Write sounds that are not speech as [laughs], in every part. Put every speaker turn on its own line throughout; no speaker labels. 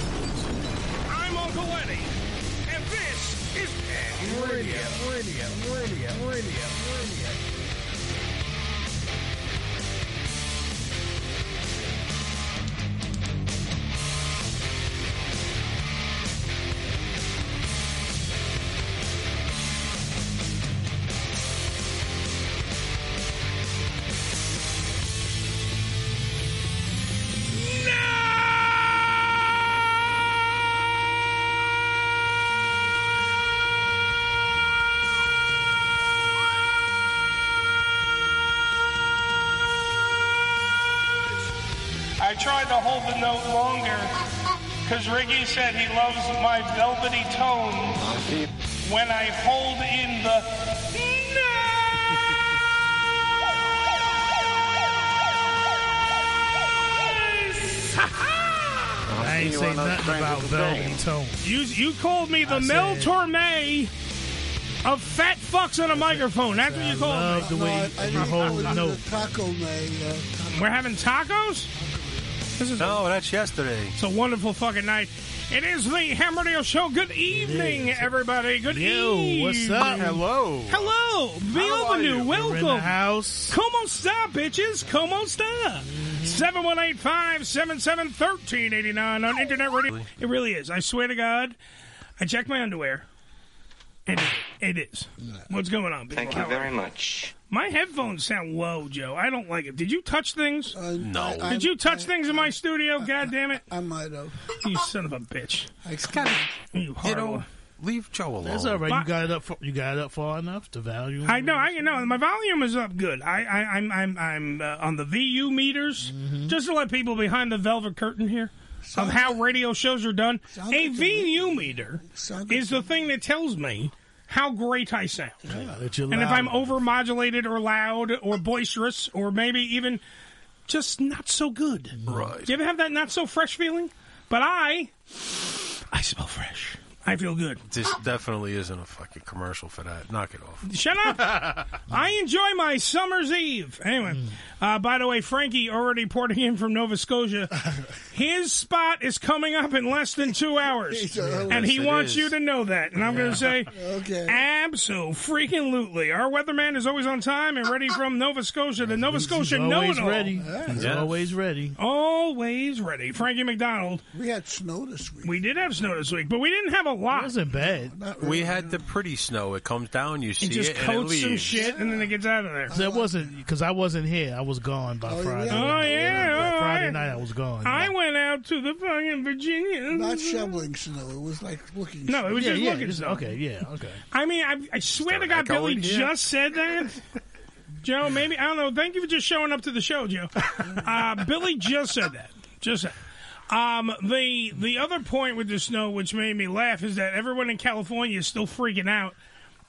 I'm Uncle Eddie, and this is Ed Radio. Radio, radio, radio, radio. I tried to hold the note longer because Ricky said he loves my velvety tone when I hold in the. noise. Ha-ha!
[laughs] I ain't say nothing about velvet tone.
you you called me the
I
Mel
said-
Torme of fat fucks on a microphone. That's what you
I
called
love
me.
the way you hold the note.
Taco May. Uh,
We're having tacos? This is
No, that's yesterday.
It's a wonderful fucking night. It is the Ham Radio Show. Good evening, everybody. Good evening.
Yo, what's up?
Hello.
Hello, Bienvenue.
We're in the
Welcome.
house. Mm-hmm.
Como sta, bitches? Como sta? 718-577-1389 on internet radio. It really is. I swear to God, I checked my underwear. It, it is. What's going on? Thank you very much. My headphones sound low, Joe. I don't like it. Did you touch things?
no. Uh, I, I,
Did you touch things in my studio? God damn it!
I might have.
You son of a bitch!
I kind of.
You horrible.
Leave Joe alone.
That's all right.
My-
You got it up. For, you got it up far enough to value.
I know. I know. My volume is up good. I, I I'm I'm I'm uh, on the VU meters.
Mm-hmm.
Just to let people behind the velvet curtain here of how radio shows are done.
Sounds
A
like a-
VU meter
sounds like
is the thing that tells me how great I sound.
Yeah, that you're
And if
loud.
I'm overmodulated or loud or boisterous or maybe even just not so good.
Right.
Do you ever have that not so fresh feeling? But I, I smell fresh. I feel good.
This definitely isn't a fucking commercial for that. Knock it off.
Shut up. I enjoy my summer's eve. Anyway, uh, by the way, Frankie already porting in from Nova Scotia. His spot is coming up in less than two hours. And he
Yes, it
wants
is.
you to know that. And I'm going to say,
Okay.
absolutely. Our weatherman is always on time and ready from Nova Scotia. The Nova
He's
Scotia know
always
it all.
ready. He's
Yes.
always ready.
Always ready. Frankie McDonald.
We had snow this week.
We did have snow this week, but we didn't have a
It
lot.
wasn't bad.
Not
We had the pretty snow. It comes down, you see
It
it,
just
and it
coats
leaves.
some shit and then it gets out of there.
That wasn't because I wasn't here. I was gone by
yeah.
Friday.
Oh,
night.
yeah.
By
all
Friday
right.
night I was gone.
I went out to the fucking Virginia.
not shoveling snow. It was like looking.
no, it was
yeah,
just
yeah,
looking.
just-
okay.
okay, yeah, okay.
I mean, I, I swear to God,
Start
Billy
echoing, yeah.
just said that. Joe, maybe I don't know. Thank you for just showing up to the show,
[laughs]
Joe. Uh, Billy just said that. Just said. Um, the the other point with the snow, which made me laugh, is that everyone in California is still freaking out.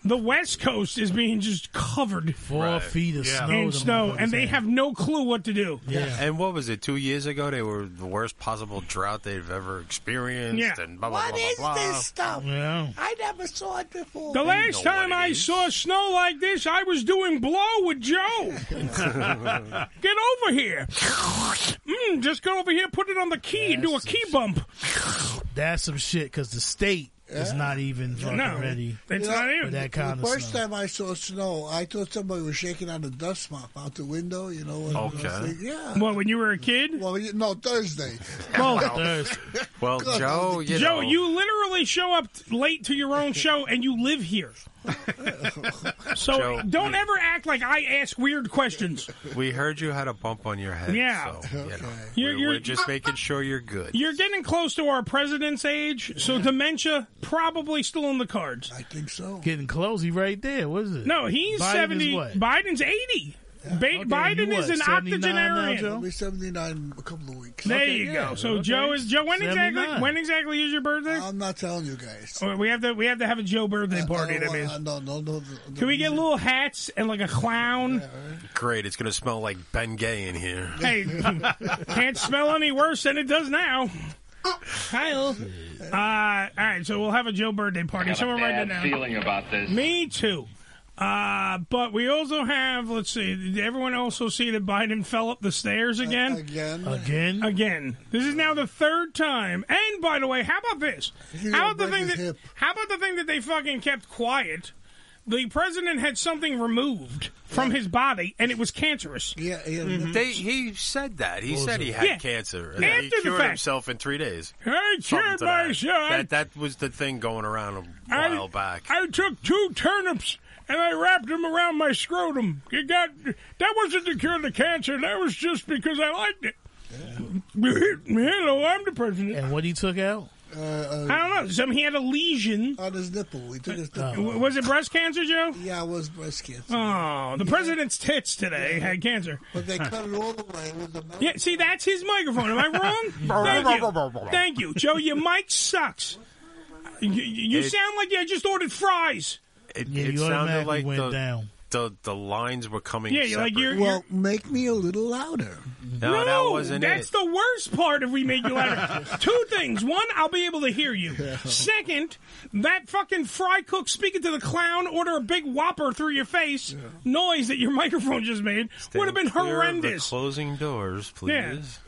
The West Coast is being just covered
Four
Right.
feet of
Yeah.
snow.
in
the
snow,
motherfuckers
and they
had.
have no clue what to do.
Yeah.
And what was it? Two years ago, they were the worst possible drought they've ever experienced.
Yeah.
And blah blah
What
blah
is
blah. blah.
this stuff?
Yeah.
I never saw it before.
The last
know what
time
it
I
is.
saw snow like this, I was doing blow with
[laughs]
Joe. get over here. Mm, just get over here, put it on the key, and do a key bump.
That's some shit because the state is not even fucking
No,
ready.
it's
Yeah.
not
for
even.
that kind
the
of
first
snow.
time I saw snow, I thought somebody was shaking out a dust mop out the window. You know. and I was
Okay.
like, yeah.
What, when you were a kid?
Well, you- no, Thursday.
Well,
Thursday.
Well, Joe, you
Joe,
know,
you literally show up t- late to your own show, and you live here. So
Joe,
don't ever act like I ask weird questions.
we heard you had a bump on your head.
Yeah.
So, you know,
You're-
we're,
you're-
we're just making sure you're good.
You're getting close to our president's age, so dementia probably still in the cards.
I think so.
Getting close. He right there. What is it?
No, he's
Biden is
seventy.
what?
Biden's eighty. Ba- [laughs] Biden
you
is
what,
an
79 now,
octogenarian.
Joe?
I'll be 79 in a couple of weeks.
There
Okay,
you
yeah,
go. So
okay.
Joe is Joe. When exactly?
79.
When exactly is your birthday?
I'm not telling you guys.
Or we have to we have to have a Joe birthday party.
I
That
don't
means.
want- I- No, no, no, no,
Can we get little hats and like a clown?
Great. It's going to smell like Ben Gay in here.
[laughs] Hey, can't smell any worse than it does now. Kyle. Uh, all right, so we'll have a Joe birthday party.
got a
Someone write that
bad
down.
feeling about this.
Me too. Uh, but we also have, let's see, did everyone also see that Biden fell up the stairs again?
Again.
Again?
Again. This is now the third time. And by the way, how about this?
He's
How
gonna
about the
break
thing
his
that
hip.
how about the thing that they fucking kept quiet? The president had something removed from his body and it was cancerous. Mm-hmm.
Yeah, yeah.
They, he said that. He said he had
Yeah.
cancer. And
After
he
the
cured
fact.
himself in three days.
I
Something
cured
to that.
myself.
That, that was the thing going around a
I-
while back.
I took two turnips and I wrapped them around my scrotum. You got that wasn't to cure the cancer. That was just because I liked it. Hello, I'm the president.
And what he took out?
Uh, uh,
I don't know. Some he had a lesion.
on his nipple. He took his nipple.
W- Was it breast cancer, Joe?
Yeah, it was breast cancer.
Oh, the president's tits today had cancer.
But they cut it all away with the
Yeah, see, that's his microphone. Am I
[laughs]
wrong? Thank
[laughs]
you. Thank you, Joe. Your mic sucks. You, you you
It-
sound like you just ordered fries.
It,
Yeah,
it
you
sounded
automatically
like
went
the,
down.
the, the lines were coming
Yeah, you're like
separate.
you're.
Well, make me a little louder.
No, that wasn't
that's
it.
the worst part if we made you louder. [laughs] Two things. One, I'll be able to hear you. Second, that fucking fry cook speaking to the clown, order a big whopper through your face, noise that your [laughs] microphone just made would have been
Clear of the
horrendous.
closing doors, please.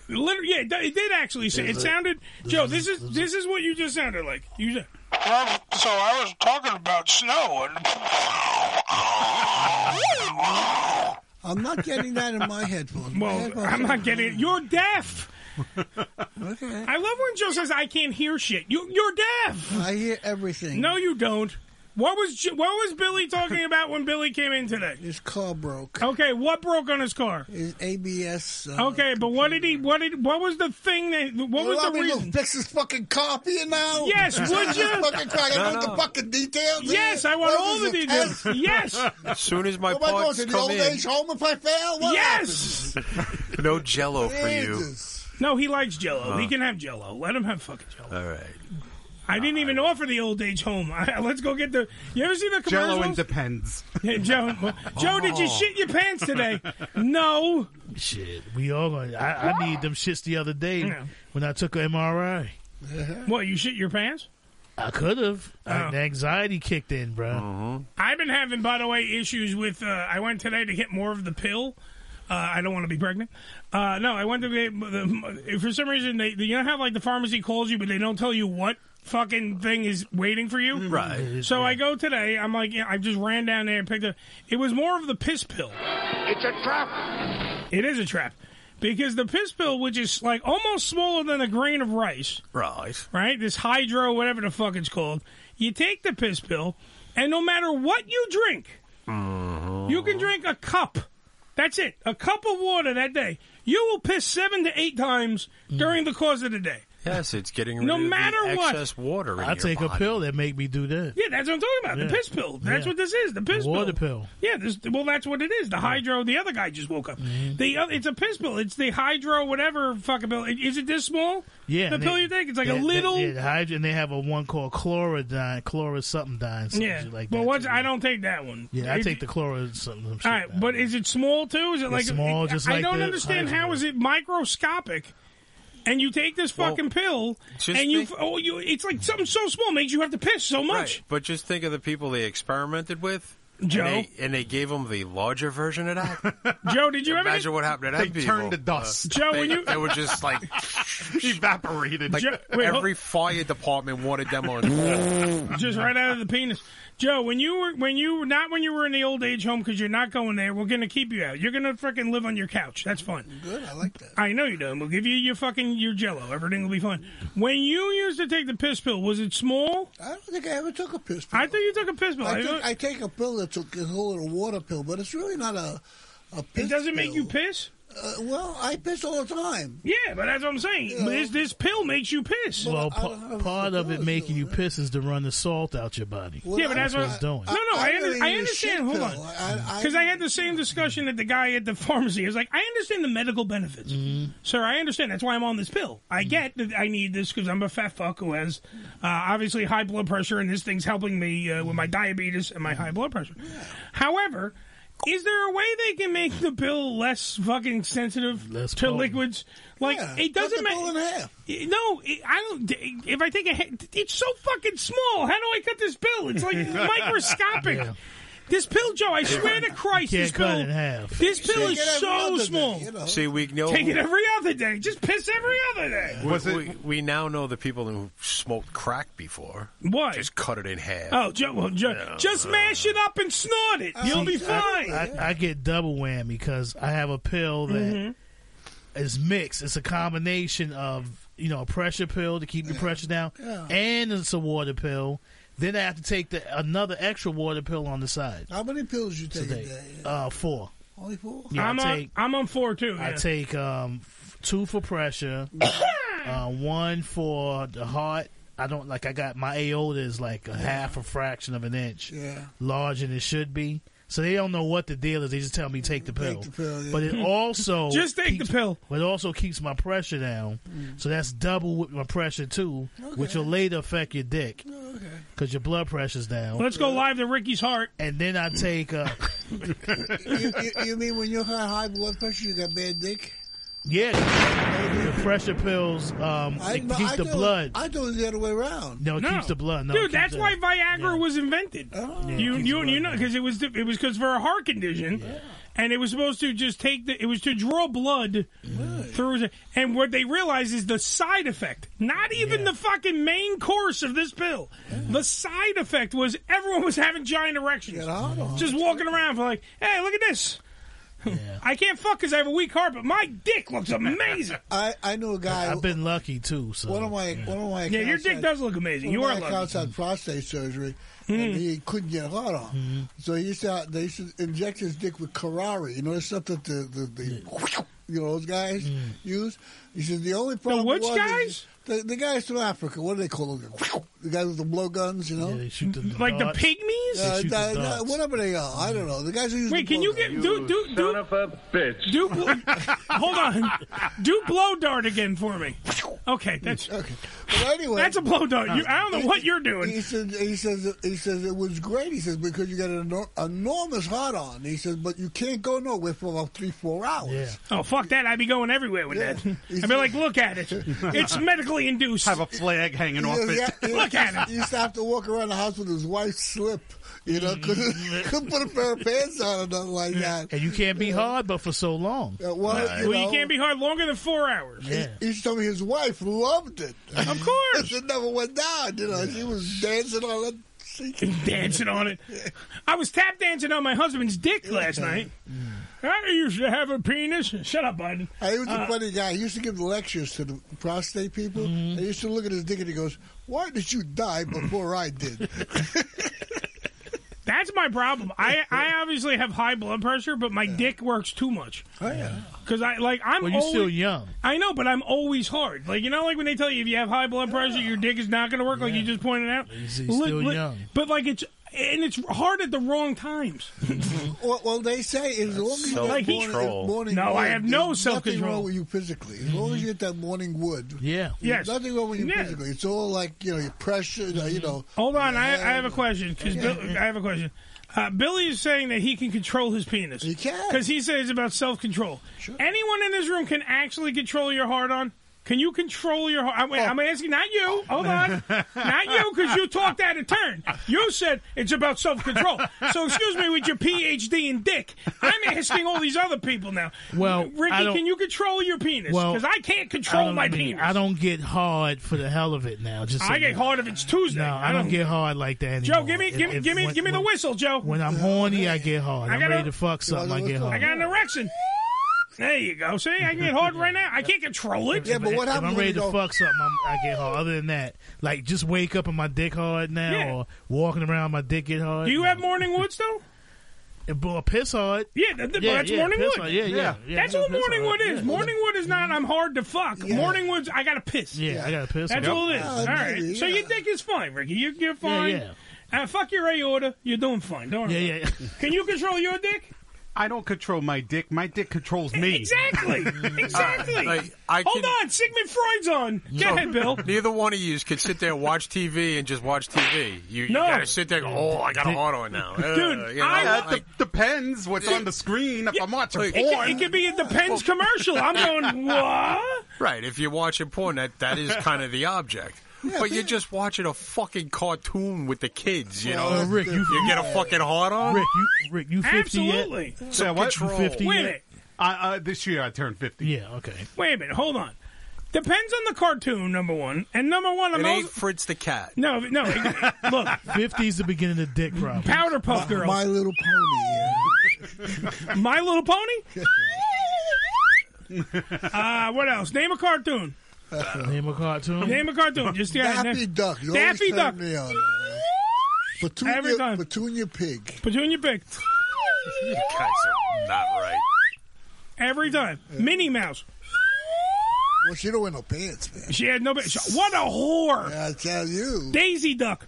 Yeah. Literally, yeah, it d- it did actually say it sounded Joe, this is this is what you just sounded like. You just,
Well, so I was talking about snow, and
I'm not getting that in my headphones. My
well,
headphones
I'm
are-
not getting it. You're deaf.
Okay.
I love when Joe says I can't hear shit. You you're deaf.
I hear everything.
No, you don't. What was J- what was Billy talking about when Billy came in today?
His car broke.
Okay, what broke on his car?
His ABS. Uh,
Okay, but what did he? What did? What was the thing that? What
You
was the
want me to
reason?
fix his fucking car for you now?
[laughs]
Yes, would
Fix his
you?
fucking car. You want the fucking details?
Yes,
here?
I want
What
all the
is this,
details. [laughs]
test?
Yes,
As soon as my
What am I going
parts
to the
come
old
in,
age home if I fail? What
yes.
no jello for
happens?
you.
Jesus.
No, he likes Jello. He can have Jello. Let him have fucking Jello.
All right.
I didn't even offer the old age home. [laughs] I, let's go get the. You ever see the commercials?
Jello and depends.
Hey, Joe, Joe, did you shit your pants today? No.
Shit, we all going. I, I need them shits the other day
Yeah.
when I took an MRI.
What? You shit your pants?
I could have.
Oh.
The anxiety kicked in, bro.
Mm-hmm.
I've been having, by the way, issues with. Uh, I went today to get more of the pill. Uh, I don't want to be pregnant. Uh, no, I went to get the, for some reason they you know how like the pharmacy calls you, but they don't tell you what fucking thing is waiting for you.
Right.
So I go today. I'm like, yeah, I just ran down there and picked up. It was more of the piss pill.
it's a trap.
It is a trap because the piss pill, which is like almost smaller than a grain of rice,
Right.
right? This hydro, whatever the fuck it's called. You take the piss pill, and no matter what you drink, you
Mm-hmm. Oh.
can drink a cup. That's it. A cup of water that day. You will piss seven to eight times during the course of the day.
Yes, it's getting rid
No
of the
matter what.
excess water. In
I
your
take a
body.
pill that make me do that.
Yeah, that's what I'm talking about. The
Yeah.
piss pill. That's
Yeah.
what this is. The piss
Water
pill.
pill.
Yeah, this, well, that's what it is. The hydro. The other guy just woke up.
Mm-hmm.
The oth- it's a piss pill. It's the hydro, whatever fucking pill. Is it this small?
Yeah,
the
and
pill
they-
you take. It's like
that-
a
that-
little.
yeah, the hydrogen. They have a one called chloridine, chloro something dine, some
yeah,
shit like
but
that.
once
too.
I don't take that one.
yeah, I
It-
take the chloro something. Some shit
All right,
dine.
but is it small too? Is it like
small, just
I
like
don't
the
understand how
hydrogen.
is it microscopic, and you take this fucking pill,
just
and you
think-
oh you it's like something so small makes you have to piss so much.
Right. [laughs] But just think of the people they experimented with.
Joe?
And they, and they gave them the larger version of that.
[laughs] Joe, did you ever?
Imagine what happened to
They
that people. Uh,
turned to dust.
Joe,
They,
when you
they were
[laughs]
just like,
evaporated.
Joe, wait, hold-
every fire department wanted
[laughs]
them on.
just right out of the penis. Joe, when you were when you were not when you were in the old age home because you're not going there, we're gonna keep you out. You're gonna freaking live on your couch. That's fun.
Good, I like that.
I know you don't. We'll give you your fucking your Jello. Everything will be fine. When you used to take the piss pill, was it small?
I don't think I ever took a piss pill.
I think you took a piss pill.
I,
I
think,
thought-
I take a pill that's a, it's a little water pill, but it's really not a a piss
it doesn't make
pill.
you piss.
Uh, well, I piss all the time.
Yeah, but that's what I'm saying. This this pill makes you piss.
Well,
I
pa-
don't know if
part
the
of it
girls
making
do
you piss is to run the salt out your body.
Well,
yeah, but that's what
That's what it's doing.
No, no, I,
don't
under-
even
I
use
understand.
shit
Hold
pill.
on,
I, I,
because I had the same discussion that the guy at the [laughs] pharmacy. I was like, I understand the medical benefits,
Mm-hmm.
sir. I understand. That's why I'm on this pill. I get that I need this because I'm a fat fuck who has uh, obviously high blood pressure, and this thing's helping me uh, with my diabetes and my high blood pressure. However. Is there a way they can make the pill less fucking sensitive
Less
to
potent.
liquids? Like
Yeah,
it
cut
doesn't
the pill in
matter.
half.
No, it- I don't. If I take a, hit- it's so fucking small. How do I cut this pill? It's like
[laughs]
microscopic. This pill, Joe. I swear to Christ,
Can't
this
cut
pill.
it in half.
This pill
Take
is
it every
so
other day,
small.
you know.
See, we know.
Take it every other day. Just piss every other day.
Was
we,
it-
we, we now know the people who smoked crack before.
Why?
Just cut it in half.
Oh, Joe. Well, Joe just mash it up and snort it. You'll be fine.
I, I get double whammy because I have a pill that is
Mm-hmm.
mixed. It's a combination of you know a pressure pill to keep your pressure down, and it's a water pill. Then I have to take the, another extra water pill on the side.
How many pills you take a
Today,
day?
uh, four.
Only four?
Yeah,
I'm
I
on.
take
I'm on four too.
I
yeah.
take um, f- two
[coughs]
for pressure, uh, one for the heart. I don't like. I got my aorta is like a half a fraction of an inch
Yeah.
larger than it should be. So they don't know what the deal is. They just tell me take the pill.
the pill, yeah.
But
[laughs]
it also
Just take the
keeps-
pill.
But it also keeps my pressure down.
Mm.
So that's double with my pressure too, which will later affect your dick
Oh,
because your blood pressure's down.
Let's go live to Ricky's heart.
and then I
[laughs]
take uh, [laughs]
you, you, you mean when you have high blood pressure, you got bad dick?
yeah, the pressure pills. Um,
I,
it keeps
I
the
do-
blood.
I do it the other way around.
No, it
No.
keeps the blood. No, it
Dude,
keeps
that's
the-
why Viagra
Yeah.
was invented.
Oh,
you
keeps
you
the
you know
blood
because it was it was because for a heart condition, and it was supposed to just take the it was to draw blood through. The, and what they realize is the side effect, not even the fucking main course of this pill. The side effect was everyone was having giant erections,
Get hard on.
just walking around for like, hey, look at this. I can't fuck because I have a weak heart, but my dick
[laughs]
looks amazing.
I, I knew a guy.
I've been lucky too. So
one of my one of my
yeah, your
accounts
dick
had-
does look amazing. You
Well,
are
my
lucky. Hmm.
accounts had prostate surgery, and he couldn't get hard on.
Mm-hmm.
So he used to they used to inject his dick with Carrari. You know, it's stuff that the the, the [laughs] you know those guys
Mm.
use. He says the only problem
which
was
guys?
is the, the guys from Africa. What do they call them? The guys with the blowguns. You know.
Yeah, they shoot the
like the
darts.
pygmies.
Uh,
shoot the
uh,
darts.
whatever they are, I don't know. The guys who use
Wait,
the
can you
blowguns.
get do do do
of a bitch.
Do bl-
[laughs]
hold on. Do blow dart again for me. Okay, that's
Okay. But anyway,
that's a blow dart. You, I don't know what you're
He
doing.
said, he says, he says it was great. He says because you got an enor- enormous hot on. He says, but you can't go nowhere for about three, four hours.
yeah,
Oh fuck that! I'd be going everywhere with that. I'd be like, look
[laughs]
at it. It's medically induced.
Have a flag hanging off
He
it.
says, yeah, he-
Look at him.
He used to have to walk around the house with his wife's slip. You know, [laughs] couldn't, couldn't put a pair of pants on or nothing like that.
and you can't be hard, but for so long.
Uh, well, you,
Well,
know,
you can't be hard longer than four hours.
Yeah,
He used to tell me his wife loved it.
Of course,
[laughs] it never went down. You know, she was [laughs] dancing on it. She,
[laughs] dancing on it. I was tap dancing on my husband's dick last night. I used to have a penis. Shut up, Biden.
Uh, He was a funny guy. He used to give lectures to the prostate people.
Mm-hmm.
They used to look at his dick and he goes, "Why did you die before
[laughs]
I did?"
That's my problem. I I obviously have high blood pressure, but my dick works too much.
oh, yeah.
Because I like I'm
well, you're still
always-
young.
I know, but I'm always hard. Like you know, like when they tell you if you have high blood pressure, your dick is not going to work. Like you just pointed out.
he's
Li-
still
li-
young.
But like it's and it's hard at the wrong times.
Mm-hmm. Well, well, they say as long as you get
Like he-
morning,
Self-control.
morning
No, I
wood,
have no
there's Nothing
self-control.
wrong with you physically. As long as you get that morning wood.
Yeah,
Yes.
Nothing wrong with you
Yeah.
physically. It's all like you know your pressure. You know.
Hold on, I, I have a question. 'cause Bill, I have a question. Uh, Billy is saying that he can control his penis.
He can.
because he says it's about self control. Anyone in this room can actually control your hard on. Can you control your heart? I'm,
Oh.
I'm asking, not you. Hold on. not you, because you talked out of turn. You said it's about self control. So, excuse me, with your PhD and dick, I'm asking all these other people now.
Well, I
Ricky,
don't-
can you control your penis?
Well,
Because I can't
I
control
don't,
my
I mean,
penis.
I don't get hard for the hell of it now. Just so
I
you
get
know.
hard if it's Tuesday.
No, I don't get hard like that anymore.
Joe, give me,
If-
give me,
if-
give me,
when-
give me the
when-
whistle, Joe.
When I'm horny, I get hard.
I
I'm
gotta-
ready to fuck something. I get hard.
I got an erection. There you go. See, I can get hard right now. I can't control it.
Yeah, but what
if
happens
I'm
when
ready
you
to
go?
fuck something, I'm, I get hard. Other than that, like just wake up and my dick hard now,
Yeah.
or walking around my dick get hard.
Do you
No.
have morning woods though?
It blew a piss hard.
Yeah, th- th-
Yeah,
that's
yeah,
morning
piss
wood.
hard. Yeah, yeah, yeah.
that's
no
what
piss
morning
hard.
wood is.
Yeah. Mm-hmm.
Morning wood is not. I'm hard to fuck. Morning wood's. I gotta piss.
Yeah, I got a piss
That's
hard.
all it is.
Yeah,
all right.
maybe,
So
Uh, yeah.
your dick is fine, Ricky. You, you're fine.
yeah.
Uh, fuck your aorta. You're doing fine. Don't worry.
Yeah, yeah, yeah.
Can you control your dick?
I don't control my dick. My dick controls me. [laughs]
Exactly. exactly.
Like, I
Hold
can-
on. Sigmund Freud's on. Go ahead, Bill.
Neither one of you can sit there and watch TV and just watch TV. You, you
No.
gotta sit there. and go, Oh, I got a hard on now,
[laughs]
Uh,
Dude,
you know,
I-
Yeah,
That
it
like-
de- depends what's on the screen. If I'm watching
Like-
It
porn,
could, it could be a Depends commercial. I'm
[laughs]
going, what?
Right. If you're watching porn, that, that
[laughs]
is kind of the object. but you're just watching a fucking cartoon with the kids, you know?
Oh,
Uh, Rick, you,
you get a fucking hard on?
Rick, you, Rick, you fifty yet?
Absolutely.
yeah, what?
Control.
50
Wait a
Yeah.
minute.
I, uh, this year I turned 50.
Yeah, okay.
Wait a minute. Hold on. Depends on the cartoon, number one. And number one, I'm
It ain't
also.
Fritz the cat.
No, no.
[laughs]
it- Look,
Fifty's the beginning of dick problem.
Powder Puff Girls. My,
My Little Pony. yeah.
[laughs] Little
[laughs]
Pony? uh, what else? Name a cartoon.
Name a [laughs] cartoon.
Name a cartoon. Just yeah.
Daffy
name-
Duck. You
Daffy
always turn
Duck.
Me on. man. Petunia,
Every time.
Petunia Pig.
Petunia Pig.
[laughs] You guys are not right.
Every time. Minnie Mouse.
Well, she don't wear no pants, man.
She had no. What a whore.
I tell you.
Daisy Duck.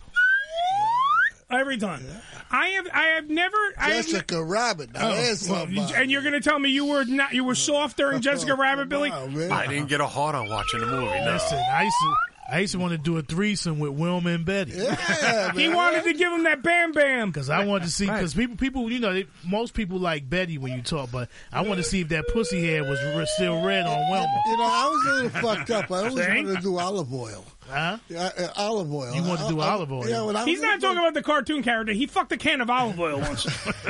Every time. I have. I have never. I have ne- Oh,
Jessica Rabbit. Now there's
Well,
somebody.
you- and you're going to tell me you were not you were soft
[laughs]
during Jessica Rabbit, Billy?
Wow, man.
I didn't get a hard on watching the movie, no.
Listen, I used to, I used to want to do a threesome with Wilma and Betty. [laughs]
Yeah,
He
man.
wanted to give him that bam bam.
Cause I wanted to see, cause people, people, you know, they, most people like Betty when you talk, but I want to see if that pussy hair was re- still red on Wilma.
You know, I was a little fucked up. I always
See?
wanted to do olive oil.
Huh?
Yeah, uh, olive oil.
You wanted to do
I- I-
olive oil.
Yeah, when I
He's
was
not talking about the cartoon character. He fucked a can of olive oil once.
[laughs]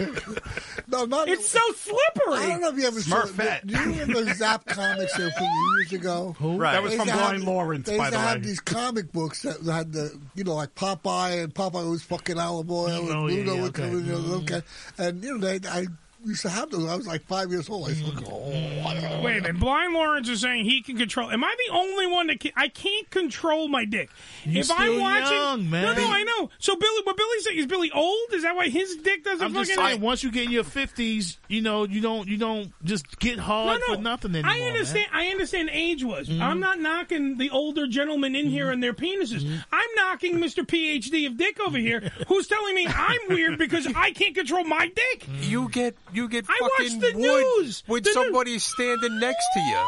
No, not.
It's so
I don't
slippery.
know if you ever saw.
Smurfette.
Do you remember Zap comics there from years ago? Who?
That was
They
from
used to
Blind
have-
Lawrence,
They
by
used
the
to have
way.
these comic books that had the, you know, like Popeye and Popeye was fucking olive oil
Oh,
and
yeah,
Pluto
yeah,
was
okay.
coming, you know, okay. And you know, they, I used to have those. I was like five years old. I used to look, oh, I don't know.
Wait a minute. Blind Lawrence is saying he can control. Am I the only one that can, I can't control my dick? if I'm
still
watching,
young, man.
no, no, I know. So Billy, what Billy's saying is Billy old? Is that why his dick doesn't
I'm just
fucking?
saying, once you get in your fifties, you know, you don't, you don't just get
no,
hard
no,
for nothing anymore.
I
man. Mm-hmm.
understand. I understand age was. I'm not knocking the older gentlemen in here and their penises.
Mm-hmm.
I'm knocking Mr. PhD of Dick over
[laughs]
here, who's telling me I'm weird because I can't control my dick.
Mm-hmm.
You get you get
I watched
fucking
the
wood
news.
with
The news.
somebody standing next to you.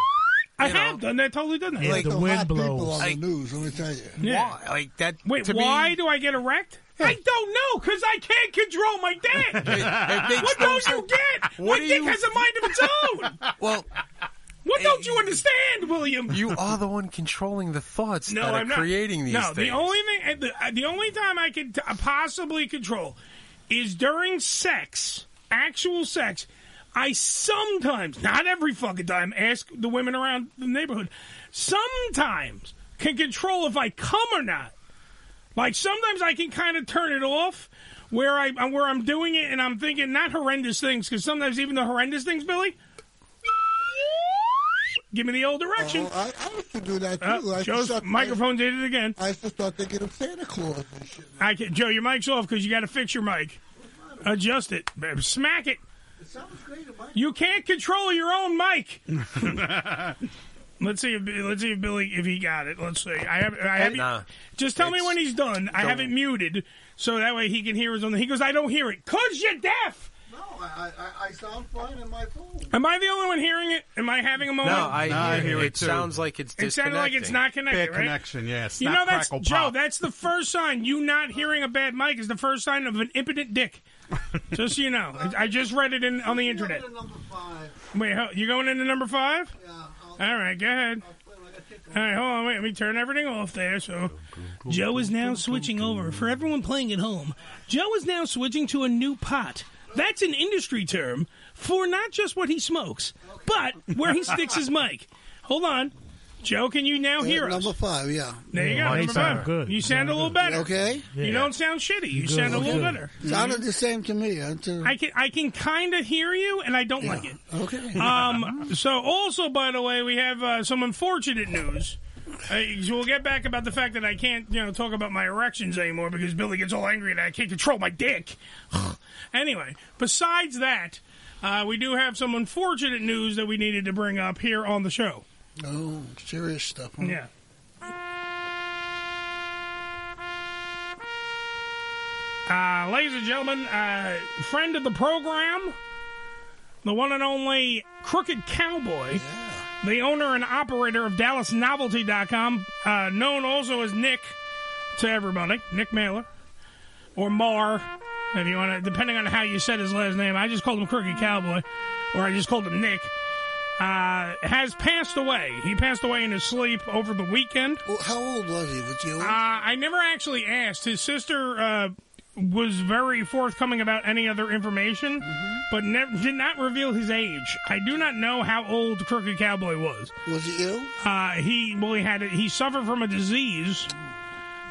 I
You know.
have done that. Totally done that.
Yeah,
Like
the
So
wind
hot people
blows.
on the
Like-
news, let me tell you.
Yeah.
Why? Like that.
Wait,
to
why
me,
do I get erect? I don't know because I can't control my
[laughs]
dick.
it makes
what
no
don't you
sense.
get?
What
my
do
dick
you-
has a mind of its own.
[laughs] Well, eh,
What don't you understand, William?
you are the one controlling the thoughts
No,
that are
I'm not
creating these
No,
things.
the only thing, uh, the, uh, the only time I can t- uh, possibly control is during sex, actual sex. I sometimes, not every fucking time, ask the women around the neighborhood. Sometimes can control if I come or not. Like sometimes I can kind of turn it off where I uh, where I'm doing it and I'm thinking not horrendous things because sometimes even the horrendous things, Billy. Give me the old direction.
Oh, I, I used to do that
Uh,
too. I, used to
Joe's
start,
microphone did it again.
I used to start thinking of Santa Claus and shit.
I can, Joe, your mic's off because you got to fix your mic. Adjust it. Babe, Smack it.
It sounds great, Mike.
You can't control your own mic. [laughs] let's see. If, let's see if Billy if he got it. Let's see. I have. I have.
Nah.
Just tell me when he's done. I have it muted so that way he can hear his own. He goes, I don't hear it. Cause you're deaf.
No, I, I, I sound fine in my phone.
Am I the only one hearing it? Am I having a moment?
No, I,
I hear
it.
it too.
sounds like it's
it sounded like it's
disconnecting.
not
Bad
connected. Right?
connection, yeah.
You
Snap,
know that's
crackle,
Joe.
pop.
That's the first sign. You not hearing a bad mic is the first sign of an impotent
[laughs]
dick. just so you know, I I just read it in, on the internet.
Number five.
Wait, ho- you going into number five?
Yeah, I'll,
All right, go ahead. All right, hold on. Wait, let me turn everything off there. So, Joe is now switching over. For everyone playing at home, Joe is now switching to a new pot. That's an industry term for not just what he smokes, but where he sticks his mic. Hold on. Joe, can you now hear us?
Number five, yeah.
There you go.
Yeah, you
number
sound
five.
good.
You
You
sound a little better.
Okay?
You don't sound shitty. You sound a
Good,
little
good.
better.
Sounded the same to me. Until,
I can I can kind of hear you, and I don't like it. [laughs]
okay.
Um. so also, by the way, we have uh, some unfortunate news. Uh, so we'll get back about the fact that I can't, you know, talk about my erections anymore because Billy gets all angry and I can't control my
[laughs]
dick. [sighs] anyway, besides that, uh, we do have some unfortunate news that we needed to bring up here on the show.
Oh, serious stuff. huh?
Yeah. Uh, ladies and gentlemen, uh, friend of the program, the one and only Crooked Cowboy, the owner and operator of DallasNovelty.com, uh, known also as Nick to everybody, Nick Mailer, or Mar, if you want to, depending on how you said his last name. I just called him Crooked Cowboy, or I just called him Nick uh, has passed away. He passed away in his sleep over the weekend.
Well, how old was he? Was he old?
Uh, I never actually asked. His sister uh, was very forthcoming about any other information,
Mm-hmm.
but nev- did not reveal his age. I do not know how old Crooked Cowboy was.
was he ill?
Uh, he well, he had he suffered from a disease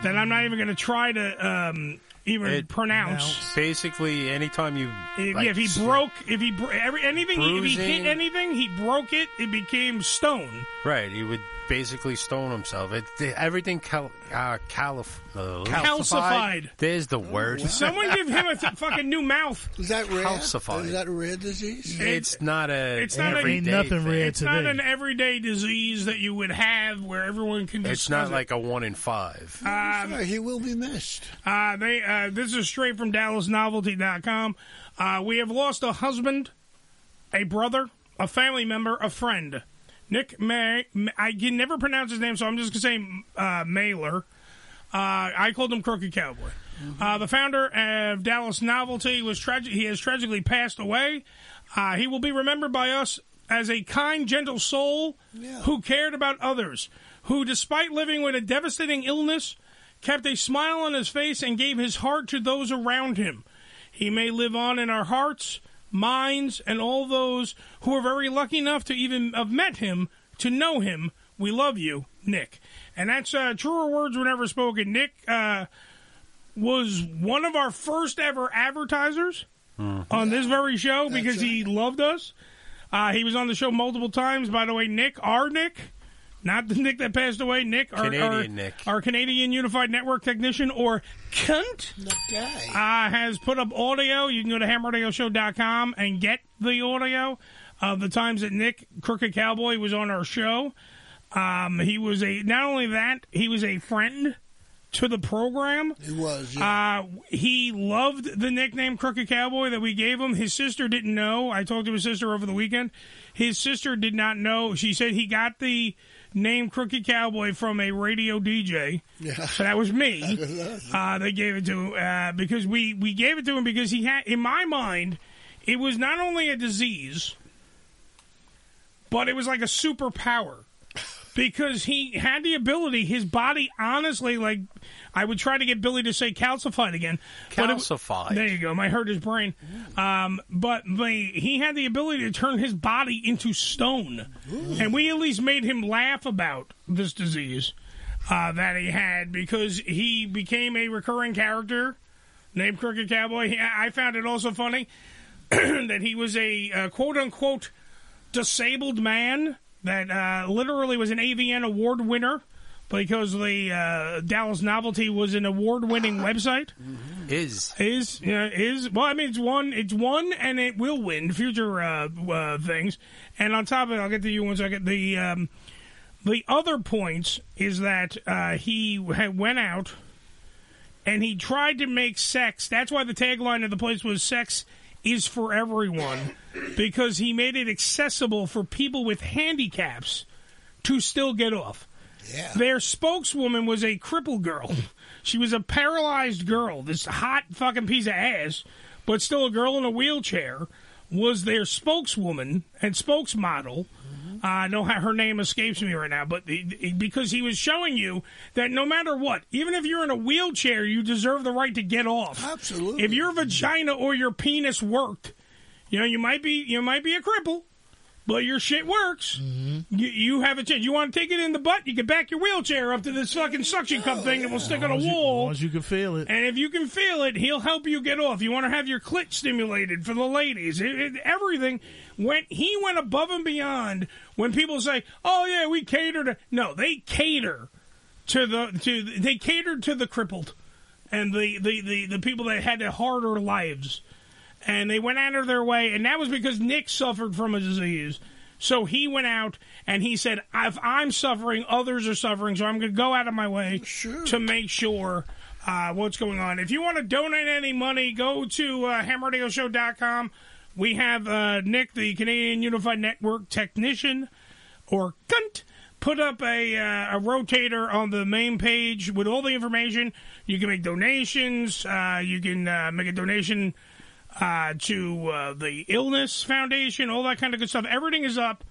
that I'm not even going to try to um, even
It-
pronounce.
Basically, anytime you
If,
like,
if he
sl-
broke, if he br- every, anything, if he hit
Bruising.
anything, he broke it. It became stone.
right, he would basically stone himself. It, the- everything cal, uh, calif, uh,
Calcified.
There's the word.
Someone give him a th- fucking new mouth.
Is that rare?
Calcified.
Is that a rare disease?
[laughs] It's not a.
It's not a-
everyday
Ain't nothing
thing.
rare
It's not
today.
an everyday disease that you would have where everyone can.
It's
discuss
not
it.
like a one in five.
Sure, he will be missed.
Uh, they. Uh, this is straight from DallasNovelty.com. Uh, we have lost a husband, a brother, a family member, a friend. Nick May. I can never pronounce his name, so I'm just gonna say uh, Mailer. Uh, I called him Crooked Cowboy. Uh, the founder of Dallas Novelty was tragic. He has tragically passed away. Uh, he will be remembered by us as a kind, gentle soul who cared about others, who, despite living with a devastating illness, kept a smile on his face and gave his heart to those around him. He may live on in our hearts, minds, and all those who are very lucky enough to even have met him, to know him. We love you, Nick. And that's uh, truer words were never spoken. Nick uh, was one of our first ever advertisers
Mm.
Mm-hmm. on this very show because he loved us. Uh, he was on the show multiple times. By the way, Nick, our Nick, not the Nick that passed away, Nick, our, our,
Canadian Nick.
our Canadian Unified Network technician, or cunt
Guy.
uh, has put up audio. You can go to hamradioshow.com and get the audio of the times that Nick Crooked Cowboy was on our show. Um, he was a not only that he was a friend to the program.
He was. Yeah.
Uh, he loved the nickname Crooked Cowboy that we gave him. His sister didn't know. I talked to his sister over the weekend. His sister did not know. She said he got the name Crooked Cowboy from a radio DJ. So [laughs] that was me. Uh, they gave it to him uh, because we, we gave it to him because he had, in my mind, it was not only a disease, but it was like a superpower because he had the ability. His body, honestly, like I would try to get Billy to say calcified again. but it-
Calcified.
there you go. My hurt his brain. Um, but the, he had the ability to turn his body into stone, and we at least made him laugh about this disease uh, that he had because he became a recurring character named Crooked Cowboy. He, I I found it also funny [clears throat] that he was a uh, quote unquote disabled man that uh, literally was an AVN award winner because the uh, Dallas Novelty was an award winning website.
Is
Is you know, is well, I mean, it's one, it's one, and it will win future uh, uh, things. And on top of it, I'll get to you once I get the um, the other points is that uh, he had went out and he tried to make sex. That's why the tagline of the place was "Sex is for everyone," because he made it accessible for people with handicaps to still get off.
yeah.
Their spokeswoman was a cripple girl. [laughs] She was a paralyzed girl. This hot fucking piece of ass, but still a girl in a wheelchair, was their spokeswoman and spokesmodel. Uh, I know how her name escapes me right now, but the- the- because he was showing you that no matter what, even if you're in a wheelchair, you deserve the right to get off.
Absolutely.
If your vagina or your penis worked, you know you might be you might be a cripple, Well, your shit works.
Mm-hmm.
You, you have a chance. You want to take it in the butt? You can back your wheelchair up to this fucking suction cup thing that will stick on a wall.
As you can feel it.
And if you can feel it, he'll help you get off. You want to have your clit stimulated for the ladies. It- it- everything went. He went above and beyond. When people say, "Oh yeah, we cater to," no, they cater to the to they catered to the crippled and the the the, the people that had the harder lives, and they went out of their way. And that was because Nick suffered from a disease. So he went out and he said, "If I'm suffering, others are suffering. So I'm going to go out of my way to make sure uh, what's going on. If you want to donate any money, go to uh, HammerDaleShow.com. We have uh, Nick, the Canadian Unified Network technician, or cunt, put up a, uh, a rotator on the main page with all the information. You can make donations. Uh, you can uh, make a donation uh, to uh, the Illness Foundation, all that kind of good stuff. Everything is up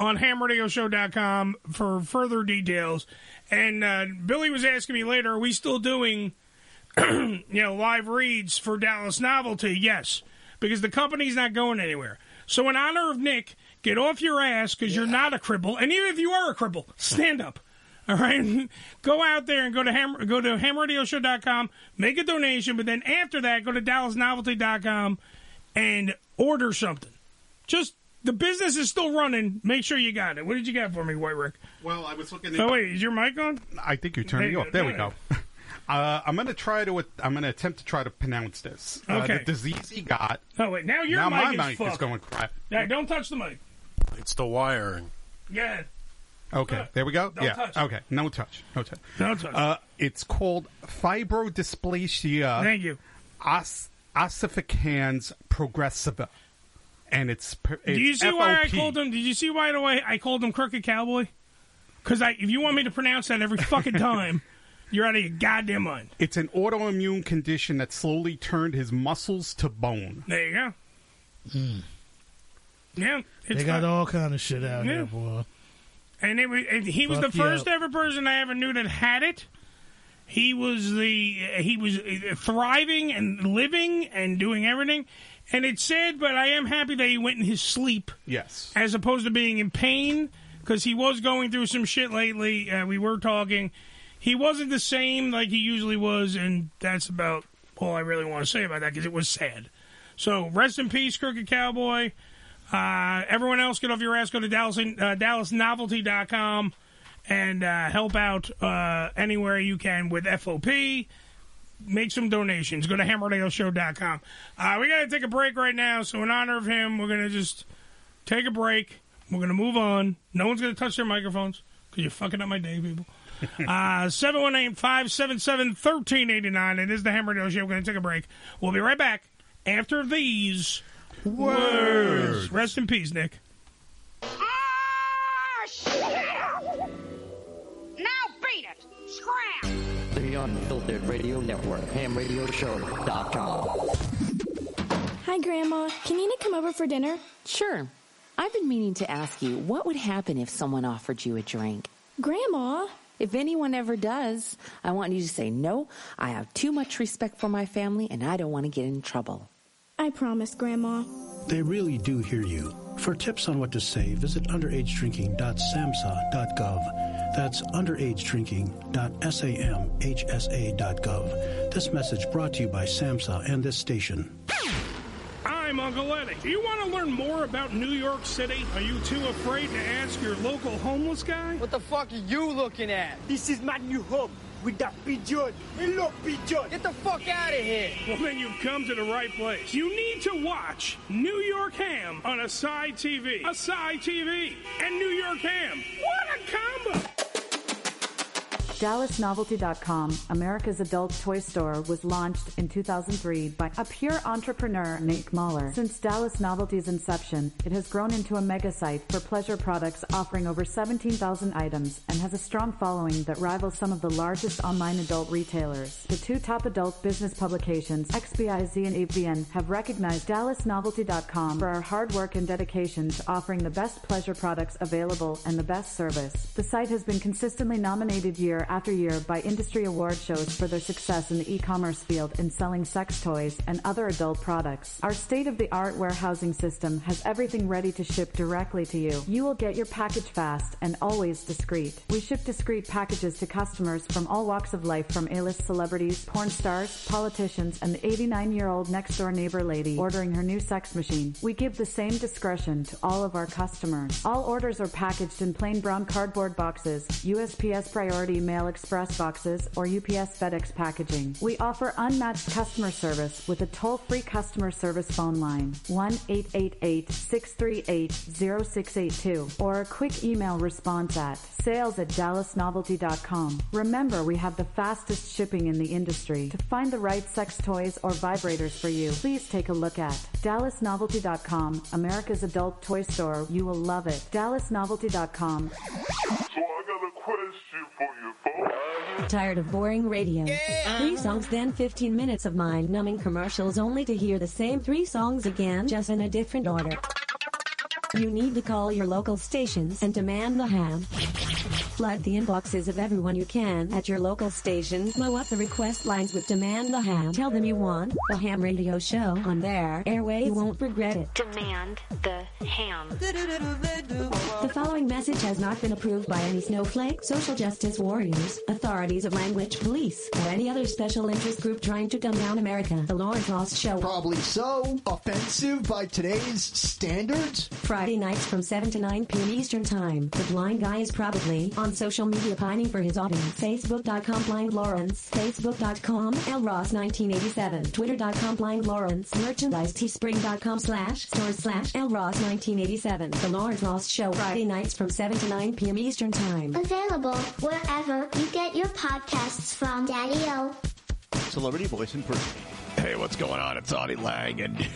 on hamradioshow.com for further details. And uh, Billy was asking me later, are we still doing [clears throat] you know live reads for Dallas Novelty? Yes, because the company's not going anywhere. So in honor of Nick, get off your ass because you're not a cripple, and even if you are a cripple, stand up. [laughs] All right, go out there and go to ham- go to hamradioshow.com, make a donation, but then after that, go to dallasnovelty.com and order something. Just the business is still running. Make sure you got it. What did you got for me, White Rick?
Well, I was looking
Oh wait, is your mic on?
I think you're turning
Hey,
me off. There we
yeah.
go. [laughs] Uh, I'm gonna try to. I'm gonna attempt to try to pronounce this. Uh,
Okay.
the disease he got.
Oh wait, now your
now
mic
my
is
mic is
fucked.
going crap.
Yeah, don't touch the mic.
It's the wiring.
Yeah,
Okay, there we go.
Don't
yeah.
touch.
Okay, no touch. No touch.
don't touch.
Uh, it's called fibrodysplasia
Thank you.
os- ossificans progressiva, and it's. per- it's
Do you see why I
FOP.
called him? Did you see why the way I called him Crooked Cowboy? Because I, if you want me to pronounce that every fucking
[laughs]
time, you're out of your goddamn mind.
It's an autoimmune condition that slowly turned his muscles to bone.
There you go.
Hmm.
Yeah, it's
They got
fine.
all kind of shit out
Yeah.
here, boy.
and it was, and he was the
Fuck you
first
up.
ever person I ever knew that had it. He was the he was uh, thriving and living and doing everything, and it's sad, but I am happy that he went in his sleep.
Yes.
as opposed to being in pain because he was going through some shit lately. Uh, we were talking. He wasn't the same like he usually was, and that's about all I really want to say about that because it was sad. So rest in peace, Crooked Cowboy. Uh, everyone else, get off your ass. Go to Dallas, uh, DallasNovelty.com and uh, help out uh, anywhere you can with FOP make some donations. Go to hammerdaleshow.com. Uh, we got to take a break right now. So, in honor of him, we're going to just take a break. We're going to move on. No one's going to touch their microphones because you're fucking up my day, people. Uh, 718 577 1389. It is the Hammer Daily Show. We're going to take a break. We'll be right back after these words. Rest in peace, Nick.
Ah, shit! Now beat it! Scram!
The Unfiltered Radio Network, hamradioshow.com.
Hi, Grandma. Can Nina come over for dinner?
Sure. I've been meaning to ask you, what would happen if someone offered you a drink?
Grandma?
If anyone ever does, I want you to say, no, I have too much respect for my family and I don't want to get in trouble.
I promise, Grandma.
They really do hear you. For tips on what to say, visit underagedrinking.samhsa.gov. That's underagedrinking.samhsa.gov. This message brought to you by SAMHSA and this station.
I'm Uncle Eddie. Do you want to learn more about New York City? Are you too afraid to ask your local homeless guy?
What the fuck are you looking at? This is my new home with that pigeon. Hey, look, pigeon. Get the fuck out of here.
Well, then you've come to the right place. You need to watch New York Ham on Asai TV. Asai TV and New York Ham. What a combo!
DallasNovelty.com, America's adult toy store, was launched in 2003 by a pure entrepreneur, Nate Mahler. Since Dallas Novelty's inception, it has grown into a mega site for pleasure products offering over 17,000 items and has a strong following that rivals some of the largest online adult retailers. The two top adult business publications, XBIZ and AVN, have recognized DallasNovelty.com for our hard work and dedication to offering the best pleasure products available and the best service. The site has been consistently nominated year
year after year by industry award shows for their success in the e-commerce field in selling sex toys and other adult products. Our state-of-the-art warehousing system has everything ready to ship directly to you. You will get your package fast and always discreet. We ship discreet packages to customers from all walks of life from A-list celebrities, porn stars, politicians, and the 89-year-old next-door neighbor lady ordering her new sex machine. We give the same discretion to all of our customers. All orders are packaged in plain brown cardboard boxes, USPS Priority Mail Express boxes, or UPS FedEx packaging. We offer unmatched customer service with a toll-free customer service phone line 1-888-638-0682 or a quick email response at sales at dallasnovelty.com. Remember, we have the fastest shipping in the industry. To find the right sex toys or vibrators for you, please take a look at dallasnovelty.com, America's adult toy store. You will love it. dallasnovelty.com.
Tired of boring radio? Three songs, then 15 minutes of mind numbing commercials only to hear the same three songs again, just in a different order. You need to call your local stations and demand the ham. Flood the inboxes of everyone you can at your local station. Blow up the request lines with Demand the Ham. Tell them you want the ham radio show on their airway. You won't regret it.
Demand the ham.
The following message has not been approved by any snowflake, social justice warriors, authorities of language police, or any other special interest group trying to dumb down America. The Lawrence Ross Show.
Probably so. Offensive by today's standards?
Friday nights from 7 to 9 p.m. Eastern Time. The blind guy is probably on social media pining for his audience. Facebook.com blind Lawrence. Facebook.com L Ross 1987. Twitter.com blind Lawrence. Merchandise teespring.com slash store slash L Ross 1987. The Lawrence Ross Show. Friday nights from 7 to 9 p.m. Eastern Time.
Available wherever you get your podcasts from Daddy O.
Celebrity voice in person. Hey, what's going on? It's Audie Lang, and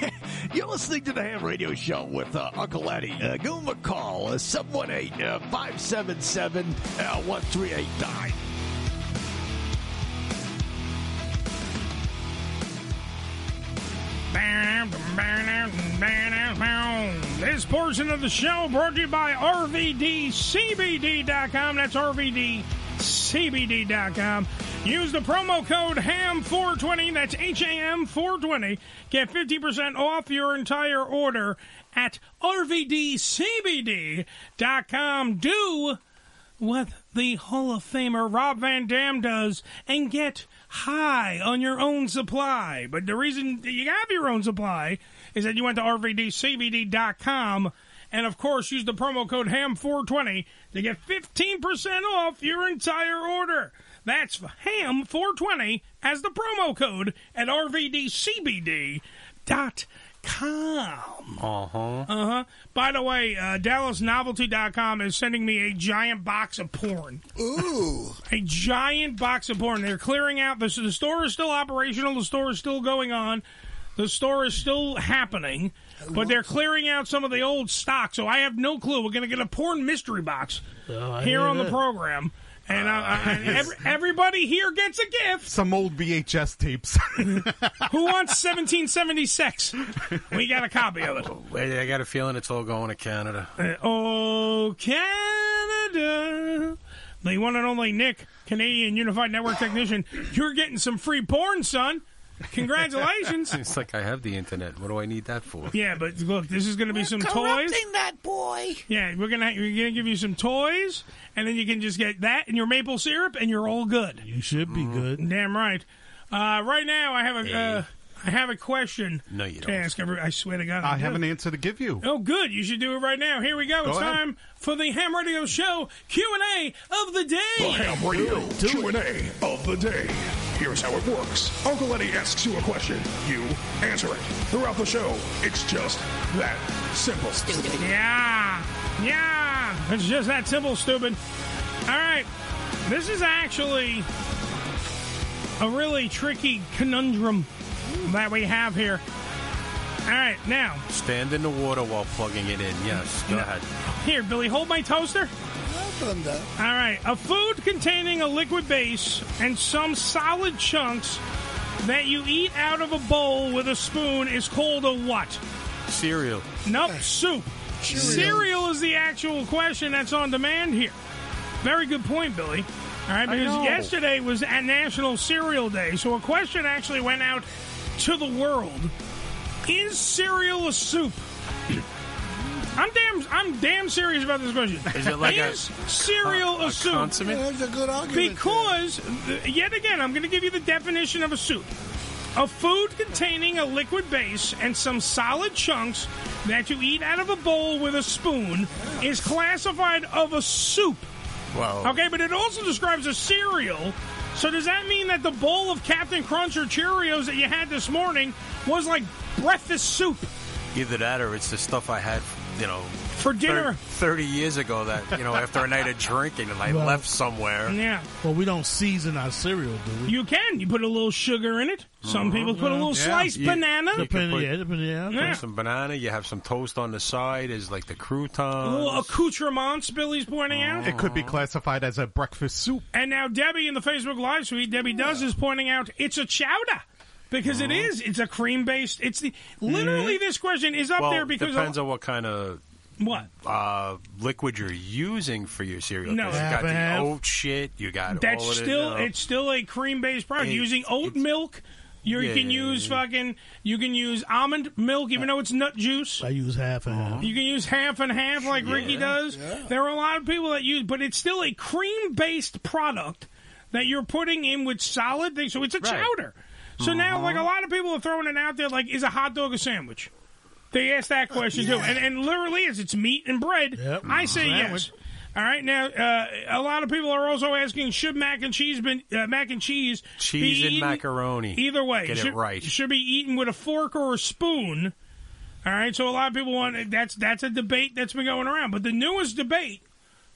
[laughs] you're listening to the Ham Radio Show with uh, Uncle Eddie. Uh, give him a call, uh, 718-577-1389.
This portion of the show brought to you by RVDCBD.com. That's RVDCBD.com. Use the promo code HAM420. That's HAM420. Get 50% off your entire order at RVDCBD.com. Do what the Hall of Famer Rob Van Dam does and get high on your own supply. But the reason that you have your own supply is that you went to RVDCBD.com and, of course, use the promo code HAM420 to get 15% off your entire order. That's HAM420 as the promo code at RVDCBD.com.
Uh huh.
Uh huh. By the way, uh, DallasNovelty.com is sending me a giant box of porn.
Ooh.
a giant box of porn. They're clearing out. This, the store is still operational. The store is still going on. The store is still happening. But they're clearing out some of the old stock. So I have no clue. We're going to get a porn mystery box
Oh, I
here
hear
on the
that. Ah.
program. And, uh, and
[laughs]
every, everybody here gets a gift.
Some old VHS tapes.
Who wants 1776? We got a copy of it.
Wait, I got a feeling it's all going to Canada.
Uh, oh, Canada. The one and only Nick, Canadian Unified Network Technician. You're getting some free porn, son. Congratulations.
[laughs]
[laughs] it's like I have the internet. What do I need that for?
yeah, but look, this is going to be some toys.
that boy.
Yeah, we're gonna we're gonna give you some toys, and then you can just get that and your maple syrup, and you're all good. Mm,
You should be good.
Damn right. Uh, right now, I have a uh, I have a question.
[laughs] No, you
to ask every. I swear to God,
I have
do.
an answer to give you.
Oh, good. You should do it right now. Here we go.
Go
it's
ahead.
time for the Ham Radio Show Q and A of the day.
The Ham Radio Q&A of the day. Here's how it works. Uncle Eddie asks you a question. You answer it. Throughout the show, it's just that simple.
Yeah, yeah. It's just that simple, stupid. All right, this is actually a really tricky conundrum that we have here. All right, now
Stand in the water while plugging it in. Yes, go ahead.
Here, Billy, hold my toaster. All right. A food containing a liquid base and some solid chunks that you eat out of a bowl with a spoon is called a what?
Cereal.
Nope, soup.
Cheerios.
Cereal is the actual question that's on demand here. Very good point, Billy. All right,
I
because
know.
yesterday was a National Cereal Day, so a question actually went out to the world: Is cereal a soup? I'm damn, I'm damn serious about this question.
Is it like a
[laughs] Is cereal
con-
a,
a
soup?
consummate? Yeah,
that's a good argument.
Because th- yet again, I'm going to give you the definition of a soup: a food containing a liquid base and some solid chunks that you eat out of a bowl with a spoon is classified of a soup.
Well,
Okay, but it also describes a cereal. So does that mean that the bowl of Captain Crunch or Cheerios that you had this morning was like breakfast soup?
either that or it's the stuff I had, you know,
For dinner.
thirty years ago. That you know, after a night of drinking, and I
Well.
left somewhere.
Yeah.
Well, we don't season our cereal, do we? Uh-huh.
You can. You put a little sugar in it. Some people put a little
Mm-hmm. Yeah.
sliced
You-
banana.
you can put-
yeah, depending, yeah.
Put some banana. You have some toast on the side. Is like the Oh.
A little
crouton.
accoutrements, Billy's pointing out.
It could be classified as a breakfast soup.
And now Debbie in the Facebook live suite, Debbie does is pointing out it's a chowder because
Uh-huh.
it is. It's a cream based. It's the literally this question is up
Mm-hmm. well,
there because of-
depends on what kind of
what
uh, liquid you're using for your cereal.
No.
'cause you got
Half-and-half.
the oat shit. You got
That's
all of it,
still
uh,
it's still a cream based product.
It-
Using oat milk, you
Yeah,
can
yeah, yeah,
use fucking you can use almond milk, even though it's nut juice.
I use half and half.
You can use half and half like Ricky does. There are a lot of people that use, but it's still a cream based product that you're putting in with solid things. So it's a chowder. So now, like a lot of people are throwing it out there, like is a hot dog a sandwich? They ask that question too, and, and literally is it's meat and bread. I say yes.
Sandwich.
All right, now uh, a lot of people are also asking: Should mac and cheese been uh, mac and cheese be
Cheese and
eaten-
macaroni.
Either way,
Get it
should,
right.
should be eaten with a fork or a spoon. All right, so a lot of people want that's that's a debate that's been going around, but the newest debate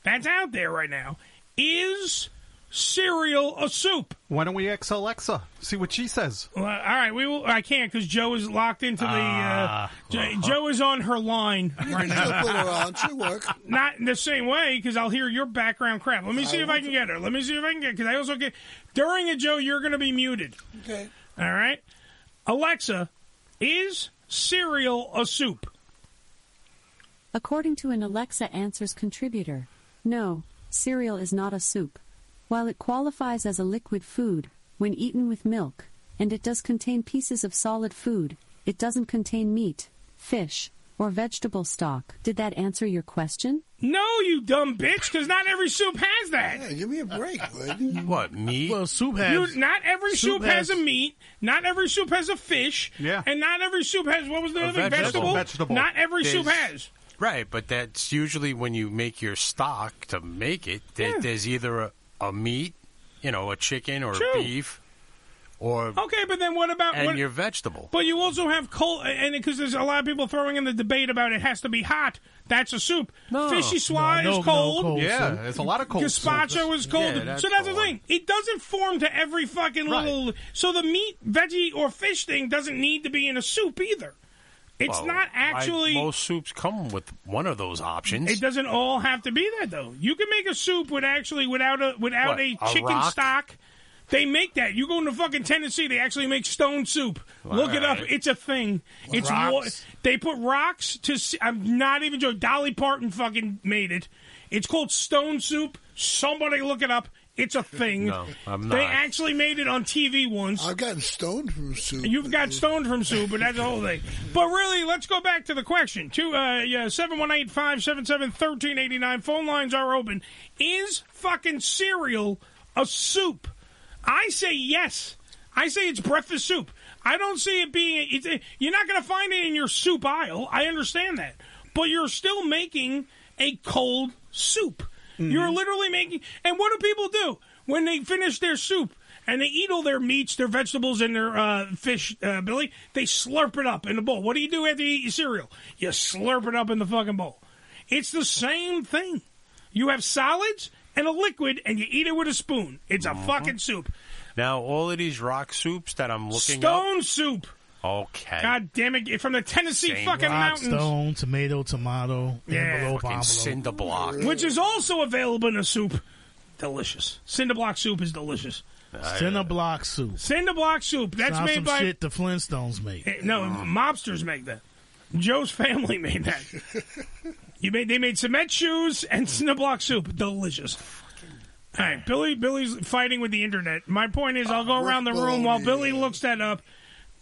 that's out there right now is cereal a soup?
Why don't we ask Alexa? See what she says.
Well, all right, we will. I can't because Joe is locked into the. Uh,
Ah.
Jo- Joe is on her
[laughs]
line right now.
She'll put her on. She'll work.
Not in the same way because I'll hear your background crap. Let me see if I can get her. Let me see if I can get because I also get during a Joe you're going to be muted.
Okay.
All right, Alexa, is cereal a soup?
According to an Alexa Answers contributor, no, cereal is not a soup. While it qualifies as a liquid food, when eaten with milk, and it does contain pieces of solid food, it doesn't contain meat, fish, or vegetable stock. Did that answer your question?
No, you dumb bitch, because not every soup has that.
give me a
[laughs]
break.
What meat?
Well, soup
You, not every soup,
Soup
has,
has-
a meat. Not every soup has a fish. Yeah. And not every soup has what was the
A
other thing? vegetable? Not every soup
There's-
has.
Right, but that's usually when you make your stock to make it. There, There's either a, a meat, you know, a chicken or
True.
beef, or
Okay, but then what about
and
what,
your vegetable.
But you also have cold, and because there's a lot of people throwing in the debate about it has to be hot. That's a soup. Fishy swai
No, no,
is
no
cold.
cold Yeah, soup. there's a lot of cold
Gazpacho
soups.
is cold.
Yeah, that's
so that's the
cold.
thing. It doesn't form to every fucking
Right.
little. So the meat, veggie, or fish thing doesn't need to be in a soup either. It's
Well,
not
I-
actually.
most soups come with one of those options.
It doesn't all have to be that though. You can make a soup with actually without a without
What,
a
a
chicken
rock?
stock. They make that. You go into fucking Tennessee, they actually make stone soup. Look it up.
Alright.
It's a thing. It's wa-
Rocks?
they put rocks to. s- I'm not even joking. Dolly Parton fucking made it. It's called stone soup. Somebody look it up. It's a thing.
No, I'm
They
not.
actually made it on TV once.
I've gotten stoned from soup.
You've got stoned from soup, but that's the whole thing. But really, let's go back to the question. Two, uh, yeah, 718-577-1389. Phone lines are open. Is fucking cereal a soup? I say yes. I say it's breakfast soup. I don't see it being. It's, you're not going to find it in your soup aisle. I understand that, but you're still making a cold soup. You're literally making. And what do people do when they finish their soup and they eat all their meats, their vegetables, and their uh, fish, uh, Billy? They slurp it up in a bowl. What do you do after you eat your cereal? You slurp it up in the fucking bowl. It's the same thing. You have solids and a liquid, and you eat it with a spoon. It's a fucking soup.
Mm-hmm. Now, all of these rock soups that I'm looking
Stone soup.
up. Okay.
God damn it! From the Tennessee
Same
fucking
rock
mountains.
Stone, tomato, tomato,
Yeah.
envelope,
Fucking
envelope.
cinder block.
which is also available in a soup. Delicious. Cinder block soup is delicious.
Cinder block soup.
Cinder block soup. That's
Sounds
made
some
by
shit the Flintstones make. Uh-huh.
Eh, no mobsters make that. Joe's family [laughs] made that. you made they made cement shoes and cinder block soup. Delicious. All right, Billy. Billy's fighting with the internet. My point is, I'll go
Oh,
Rick
around the room
Baloney.
while Billy looks that up.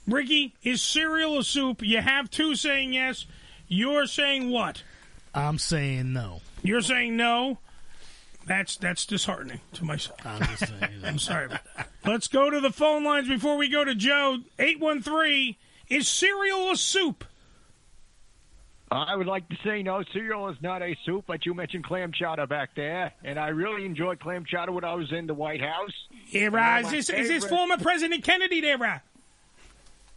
Ricky, is cereal a soup? You have two saying yes. You're saying what?
I'm saying no.
You're saying no. That's that's disheartening to myself. I'm, sorry about that. Let's go to the phone lines before we go to Joe. Eight one three. Is cereal a soup?
I would like to say no, cereal is not a soup, but you mentioned clam chowder back there, and I really enjoyed clam chowder when I was in the White House.
Era, is this, is this former President Kennedy era?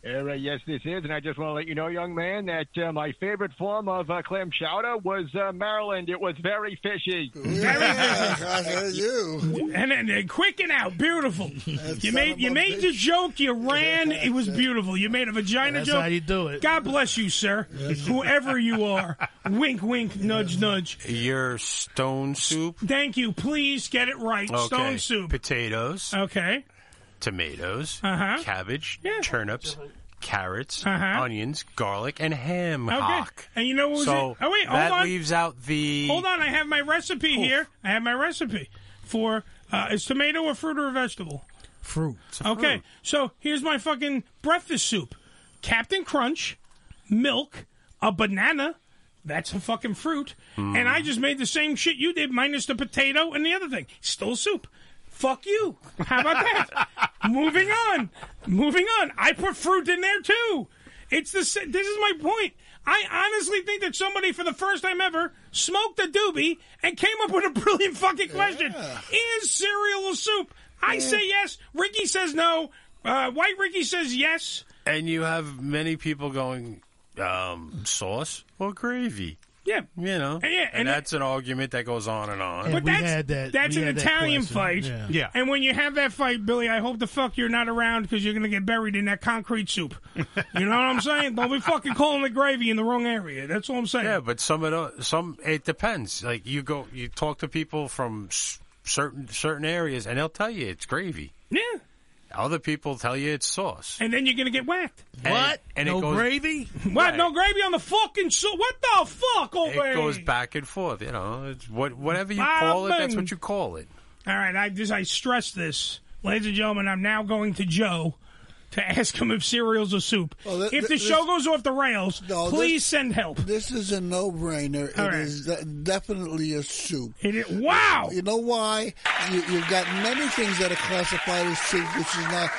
Era, yes, this is, and I just want to let you know, young man, that uh, my favorite form of uh, clam chowder was uh, Maryland. It was very fishy.
you. And, and, and quick and out, beautiful. you made you made the joke. You ran. It was beautiful. You made a vagina
That's
joke.
how you do it.
God bless you, sir. Whoever you are. wink, wink. Nudge, nudge.
Your stone soup.
Thank you. Please get it right.
Okay.
Stone soup.
Potatoes.
Okay.
Tomatoes.
Uh-huh.
Cabbage. Turnips. Carrots,
Uh-huh.
onions, garlic, and ham
Okay.
hock.
And you know what was
so
it? Oh wait, hold
that
on.
leaves out the.
Hold on, I have my recipe here. I have my recipe for uh, is tomato a fruit or a vegetable?
Fruit.
Okay, so here's my fucking breakfast soup: Captain Crunch, milk, a banana. That's a fucking fruit.
Mm.
And I just made the same shit you did, minus the potato and the other thing. Still soup. Fuck you. How about that? Moving on. Moving on. I put fruit in there too. It's the. sa- This is my point. I honestly think that somebody, for the first time ever, smoked a doobie and came up with a brilliant fucking question: Is cereal a soup? I say yes. Ricky says no. Uh, White Ricky says yes.
And you have many people going um, sauce or gravy.
Yeah,
you know,
yeah,
and, that's an argument that goes on and on.
but that's, that's an Italian fight. And when you have that fight, Billy, I hope the fuck you're not around because you're going to get buried in that concrete
[laughs]
soup. you know what I'm saying? Don't be fucking calling it gravy in the wrong area. That's all I'm saying.
Yeah, but some of the some it depends. Like you go, you talk to people from s- certain certain areas, and they'll tell you it's gravy.
Yeah.
Other people tell you it's sauce.
And then you're going to get whacked.
And- What? and it No goes- [laughs] gravy?
What? No gravy on the fucking soup? What the fuck, old
It goes back and forth. You know, it's what whatever you call it, that's what you call it.
All right, I just I stress this, ladies and gentlemen. I'm now going to Joe to ask him if cereal's a soup.
Well, th-
if the
th-
show
this-
goes off the rails,
No, Oh, this-
please send help.
This is a no-brainer. It is
All right.
de- definitely a soup.
It is, wow!
You know why? You, you've got many things that are classified as soup, which is not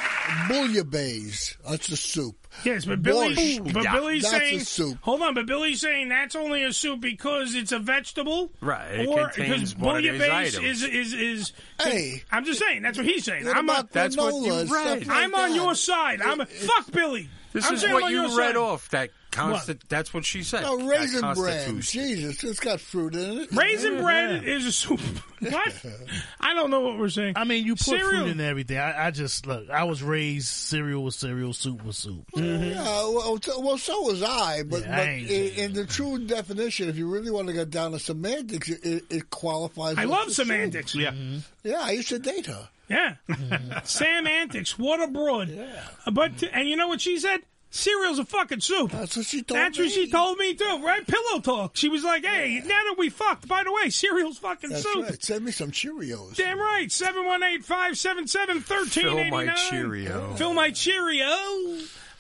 bouillabaisse. That's a soup.
Yes, but Billy,
Borscht.
but Billy's
that's
saying,
a soup.
hold on, but Billy's saying that's only a soup because it's a vegetable,
Right, it
or
contains
because
one of these
bouillabaisse is
items.
is is.
Hey.
I'm just saying that's what he's saying.
What
I'm on,
about That's what you granola and read. stuff like
I'm on
that?
your side. I'm a, fuck Billy.
This
I'm
is
saying I'm
what
on
you
your
read
side.
off. That consti- That's what she said.
No,
That
raisin bread.
constitutes-
Jesus, it's got fruit in it.
Raisin bread is a
[laughs]
soup. What? I don't know what we're saying.
I mean, you put
Cereal.
food in everything. I, I just look. I was raised cereal was cereal, soup was soup.
Mm.
Yeah, well, so, well, so was I. But,
Yeah, I
but
ain't
in, in the true definition, if you really want to get down to semantics, it- it, it qualifies.
I
as
love
a soup.
semantics. Yeah.
Mm-hmm.
Yeah, I used to date her.
Yeah.
Mm-hmm.
[laughs] Sam Antics, what a broad. But and you know what she said? Cereal's a fucking soup. That's
what she told
That's what she told me too, right? Pillow talk. She was like, "Hey, now that we fucked, by the way, cereal's fucking
That's
soup."
right. Send me some Cheerios.
Damn right. 718-577-1389.
Fill my Cheerio.
Fill my Cheerio.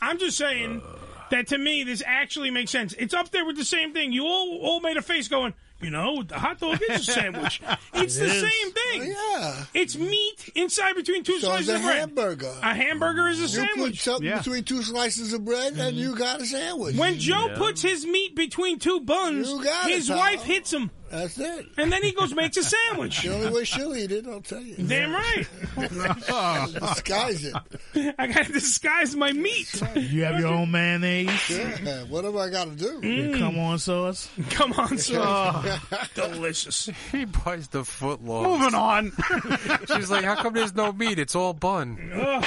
I'm just saying that to me, this actually makes sense. It's up there with the same thing. You all, all made a face going, you know, the hot dog is a sandwich. it's
[laughs] It
the
is. Oh,
same thing.
Yeah.
It's meat inside between two
So it's
slices
a
of bread.
hamburger.
A hamburger is a
You put
sandwich. Mm-hmm.
something between two slices of bread, and you got a sandwich.
When Joe
puts.
puts his meat between two buns,
You got it,
his
pal.
wife hits him.
That's it.
And then he goes makes a
[laughs]
sandwich.
The only
[laughs]
way she'll eat it, I'll tell you.
Damn right.
Disguise it.
[laughs] I gotta disguise my meat.
You have your own mayonnaise.
Yeah, what have I got to do?
Your come on sauce.
Mm. [laughs] Come on,
[laughs]
sir.
Oh.
[laughs] Delicious.
[laughs] He buys the foot long.
Moving on.
[laughs] She's like, "How come there's no meat? It's all bun."
Ugh.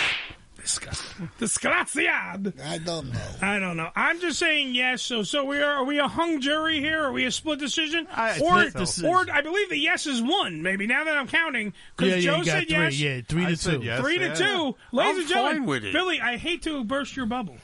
Disgusting. Disgraciad.
I don't know.
I don't know. I'm just saying yes. So, so we are. Are we a hung jury here? Are we a split decision?
I
or,
think so.
or I believe the yes is one. Maybe now that I'm counting, because
Yeah, yeah,
Joe
you got
said
three.
yes.
Yeah, three to I said two. yes,
Three
yeah.
to two. Ladies
I'm
and gentlemen,
fine with it.
Billy, I hate to burst your
[laughs]
bubble.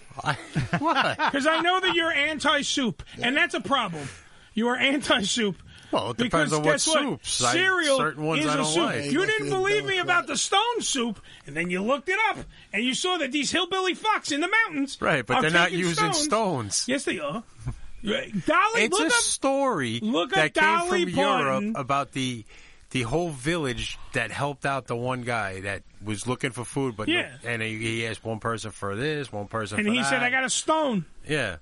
What?
Because I know that you're anti soup, and that's a problem. You are anti soup.
Well, it depends
because
on what
guess
soups. I-
Cereal
certain ones
is
I
a
don't
soup.
like.
You didn't believe me about the stone soup, and then you looked it up, and you saw that these hillbilly fucks in the mountains.
Right, but
are
they're not
taking
using stones.
Yes, they are. Right. [laughs] Dolly,
it's
look
a
up.
story
look up
that came
Dolly
from
Parton.
Europe about the the whole village that helped out the one guy that was looking for food, but no-
Yeah.
and he, he asked one person for this, one person,
and
for
he
that.
said, "I got a stone."
yeah,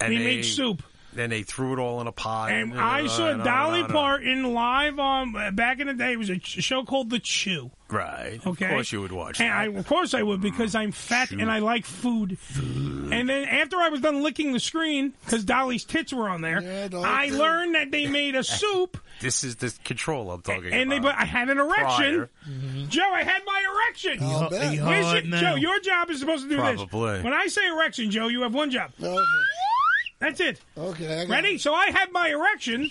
and he
they,
made soup.
Then they threw it all in a pot. uh,
And I saw Dolly Parton live on uh, back in the day. It was a ch- show called The Chew.
Right,
Okay,
of course you would watch.
And I, of course I would because I'm fat and I like food. And then after I was done licking the screen because Dolly's tits were on there, I
too.
learned that they made
[laughs]
a soup
This is the control I'm talking
and they.
about. Mm-hmm.
But I had an erection. Joe, I had my erection.
I'll bet. You
Where's
hard
your-
now.
Joe, your job is supposed to do this.
Probably.
When I say erection, Joe, you have one job. That's it.
Okay.
Ready? So I had my erection.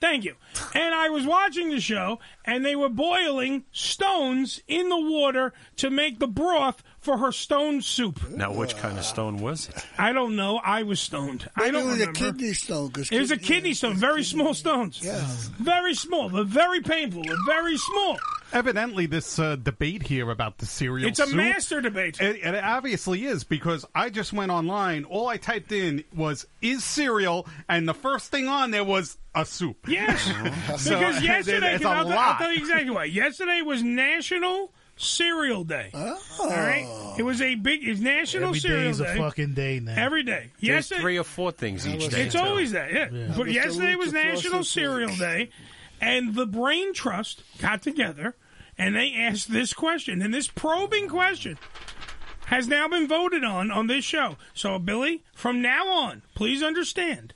Thank you. And I was watching the show, and they were boiling stones in the water to make the broth for her stone soup.
Now, which kind of stone was it?
I don't know. I was stoned. I
Maybe
don't
it was a
remember.
kidney stone. 'cause
It was a
kidney-
kidney stone, very small stones. Yeah. Very small, but very painful, but very small.
Evidently, this uh, debate here about the cereal
It's a
soup-
master debate.
It, it obviously is because I just went online. All I typed in was "is cereal," and the first thing on there was a soup.
Yes,
[laughs] So,
because yesterday,
it's
can-
a
I'll, I'll
lot.
tell you exactly why. Yesterday was National Cereal Day.
Oh.
All right, it was a big. It's National
Every
Cereal
day is
Day.
a fucking day now.
Every day.
There's
Yesterday,
three or four things each day.
it's
too.
always that. Yeah.
That
But
was
yesterday
the
was
root of
National
processed
Cereal Day, and the Brain Trust got together and they asked this question, and this probing question has now been voted on on this show. So, Billy, from now on, please understand.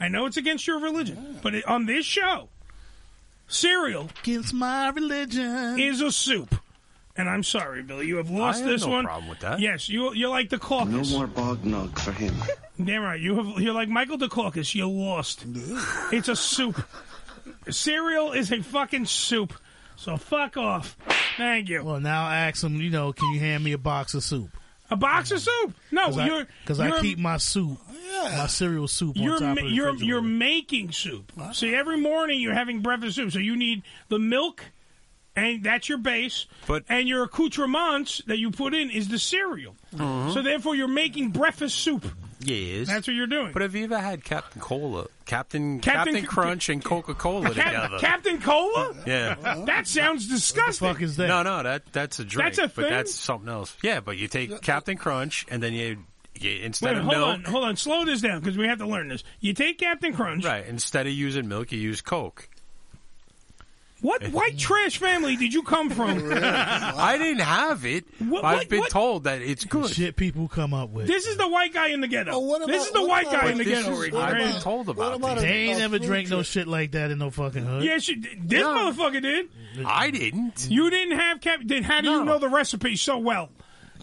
I know it's against your religion, but it, on this show, cereal
against my religion
is a soup. And I'm sorry, Billy, you have lost
I have
this
no
one.
problem with that.
Yes, you you're like the caucus.
No more bog nog for him.
Damn right. You have you're like Michael Dukakis. You lost. It's a soup. Cereal is a fucking soup. So fuck off. Thank you.
Well, now I ask him, you know, can you hand me a box of soup?
A box of soup? No, you're
because I,
you're-
keep my soup, my cereal soup
You're
on top
ma-
of the
you're
refrigerator.
you're making soup. See, every morning you're having breakfast soup. So you need the milk, and that's your base. But and your accoutrements that you put in is the cereal.
Mhm.
So therefore, you're making breakfast soup.
Yes.
That's what you're doing.
But have you ever had Captain Cola, Captain
Captain
Captain,
C-
Crunch, and Coca Cola
Cap-
together?
Captain Cola?
[laughs] Yeah.
That sounds disgusting.
fuck is that? No, no, that that's a drink.
That's a
but
thing?
that's something else. Yeah, but you take Captain Crunch and then you, you instead
Wait,
of
hold
milk,
on, hold on. Slow this down because we have to learn this. You take Captain Crunch.
right? Instead of using milk, you
[laughs]
use Coke.
What white trash family did you come [laughs] from?
I didn't have it.
What-
I've
what-
been
what-
told that it's good.
Shit, people come up with.
this is the white guy in the ghetto. this is the white guy in the ghetto. Ricky. Right?
They ain't never drank no shit like that in no fucking hood.
Yes, you, did. this motherfucker did.
I didn't.
You didn't have Captain. Then how do you know the recipe so well?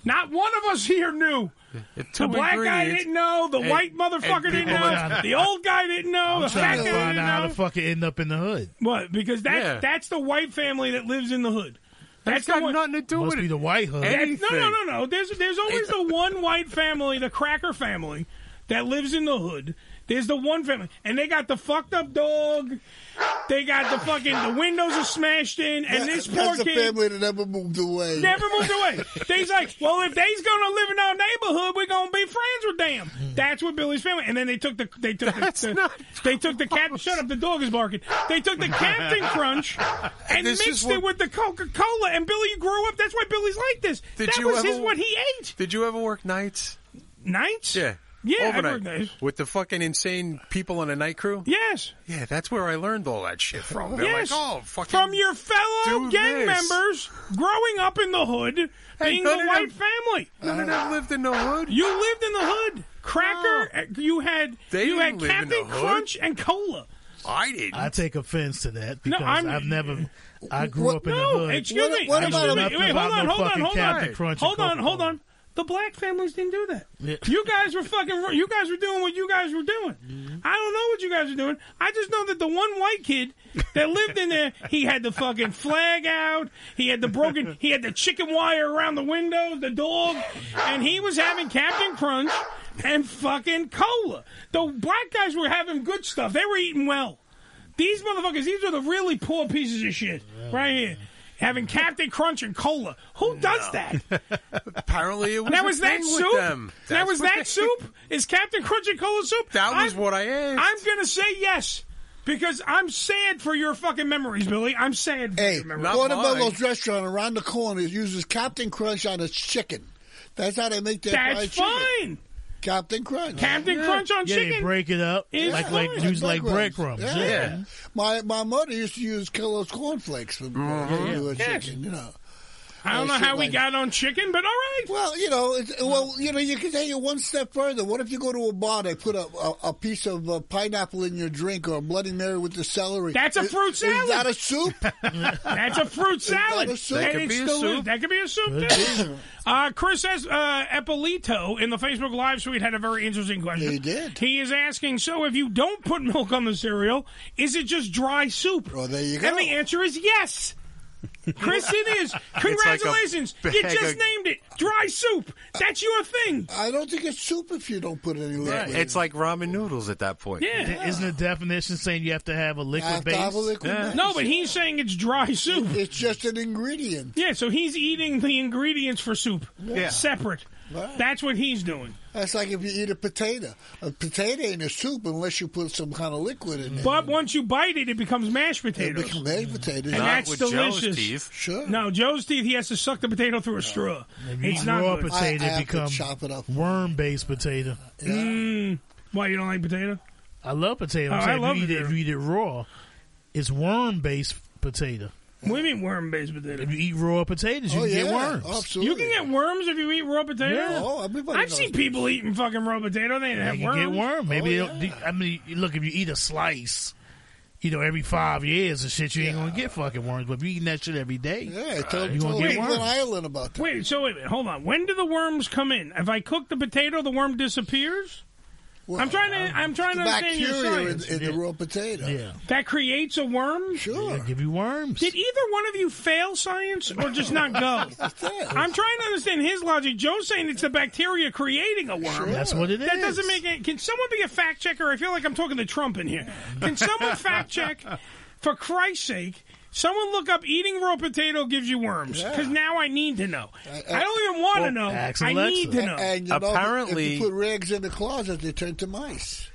Not one of us here knew. The
two
black guy
ingredients
didn't know. The
and-
white
and
motherfucker didn't
people
know.
that-
The old guy didn't know.
I'm
The fat guy
trying to
didn't
find out how
know.
the fuck it end up in the hood.
What? Because that's
Yeah.
that's the white family that lives in the hood. That's,
That's
the
got
one,
nothing to do Must with be it. the white hood.
That- no,
Anything.
no, no, no. There's there's always
[laughs]
the one white family, the cracker family, that lives in the hood. There's the one family, and they got the fucked up dog. They got the fucking the windows are smashed in, and this poor
That's a
kid
family that never moved away.
never moved away. They's like, well, if they's gonna live in our neighborhood, we're gonna be friends with them. That's what Billy's family. And then they took the they took the, the they took the cat. Shut up, the dog is barking. They took the
[laughs]
Captain Crunch and
This is
mixed it with
what-
the Coca Cola. And Billy grew up. That's why Billy's like this.
Did
that
you
was
ever-
his what he ate.
Did you ever work nights?
Nights?
Yeah.
Yeah, I
Overnight.
worked nights.
With the fucking insane people on a night crew?
Yes.
Yeah, that's where I learned all that shit from. They're
yes,
like, oh, fucking.
from your fellow
do
gang
this.
members growing up in the hood,
Hey,
being
none
the
of
white
them-
family.
none of them lived in the hood.
You lived in the hood. Cracker, uh, you had
They
you had
didn't live in the
Captain
hood.
Crunch and cola.
I didn't.
I take offense to that
No,
because
I'm-
I've never. I grew
What-
up in
no,
the hood.
excuse me.
I know
excuse me.
nothing
Wait, hold
about
on,
no
hold on,
fucking
hold
Captain
on,
Crunch and
hold on,
Coca-Cola.
hold on. The black families didn't do that. You guys were fucking. You guys were doing what you guys were doing. I don't know what you guys are doing. I just know that the one white kid that lived in there, he had the fucking flag out. He had the broken. He had the chicken wire around the window, the dog, and he was having Captain Crunch and fucking cola. The black guys were having good stuff. They were eating well. These motherfuckers, these are the really poor pieces of shit right here. Having Captain Crunch and cola. Who does that?
Apparently, it was
that
a
was that
thing with
soup.
them.
That
That's
was
what
that
they-
soup. Is Captain Crunch and cola soup? That
was what I asked.
I'm gonna say yes because I'm sad for your fucking memories, Billy. I'm sad. For
Hey,
your memories.
Portobello's restaurant around the corner uses Captain Crunch on its chicken. That's how they make their fried
That's
chicken.
fine.
Captain Crunch.
Captain Yeah. Crunch on Yeah, they chicken. break
it up.
Yeah,
Like- like-
fine.
use like breadcrumbs.
Yeah.
Yeah.
My my mother used to use Kellogg's cornflakes for
Mhm.
for her
Yes.
chicken. You know.
I don't know
Uh, shit
how we
like-
got on chicken, but all right.
Well, you know, it's, well, you know, you can take it one step further. What if you go to a bar, they put a, a, a piece of uh, pineapple in your drink or a Bloody Mary with the celery?
That's a
Is-
fruit salad.
Is that a soup?
[laughs] That's a
[laughs]
fruit
Is that
salad.
a soup?
And
That could
it
be a
still
soup.
is. That could be a soup.
Could
too. uh, Chris has, uh, Eppolito in the Facebook Live suite had a very interesting question. He
did.
He is asking, so if you don't put milk on the cereal, is it just dry soup?
Well, there you
And the answer is
[laughs]
yes. Chris, it is. Congratulations. you
bag
just
of-
named it dry soup. That's your thing.
I don't think it's soup if you don't put any
Yeah,
liquid. in
it's like ramen noodles at that point.
Isn't the definition saying you have to have a liquid
have to
base?
have a liquid Yeah. base.
No, but he's saying it's dry soup.
It's just an ingredient.
Yeah, so he's eating the ingredients for soup
Yeah.
separate.
Right.
That's what he's doing.
That's like if you eat a potato. A potato ain't a soup unless you put some kind of liquid in it.
But once you bite it, it becomes mashed potatoes. It becomes
mashed potatoes.
And
Not
that's
with Joe's
delicious.
teeth. Sure.
No, Joe's teeth, he has to suck the potato through a straw.
If you
It's
eat
not
raw
good.
potato, it becomes worm-based potato.
Mm, why you don't like potato?
I love potato.
Oh,
I'm
I
saying
love
if, you eat it,
potato.
if you eat it raw, it's worm-based potato.
What do you mean worm-based potato?
If you eat raw potatoes, you
Oh,
can get
yeah.
worms.
Absolutely.
You can get worms if you eat raw potato.
Yeah. Oh, everybody
I've
knows
seen
that.
people eating fucking raw potato. They
You
didn't have
can
worms.
get worm. Maybe
Oh,
they don't. I mean, look, if you eat a slice, you know, every five years and shit, you ain't gonna get fucking worms. But if you eating that shit every day,
yeah,
you gonna get worms.
Island about that.
Wait, so wait a minute. Hold on. When do the worms come in? If I cook the potato, the worm disappears. I'm trying to. I'm trying to understand your
bacteria in,
science.
in the raw potato.
Yeah.
That creates a worm.
Sure.
give you worms.
Did either one of you fail science or just not go? I'm trying to understand his logic. Joe's saying it's the bacteria creating a worm.
That's what it
it that
is.
doesn't make any. Can someone be a fact checker? I feel like I'm talking to Trump in here. Can someone fact check? For Christ's sake, someone look up eating raw potato gives you worms. Because now I need to know. I don't even want to know. I need to know.
And, and you know, if-
Apparently-
if you put rags in the closet, they turn to mice.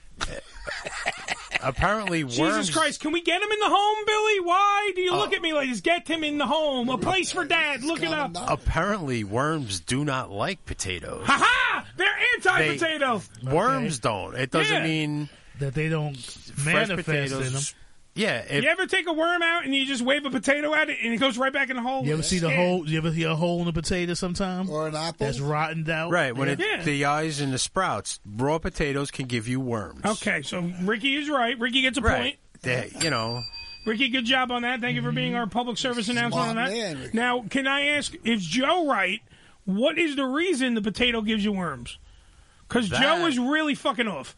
Apparently, worms. Uh,
Jesus Christ, can we get him in the home, Billy? Why do you look at me like this? Get him in the home. A place for dad. Look it up.
Apparently, worms do not like potatoes.
Ha ha! They're anti potato.
Worms don't. It doesn't
Yeah.
mean
that they don't
fresh
manifest
potatoes.
in them.
Yeah, if,
you ever take a worm out and you just wave a potato at it and it goes right back in the hole?
You ever see the hole? You ever see a hole in a potato sometime,
or an apple
that's rottened out?
right when it,
Yeah.
the eyes and the sprouts, raw potatoes can give you worms.
Okay, so Ricky is right. Ricky gets a point.
Right. They, you know,
Ricky, good job on that. Thank you for being
Mm-hmm.
our public service announcement on that.
man,
now, can I ask, is Joe right? What is the reason the potato gives you worms? Because
That-
Joe is really fucking off.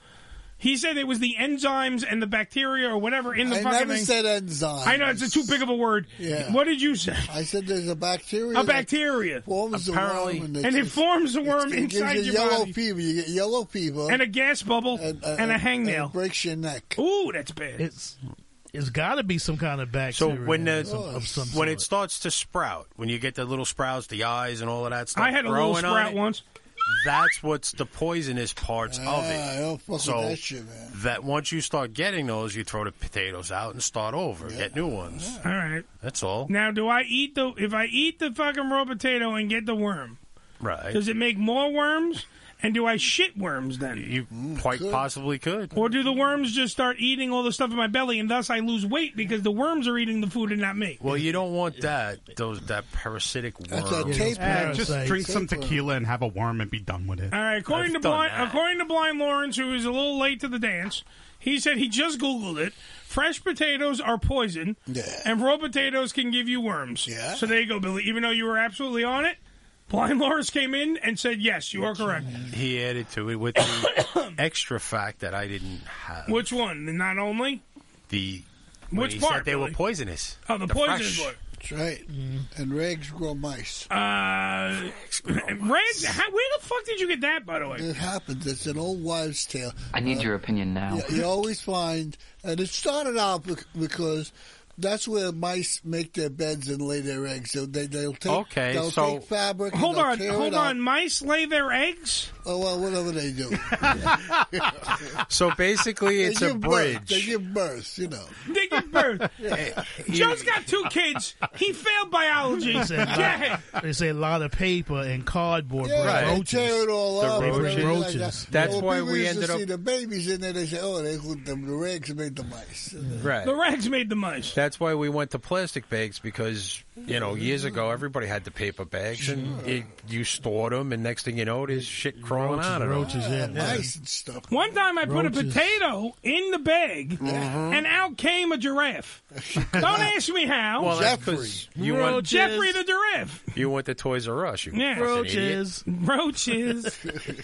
He said it was the enzymes and the bacteria or whatever in the
I
fucking
never
thing.
said enzyme.
I know it's a too big of a word.
Yeah.
What did you say?
I said there's a bacteria.
A bacteria.
Forms
Apparently-
a worm
And it forms a worm
it gives
inside
you
your
yellow
body.
fever. You get yellow fever
And a gas bubble and, a hangnail.
and it breaks your neck.
Ooh, that's bad.
It's it's got to be some kind of
so
bacteria.
when the
of some, of some
when
sort.
it starts to sprout, when you get the little sprouts, the eyes and all of that stuff.
I had a little
growing on
sprout
it,
once.
That's what's the poisonous parts of it.
Ah, I don't fuck with
so
that shit, man.
that once you start getting those, you throw the potatoes out and start over, get new ones.
All right.
That's all.
Now, do I eat the if I eat the fucking raw potato and get the worm?
Right.
Does it make more worms? And do I shit worms then?
You
Mm,
quite possibly could.
Or do the worms just start eating all the stuff in my belly and thus I lose weight because the worms are eating the food and not me?
Well, you don't want that those that parasitic worm.
Yeah, just drink some
Tapeworm.
tequila and have a worm and be done with it.
All right, according to blind, according to blind Lawrence, who is a little late to the dance, he said he just googled it. Fresh potatoes are poison, and raw potatoes can give you worms. Yeah. So there you go, Billy. Even though you were absolutely on it, blind Lawrence came in and said, "Yes, you are correct."
He added to it
[coughs]
with the extra fact that I didn't have
Which one? Not only
the when
Which
he
part,
said they were
Billy?
poisonous.
oh the, poison
fresh.
part.
That's right.
Mm-hmm.
And rags grow mice.
Uh, Reds, how, where the fuck did you get that, by the way?
It happens. It's an old wives' tale.
I need
Uh,
your opinion now. [laughs]
Yeah, you always find, and it started out bec- because that's where mice make their beds and lay their eggs. So they they'll take
Okay,
they'll
so-
take fabric. and
Hold
they'll
on,
tear
hold
it up.
on. Mice lay their eggs.
Oh well, whatever they
[laughs]
do.
So
[laughs]
basically,
They
it's a
give birth.
bridge.
They give birth, you know.
They give birth.
[laughs]
Joe's got two kids. He failed biology.
They say, a
Get
lot,
him.
they say a lot of paper and cardboard.
Yeah,
for
they
roaches.
tear it all up.
They
and
bring
everything like
roaches.
that.
That's
well,
why
people
we
used
ended
to
up-
see the babies in there. They say, "Oh, they them the rags made the mice."
Right.
The rags made the mice.
That's why we went to plastic bags because you know years ago everybody had the paper bags and it, you stored them, and next thing you know, there's shit crawling out of them.
mice and stuff.
One time I put a
Roaches.
potato in the bag,
Mm-hmm.
and out came a giraffe.
[laughs]
Don't ask me how.
Well, that's 'cause you want- Roaches.
Jeffrey the giraffe.
You went to Toys R Us, you
Yeah.
fucking idiot.
[laughs]
Roaches.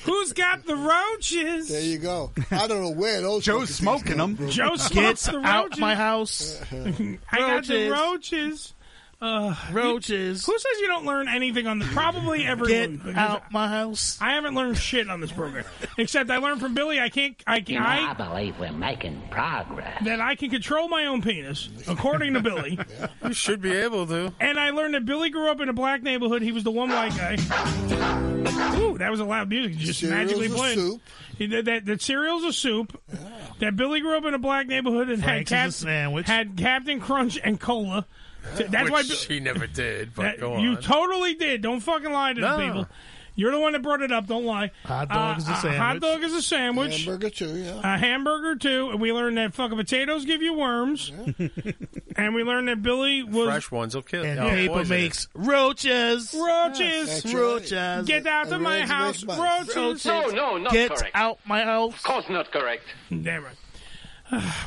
Who's got the roaches? There
you go. I don't know where those.
Joe's smoking them. Joe smokes
Get
the roaches.
out my house.
[laughs] I got the
Roaches.
roaches. Uh,
Roaches.
Who says you don't learn anything on the? Probably everyone.
Get out my house.
I haven't learned shit on this program, except I learned from Billy. I can't. I
You know, I
I
believe we're making progress.
that I can control my own penis, according to Billy.
[laughs] You should be able to.
And I learned that Billy grew up in a black neighborhood. He was the one white guy. Ooh, that was a loud music. You Just
Cereal's
magically
a
played.
soup.
He did that. That cereal's a soup. That Billy grew up in a black neighborhood and
Frank's is a
had, Cap-
sandwich.
had Captain Crunch and cola. That's
Which
why Bi-
she never did. But
that-
go on.
You totally did. Don't fucking lie to
No.
the people. You're the one that brought it up. Don't lie.
Hot dog is a
Hot
sandwich.
dog is a sandwich.
Hamburger too. Yeah.
A hamburger too. And we learned that fucking potatoes give you worms. and we learned that Billy was
Fresh ones will kill.
And
oh,
paper
poison it.
makes-
Roaches.
Roaches.
That's Roaches.
Get out of
And
my
rags
house.
make
Roaches.
Roaches. No, no, not Get correct. out my house. Of
course not correct. Damn it.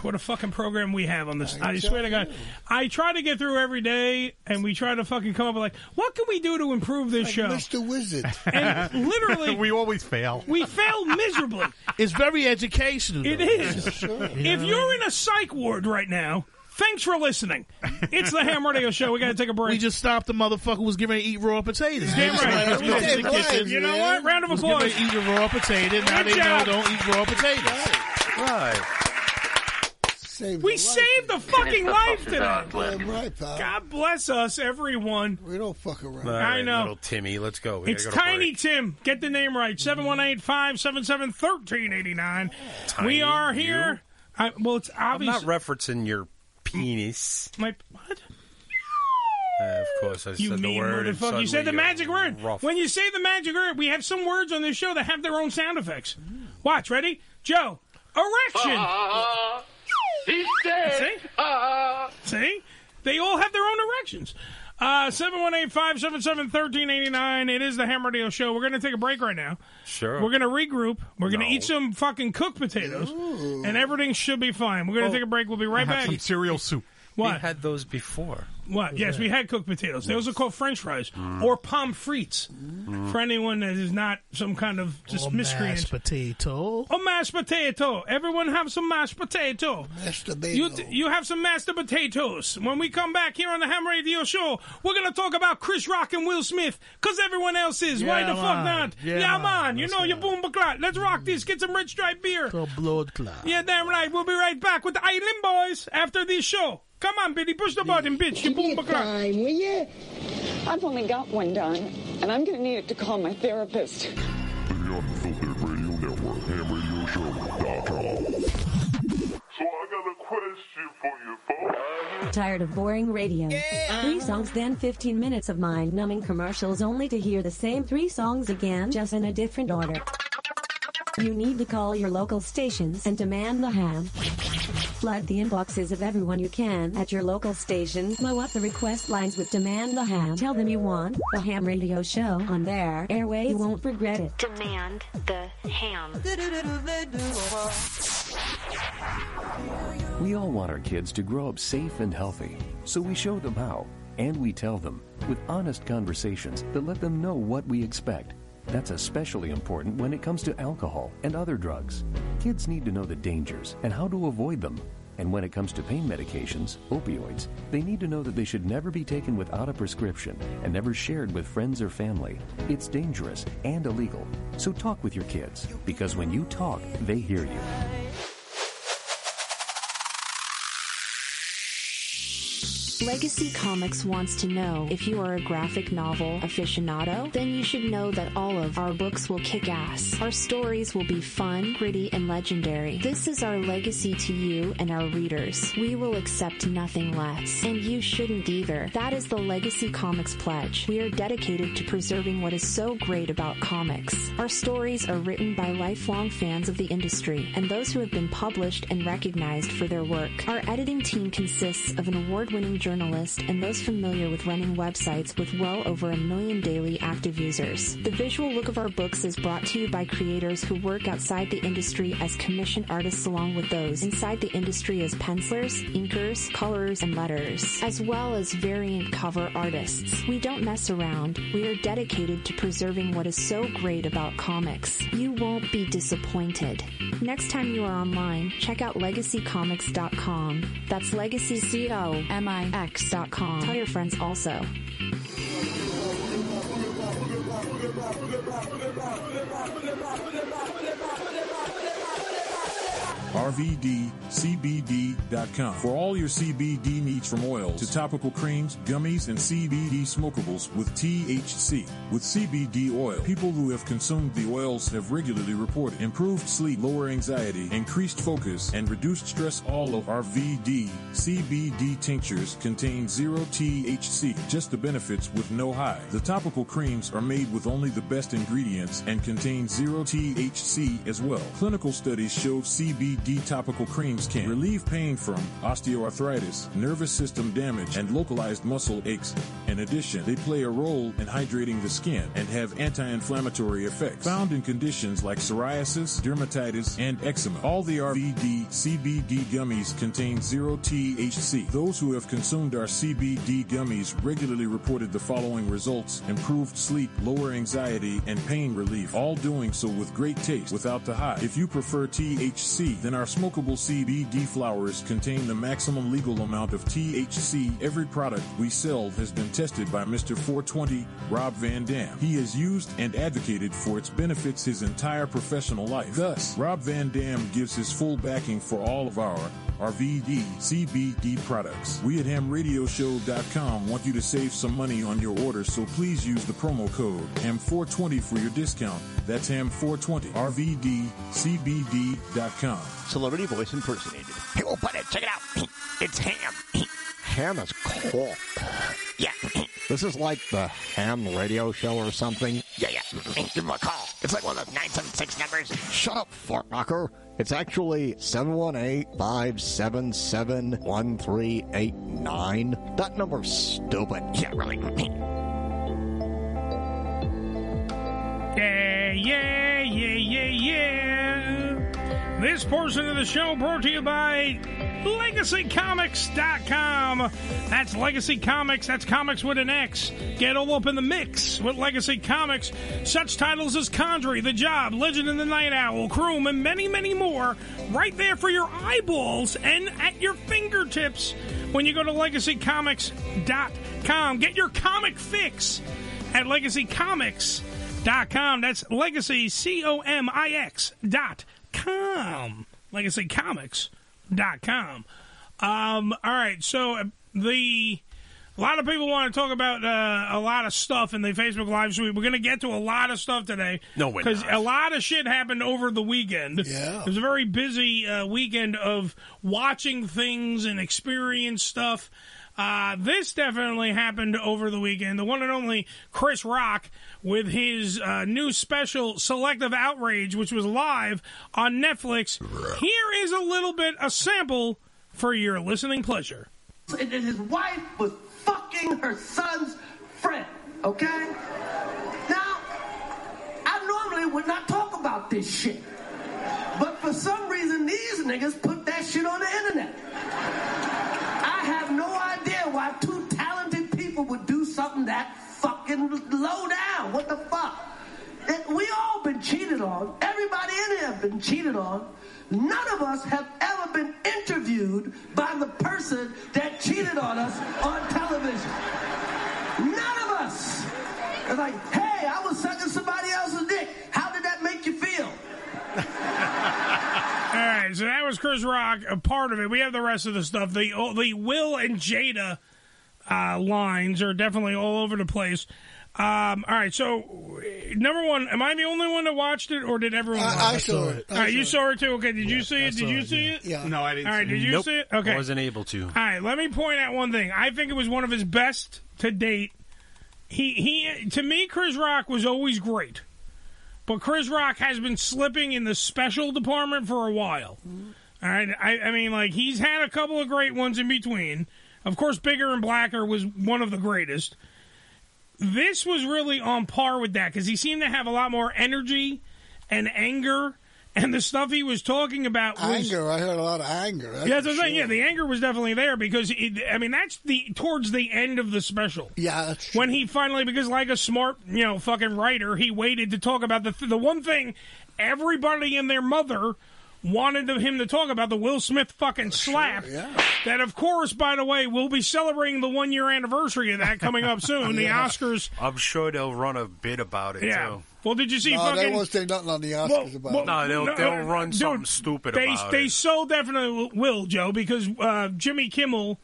What a fucking program we have on this. I,
I
swear to
tell
God. I try to get through every day, and we try to fucking come up with, like, what can we do to improve this show?
Mr. Wizard.
And
[laughs]
literally,
we always fail.
we fail miserably.
It's very educational.
It
though.
is.
You
If
know
you're in a psych ward right now, thanks for listening. It's the Ham Radio Show. We got to take a break.
We just stopped the motherfucker who was getting ready to eat raw potatoes.
Damn right.
Let's go to the
Damn right.
kitchen.
You know what? Round of
Was getting
applause.
ready to Eat a raw potato. Now
Good
they know
job.
don't eat raw potatoes.
Right.
we saved the fucking life today.
Damn right, pal.
God bless us, everyone.
We don't fuck around.
All
I
right,
know.
little Timmy. Let's go. We
it's
gotta go to
Tiny Tim. Get the name right. 718-577-1389. We
Tiny
are here. I, well, it's
I'm
obvious.
not referencing your penis.
My what?
Uh, of course, I
You
said the
mean
word. and
motherfucker. You said the
suddenly
magic
you're
word.
rough.
When you say the magic word, we have some words on this show that have their own sound effects. Watch. Ready? Joe. Erection.
He's
See? See? They all have their own erections. Uh, 718-577-1389. It is the Ham Radio Show. We're going to take a break right now.
Sure.
We're going to regroup. We're going to
No.
eat some fucking cooked potatoes. And everything should be fine. We're going to
Oh.
take a break. We'll be right
Have
back.
some cereal soup.
What?
We had those before.
What? Yes, we had cooked potatoes. Those are called French fries
Mm.
or pommes frites for anyone that is not some kind of just
Or
miscreant.
mashed potato.
Oh, mashed potato. Everyone have some mashed potato. You, t- you have some mashed potatoes. When we come back here on the Ham Radio Show, we're going to talk about Chris Rock and Will Smith because everyone else is. Why
Yeah,
the fuck
man.
not?
Yeah,
man. You know your boom clot. Let's rock this. Get some red stripe beer.
The blood clot.
Yeah, damn right. We'll be right back with the Island Boys after this show. Come on, Billy. Push the button, bitch. Your boom clot.
Time, will you? I've only got one done, and I'm going to need it to call my therapist.
The Unfiltered Radio Network, hamradioshow.com.
Tired of boring radio? Three songs, then 15 minutes of mind numbing commercials only to hear the same three songs again, just in a different order. You need to call your local stations and demand the ham. Flood the inboxes of everyone you can at your local station. Blow up the request lines with Demand the Ham. Tell them you want the ham radio show on their airway. You won't regret it.
Demand the ham.
We all want our kids to grow up safe and healthy, so we show them how, and we tell them with honest conversations that let them know what we expect. That's especially important when it comes to alcohol and other drugs. Kids need to know the dangers and how to avoid them. And when it comes to pain medications, opioids, they need to know that they should never be taken without a prescription and never shared with friends or family. It's dangerous and illegal. So talk with your kids, because when you talk, they hear you.
Legacy Comics wants to know if you are a graphic novel aficionado, then you should know that all of our books will kick ass. Our stories will be fun, gritty, and legendary. This is our legacy to you and our readers. We will accept nothing less, and you shouldn't either. That is the Legacy Comics pledge. We are dedicated to preserving what is so great about comics. Our stories are written by lifelong fans of the industry and those who have been published and recognized for their work. Our editing team consists of an award winning journalist and those familiar with running websites with well over a million daily active users. The visual look of our books is brought to you by creators who work outside the industry as commission artists along with those inside the industry as pencilers, inkers, colorers, and letters, as well as variant cover artists. We don't mess around. We are dedicated to preserving what is so great about comics. You won't be disappointed. Next time you are online, check out legacycomics.com. That's legacy C O M I X.com. Tell your friends also.
RVDCBD.com for all your CBD needs from oil to topical creams, gummies, and CBD smokables with THC. With CBD oil, people who have consumed the oils have regularly reported improved sleep, lower anxiety, increased focus, and reduced stress. All of RVD CBD tinctures contain zero THC, just the benefits with no high. The topical creams are made with only the best ingredients and contain zero THC as well. Clinical studies showed CBD topical creams can relieve pain from osteoarthritis, nervous system damage, and localized muscle aches. In addition, they play a role in hydrating the skin and have anti-inflammatory effects found in conditions like psoriasis, dermatitis, and eczema. All the RVD CBD gummies contain zero THC. Those who have consumed our CBD gummies regularly reported the following results: improved sleep, lower anxiety, and pain relief. All doing so with great taste, without the high. If you prefer THC, then our smokable CBD flowers contain the maximum legal amount of THC. Every product we sell has been tested by Mr. 420 Rob Van Dam. He has used and advocated for its benefits his entire professional life. Thus, Rob Van Dam gives his full backing for all of our RVD CBD products. We at hamradioshow.com want you to save some money on your order, so please use the promo code HAM420 for your discount. That's HAM420, RVDCBD.com.
Celebrity voice impersonated. Hey, old buddy, check it out. It's ham. Ham is cool. Yeah. [clears throat] This is like the ham radio show or something. Yeah, yeah. Give him a call. It's like one of those 976 numbers. Shut up, Fort Rocker. It's actually 718-577-1389. That number's stupid. Yeah, really. [clears throat]
Yeah, yeah, yeah, yeah, yeah. This portion of the show brought to you by LegacyComics.com. That's Legacy Comics. That's comics with an X. Get all up in the mix with Legacy Comics. Such titles as Condry, The Job, Legend of the Night Owl, Croom, and many, many more right there for your eyeballs and at your fingertips when you go to LegacyComics.com. Get your comic fix at LegacyComics.com. Dot com. That's legacy c o m i x dot com. Legacy comics dot com. Um, all right, so uh, the a lot of people want to talk about uh, a lot of stuff in the Facebook live stream. We're going to get to a lot of stuff today.
No, we're
because a lot of shit happened over the weekend. Yeah, it was a very busy uh, weekend of watching things and experience stuff. Uh, this definitely happened over the weekend. The one and only Chris Rock with his uh, new special, Selective Outrage, which was live on Netflix. Here is a little bit, a sample for your listening pleasure.
And his wife was fucking her son's friend, okay? Now, I normally would not talk about this shit. But for some reason, these niggas put that shit on the internet. I have no idea why two talented people would do something that fucking low down. What the fuck? It- we all been cheated on. Everybody in here been cheated on. None of us have ever been interviewed by the person that cheated on us on television. None of us. It's like, hey, I was sucking somebody else's dick. How did that make you feel?
All right, so that was Chris Rock. A part of it. We have the rest of the stuff. The oh, the Will and Jada uh, lines are definitely all over the place. Um, all right, so eh, number one, am I the only one that watched it, or did everyone?
I-
watch
I saw it. I
all right,
saw
you saw it too. Okay, did you see
I
it? Did
saw
you
it,
see
yeah.
it?
Yeah. No, I didn't
All right,
see it.
did you
Nope.
see it? Okay,
Wasn't able to.
All right, let me point out one thing. I think it was one of his best to date. He he. To me, Chris Rock was always great. But Chris Rock has been slipping in the special department for a while. All right, I, I mean, like he's had a couple of great ones in between. Of course, Bigger and Blacker was one of the greatest. This was really on par with that because he seemed to have a lot more energy and anger, and the stuff he was talking about was
[laughs] Anger. I heard a lot of anger.
yeah, that's what I'm saying. Yeah, the anger was definitely there because it, I mean that's the towards the end of the special.
Yeah,
when he finally because like a smart you know fucking writer, he waited to talk about the th- the one thing everybody and their mother wanted of him to talk about the Will Smith fucking slap. That of course, by the way, we'll be celebrating the one year anniversary of that coming up
[laughs]
soon. [laughs]
Yeah.
The Oscars.
I'm sure they'll run a bit about it
Yeah.
too.
Well, did you see
No,
fucking?
they won't say nothing on the Oscars about it.
No, they'll- they'll run something stupid
uh, they,
about
They
it.
so definitely will, Joe, because uh, Jimmy Kimmel,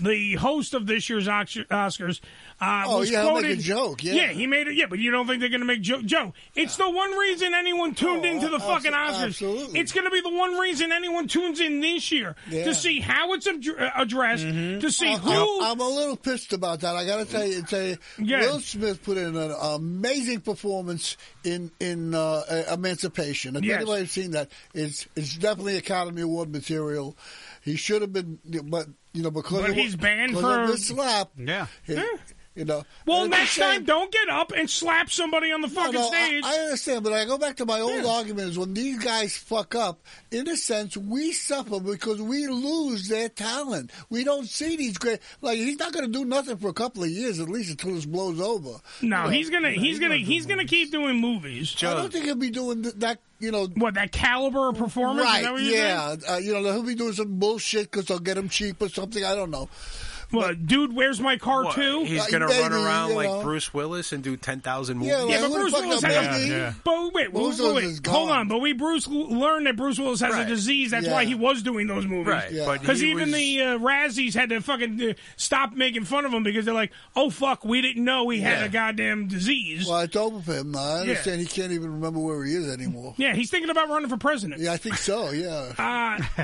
the host of this year's Ox- Oscars, uh,
Oh,
was
yeah, he'll make
quoted,
a joke, yeah.
he made it. Yeah, but you don't think they're going to make Joe? Joe, it's the one reason anyone tuned into the fucking Oscars.
Oh, absolutely.
It's going to be the one reason anyone tunes in this year
Yeah. Mm-hmm. Oh,
to see how it's ad- addressed, to see
I'm,
who.
I'm a little pissed about that. I got to tell you, tell you Will Smith put in an amazing performance in in uh, Emancipation. If
Yes.
anybody's seen that, it's it's definitely Academy Award material. He should have been, but you know because
But
of-
he's banned
because of
for-
the slap.
Yeah.
he- [laughs] You know.
Hmm. well,
And it's a
next
shame.
time, don't get up and slap somebody on the fucking
no, I-
stage.
I, understand, but I go back to my old argument is when these guys fuck up, in a sense, we suffer because we lose their talent. We don't see these great. Like, he's not going to do nothing for a couple of years, at least until this blows over.
No,
You know,
he's gonna he's gonna he's gonna keep doing movies.
I don't think he'll be doing th- that, you know.
What, that caliber of performance? Is
Right,
that what you're
yeah. Uh, you know, he'll be doing some bullshit because they'll get him cheap or something. I don't know. Uh,
What, dude, where's my car
What, He's gonna run around like Bruce Willis and do ten thousand movies.
Yeah, but Bruce Willis has. But wait,
Bruce
wait,
Willis is
wait hold on. But we Bruce learned that Bruce Willis has
Right.
a disease. That's
Yeah.
why he was doing those movies.
Right, Yeah. but
because
he
even
was-
the uh, Razzies had to fucking uh, stop making fun of him because they're like, "Oh fuck, we didn't know he had
Yeah.
a goddamn disease."
Well, I told him. I
Yeah.
understand he can't even remember where he is
[laughs]
anymore.
Yeah, he's thinking about running for president.
Yeah, I think so. Yeah.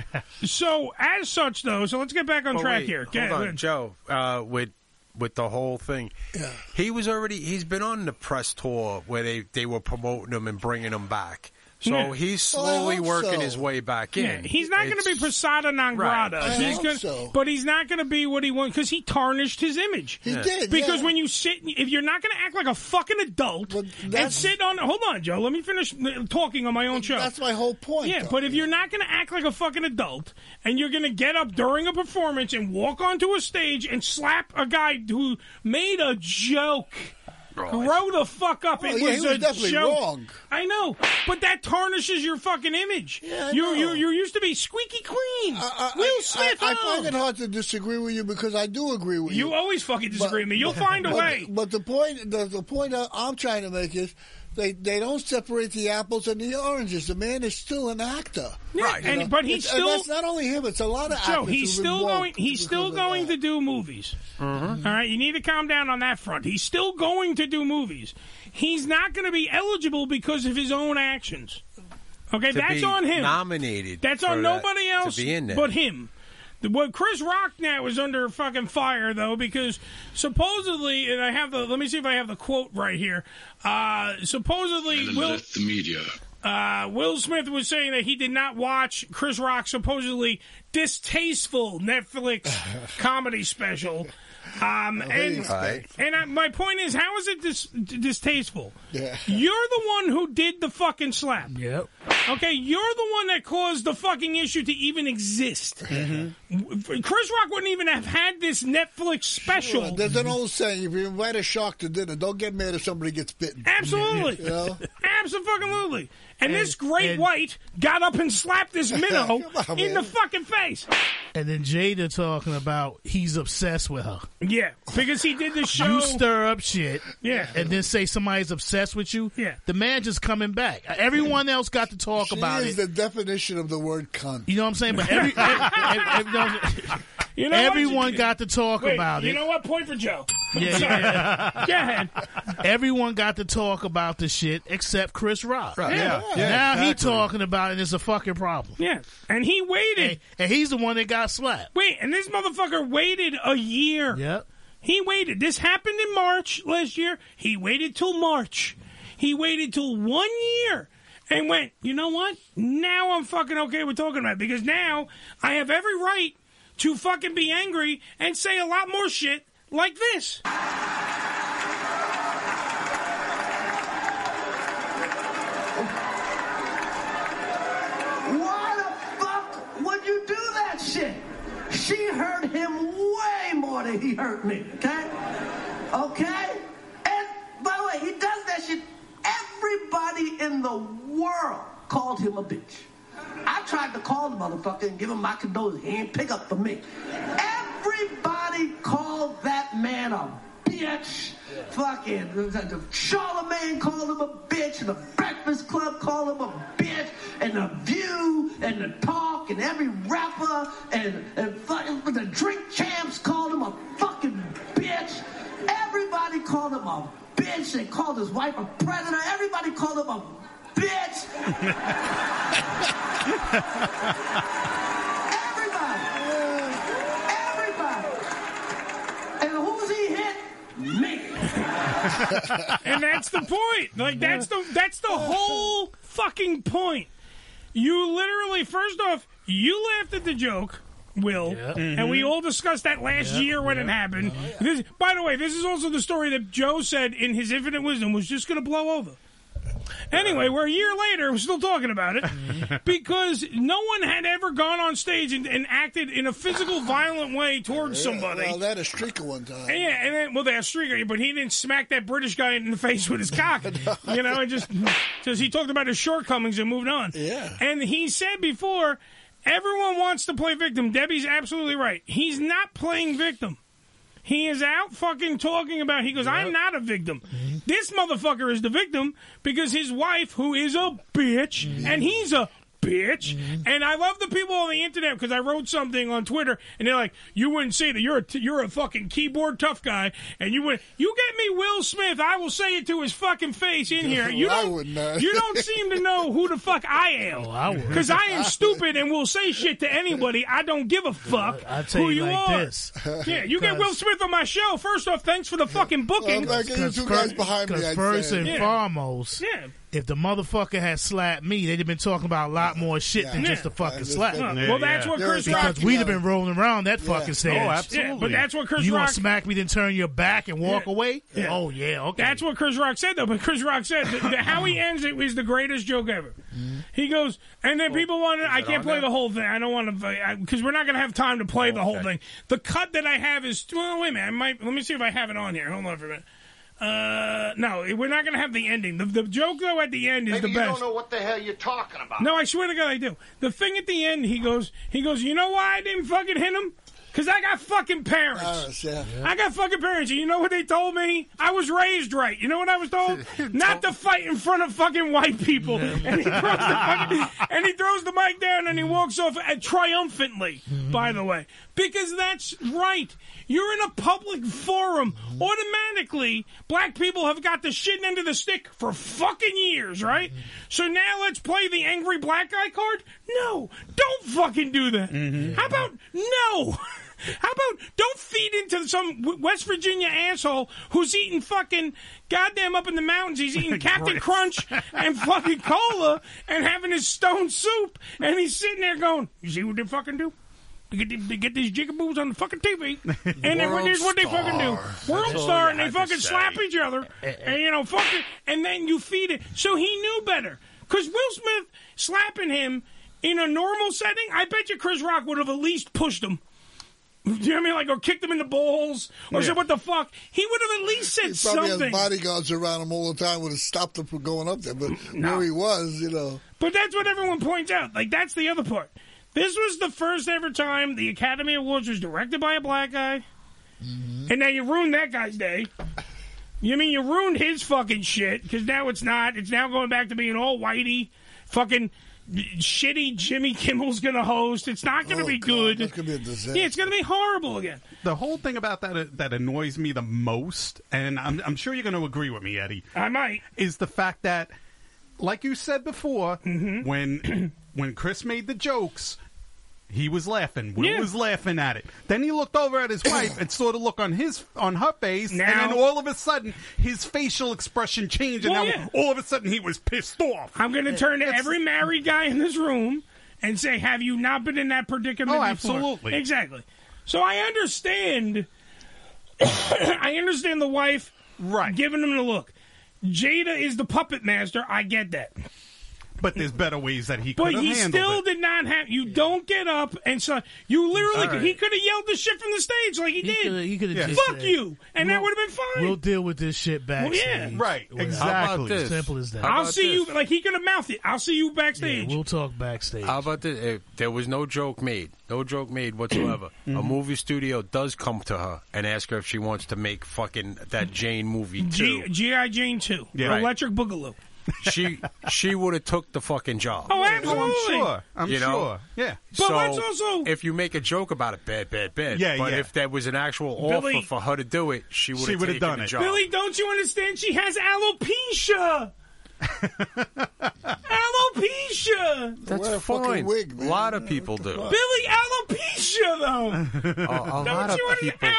[laughs] Uh, so as such, though, so let's get back on
But
track
wait,
here.
Hold
Go ahead,
on,
Lynn.
Joe. Uh, with with the whole thing, he was already. He's been on the press tour where they they were promoting him and bringing him back. So
Yeah.
he's
Well, Oh, I
slowly
hope
working
so.
his way back
Yeah,
in.
he's not going to be persona non
Right.
grata.
I
He's
hope
gonna-
so.
But he's not going to be what he wants because he tarnished his image.
He Yeah. did,
Because
yeah.
when you sit, if you're not going to act like a fucking adult and sit on, hold on, Joe, let me finish uh, talking on my own show. That's
my whole point.
Yeah, but if you're not going to act like a fucking adult and you're going to get up during a performance and walk onto a stage and slap a guy who made a joke. Grow the fuck up!
Oh,
it
yeah,
was,
he was
a
definitely
joke.
wrong.
I know, but that tarnishes your fucking image.
I
you
know.
you you used to be squeaky clean. Will Smith.
I, I
oh.
find it hard to disagree with you because I do agree with you.
You always fucking disagree with me.
[laughs]
You'll find a
but-
way.
But the point, the, the point I- I'm trying to make is. They, they don't separate the apples and the oranges. The man is still an actor,
Yeah, Right. and-
You know?
but he's
It's-
still-
And that's not only him; it's a lot of
Joe,
actors.
he's
who've been
still
woke
going. He's
because
still
of
going to do movies.
Mm-hmm.
All right, you need to calm down on that front. He's still going to do movies. He's not going to be eligible because of his own actions. Okay,
To
that's
be
on him.
Nominated.
That's
for
on
that-
nobody else
to be in there.
but him. The- What Chris Rock now is under fucking fire though because supposedly, and I have the. Let me see if I have the quote right here. Uh, supposedly, Will
the media.
uh, Will Smith was saying that he did not watch Chris Rock's supposedly distasteful
[laughs]
Netflix comedy special. Um,
Oh,
and
Right.
and I, my point is, how is it dis- distasteful?
Yeah.
You're the one who did the fucking slap.
Yep.
Okay, you're the one that caused the fucking issue to even exist. Mm-hmm. Chris Rock wouldn't even have had this Netflix special.
Sure, There's an old saying: if you invite a shark to dinner, don't get mad if somebody gets bitten.
Absolutely.
You know?
Absolutely. And, this great white got up and slapped this
[laughs]
minnow
Come on,
in
man.
the fucking face.
And then Jada talking about he's obsessed with her.
Yeah, because he did this show.
You stir up shit,
Yeah.
and then say somebody's obsessed with you.
Yeah,
the man just coming back. Everyone else got to talk
She
about
is
it.
the definition of the word cunt.
You know what I'm saying? But every, every, every- no,
[laughs] You know what?
everyone got to talk
Wait,
about
you
it.
know what? Point for Joe. [laughs]
Yeah,
Sorry.
yeah.
Go ahead.
Everyone got to talk about the shit except Chris Rock.
Right. Yeah. Yeah,
now he
exactly.
talking about it and it's a fucking problem.
Yeah. And he waited.
And, and he's the one that got slapped.
Wait, and this motherfucker waited a year.
Yep.
He waited. This happened in March last year. He waited till March. He waited till one year and went, you know what? Now I'm fucking okay with talking about it because now I have every right to fucking be angry and say a lot more shit like this.
Why the fuck would you do that shit? She hurt him way more than he hurt me, okay? Okay? And by the way, he does that shit. Everybody in the world called him a bitch. I tried to call the motherfucker and give him my condolences. He ain't pick up for me. Everybody called that man a bitch. Fucking the Charlemagne called him a bitch, and the Breakfast Club called him a bitch, and the View and the Talk and every rapper and, and fucking the Drink Champs called him a fucking bitch. Everybody called him a bitch. They called his wife a predator. Everybody called him a bitch. Everybody. Everybody. And who's he hit? Me.
[laughs] and that's the point. Like that's the that's the whole fucking point. You literally first off, you laughed at the joke, Will, and we all discussed that last year when it happened. This, by the way, this is also the story that Joe said in his infinite wisdom was just going to blow over. Anyway, we're a year later. We're still talking about it because no one had ever gone on stage and, and acted in a physical, violent way towards somebody.
Well, that is Streaker one time.
And yeah, and then well, they have Stringer, but he didn't smack that British guy in the face with his
[laughs]
cock. You know, and just just he talked about his shortcomings and moved on. Yeah, and he said before, everyone wants to play victim. Debbie's absolutely right. He's not playing victim. He is out fucking talking about. He goes, "I'm not a victim.
Mm-hmm.
This motherfucker is the victim because his wife, who is a bitch,
Mm-hmm.
and he's a." Bitch, and I love the people on the internet because I wrote something on Twitter, and they're like, "You wouldn't say that. You're a t- you're a fucking keyboard tough guy, and you would you get me Will Smith. I will say it to his fucking face in
[laughs]
here. You
I
don't
would not.
you don't seem to know who the fuck I am.
[laughs] I would.
Because I am stupid and will say shit to anybody. I don't give a fuck
I'll tell
who
you
you
like
are.
this.
[laughs]
Yeah, you get Will Smith on my show. First off, thanks for the fucking booking.
Well, thank you, you two guys behind me,
Because
I'd
first
say.
and
Yeah.
foremost,
Yeah.
if the motherfucker had slapped me, they'd have been talking about a lot more shit than
Yeah.
just the fucking
Yeah. Oh,
slap.
Well, that's what Chris Rock-
Because we'd have been rolling around that fucking stage.
Yeah, but that's what Chris
Oh, you
Rock.
want smack me, then turn your back and walk
Yeah.
away?
Yeah.
Oh yeah, okay.
That's what Chris Rock said, though. But Chris Rock said that, that how he ends it is the greatest joke ever.
Mm-hmm.
He goes, and then people wanted. I can't
on
play
there?
the whole thing. I don't want to because we're not going to have time to
Oh,
play the whole thing. The cut that I have is. Well, wait a minute. I might. Let me see if I have it on here. Hold on for a minute. Uh, no, we're not going to have the ending. The, the joke though at the end is
Maybe
the
you
best.
don't know what the hell you're talking about.
No, I swear to God, I do. The thing at the end, he goes, he goes. You know why I didn't fucking hit him? Cause I got fucking parents. I got fucking parents, and you know what they told me? I was raised right. [laughs] You know what I was told? Not to fight in front of fucking white people. And he throws the fucking, and he throws the mic down and he walks off uh, triumphantly. By the way, because that's right. You're in a public forum. Automatically, black people have got the shit end of the stick for fucking years, right? So now let's play the angry black guy card. No, don't fucking do that. How about no? [laughs] How about don't feed into some W- West Virginia asshole who's eating fucking goddamn up in the mountains. He's eating Captain Crunch and fucking cola and having his stone soup, and he's sitting there going, "You see what they fucking do." They get, the- they get these jigaboos on the fucking
[laughs]
TV, and then
World
here's what they fucking do:
star.
world
That's all
star,
you
and they
had to
fucking
say. Eh,
slap each other, and you know, fucking, and then you feed it. So he knew better. Because Will Smith slapping him in a normal setting, I bet you Chris Rock would have at least pushed him. Do you know what I mean? Like, or kicked him in the balls, or
Yeah.
said, what the fuck? He would have at least said
He probably
something.
has bodyguards around him all the time. Would have stopped him from going up there, but where he was, you know.
But that's what everyone points out. Like that's the other part. This was the first ever time the Academy Awards was directed by a black guy, and now you ruined that guy's day. You mean you ruined his fucking shit? Because now it's not. It's now going back to being all whitey, fucking shitty. Jimmy Kimmel's gonna host. It's not gonna be good. Oh, It's gonna be a disaster. Yeah, it's gonna be horrible again.
The whole thing about that uh, that annoys me the most, and I'm, I'm sure you're going to agree with me, Eddie.
I might.
Is the fact that, like you said before,
Mm-hmm.
when [clears throat] when Chris made the jokes, he was laughing. Will was laughing at it. Then he looked over at his wife and saw the look on his on her face, and then all of a sudden his facial expression changed, and
Well,
now
yeah.
all of a sudden he was pissed off.
I'm going to turn to every married guy in this room and say, "Have you not been in that predicament?"
Oh,
before?"
absolutely.
exactly. So I understand. [coughs] I understand the wife right giving him the look. Jada is the puppet master. I get that,
But there's better ways that he could
but
have
he
handled
still
it.
did not have. You don't get up and so you literally
All right.
he could have yelled the shit from the stage like he, did.
coulda- he coulda just
fuck
said,
you, and that
"We'll-
would have been fine.
We'll deal with this shit
Well,
backstage.
yeah,
Whatever. Simple as that.
I'll see you. Like he could have mouthed it. I'll see you backstage.
We'll talk backstage.
How about this? If there was no joke made. No joke made
[clears throat]
whatsoever.
Mm-hmm.
A movie studio does come to her and ask her if she wants to make fucking that Jane movie too.
G- GI Jane two,
Yeah. Right. Oh,
Electric Boogaloo.
she she would have took the fucking job.
Oh, absolutely.
you know?
Yeah.
But
so
let's also-
if you make a joke about it, bad, bad, bad.
Yeah,
but
yeah.
if there was an actual
Billy-
offer for her to do it, she would
She
have
would've
taken
done
the
it.
job.
Billy, don't you understand? She has alopecia. alopecia.
That's fine. a lot of people do.
Billy, alopecia though.
Uh, A-
don't
a lot of
you
people
understand?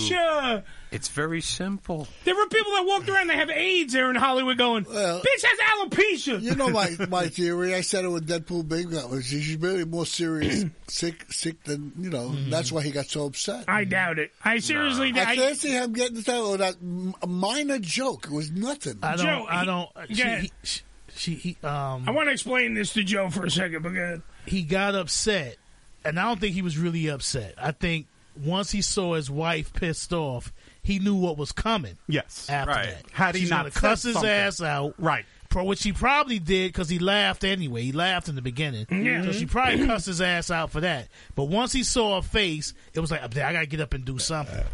Alopecia.
It's very simple.
There were people that walked around that have AIDS there in Hollywood going, bitch has alopecia.
You know
[laughs]
my, my theory. I said it with Deadpool Bingo. She's really more
[clears throat]
serious, sick, sick than you know.
Mm-hmm.
That's why he got so upset.
I doubt it. I seriously doubt.
I can't see him getting this out with that m- a minor joke. It was nothing.
I don't. I don't. She,
yeah.
he, she, she, he, um.
I want to explain this to Joe for a second, but go ahead.
He got upset, and I don't think he was really upset. I think once he saw his wife pissed off, he knew what was coming.
Yes.
After
Right.
that,
Had he
She's
not
gonna cuss
said
his
something.
ass out,
right?
Pro, which he probably did because he laughed anyway. He laughed in the beginning,
Yeah.
so she probably cussed his ass out for that. But once he saw her face, it was like, I gotta get up and do something.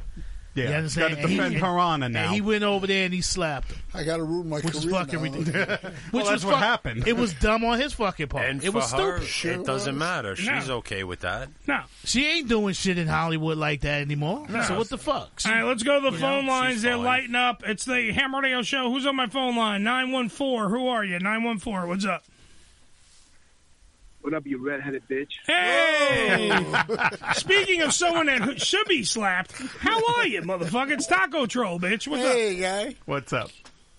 Yeah,
you understand?
gotta
[laughs]
defend
And he-
her honor
and
now.
he went over there and he slapped. Her,
I gotta ruin my
which is
career
fucking
now.
ridiculous.
[laughs] Well,
which
that's
was
what
fuck-
happened.
It was dumb on his fucking part.
And
it
for
was
her,
stupid.
it doesn't matter.
No.
She's okay with that.
No,
she ain't doing shit in Hollywood like that anymore.
No.
So what the fuck?
All right, let's go to the
You
phone
know,
lines.
she's
They're
fine.
lighting up. It's the Ham Radio Show. Who's on my phone line? 914. Who are you? 914. What's up?
What up, you redheaded bitch?
Hey! [laughs] Speaking of someone that who- should be slapped, how are you, motherfucker? It's Taco Troll, bitch. What's up?
guy.
What's up?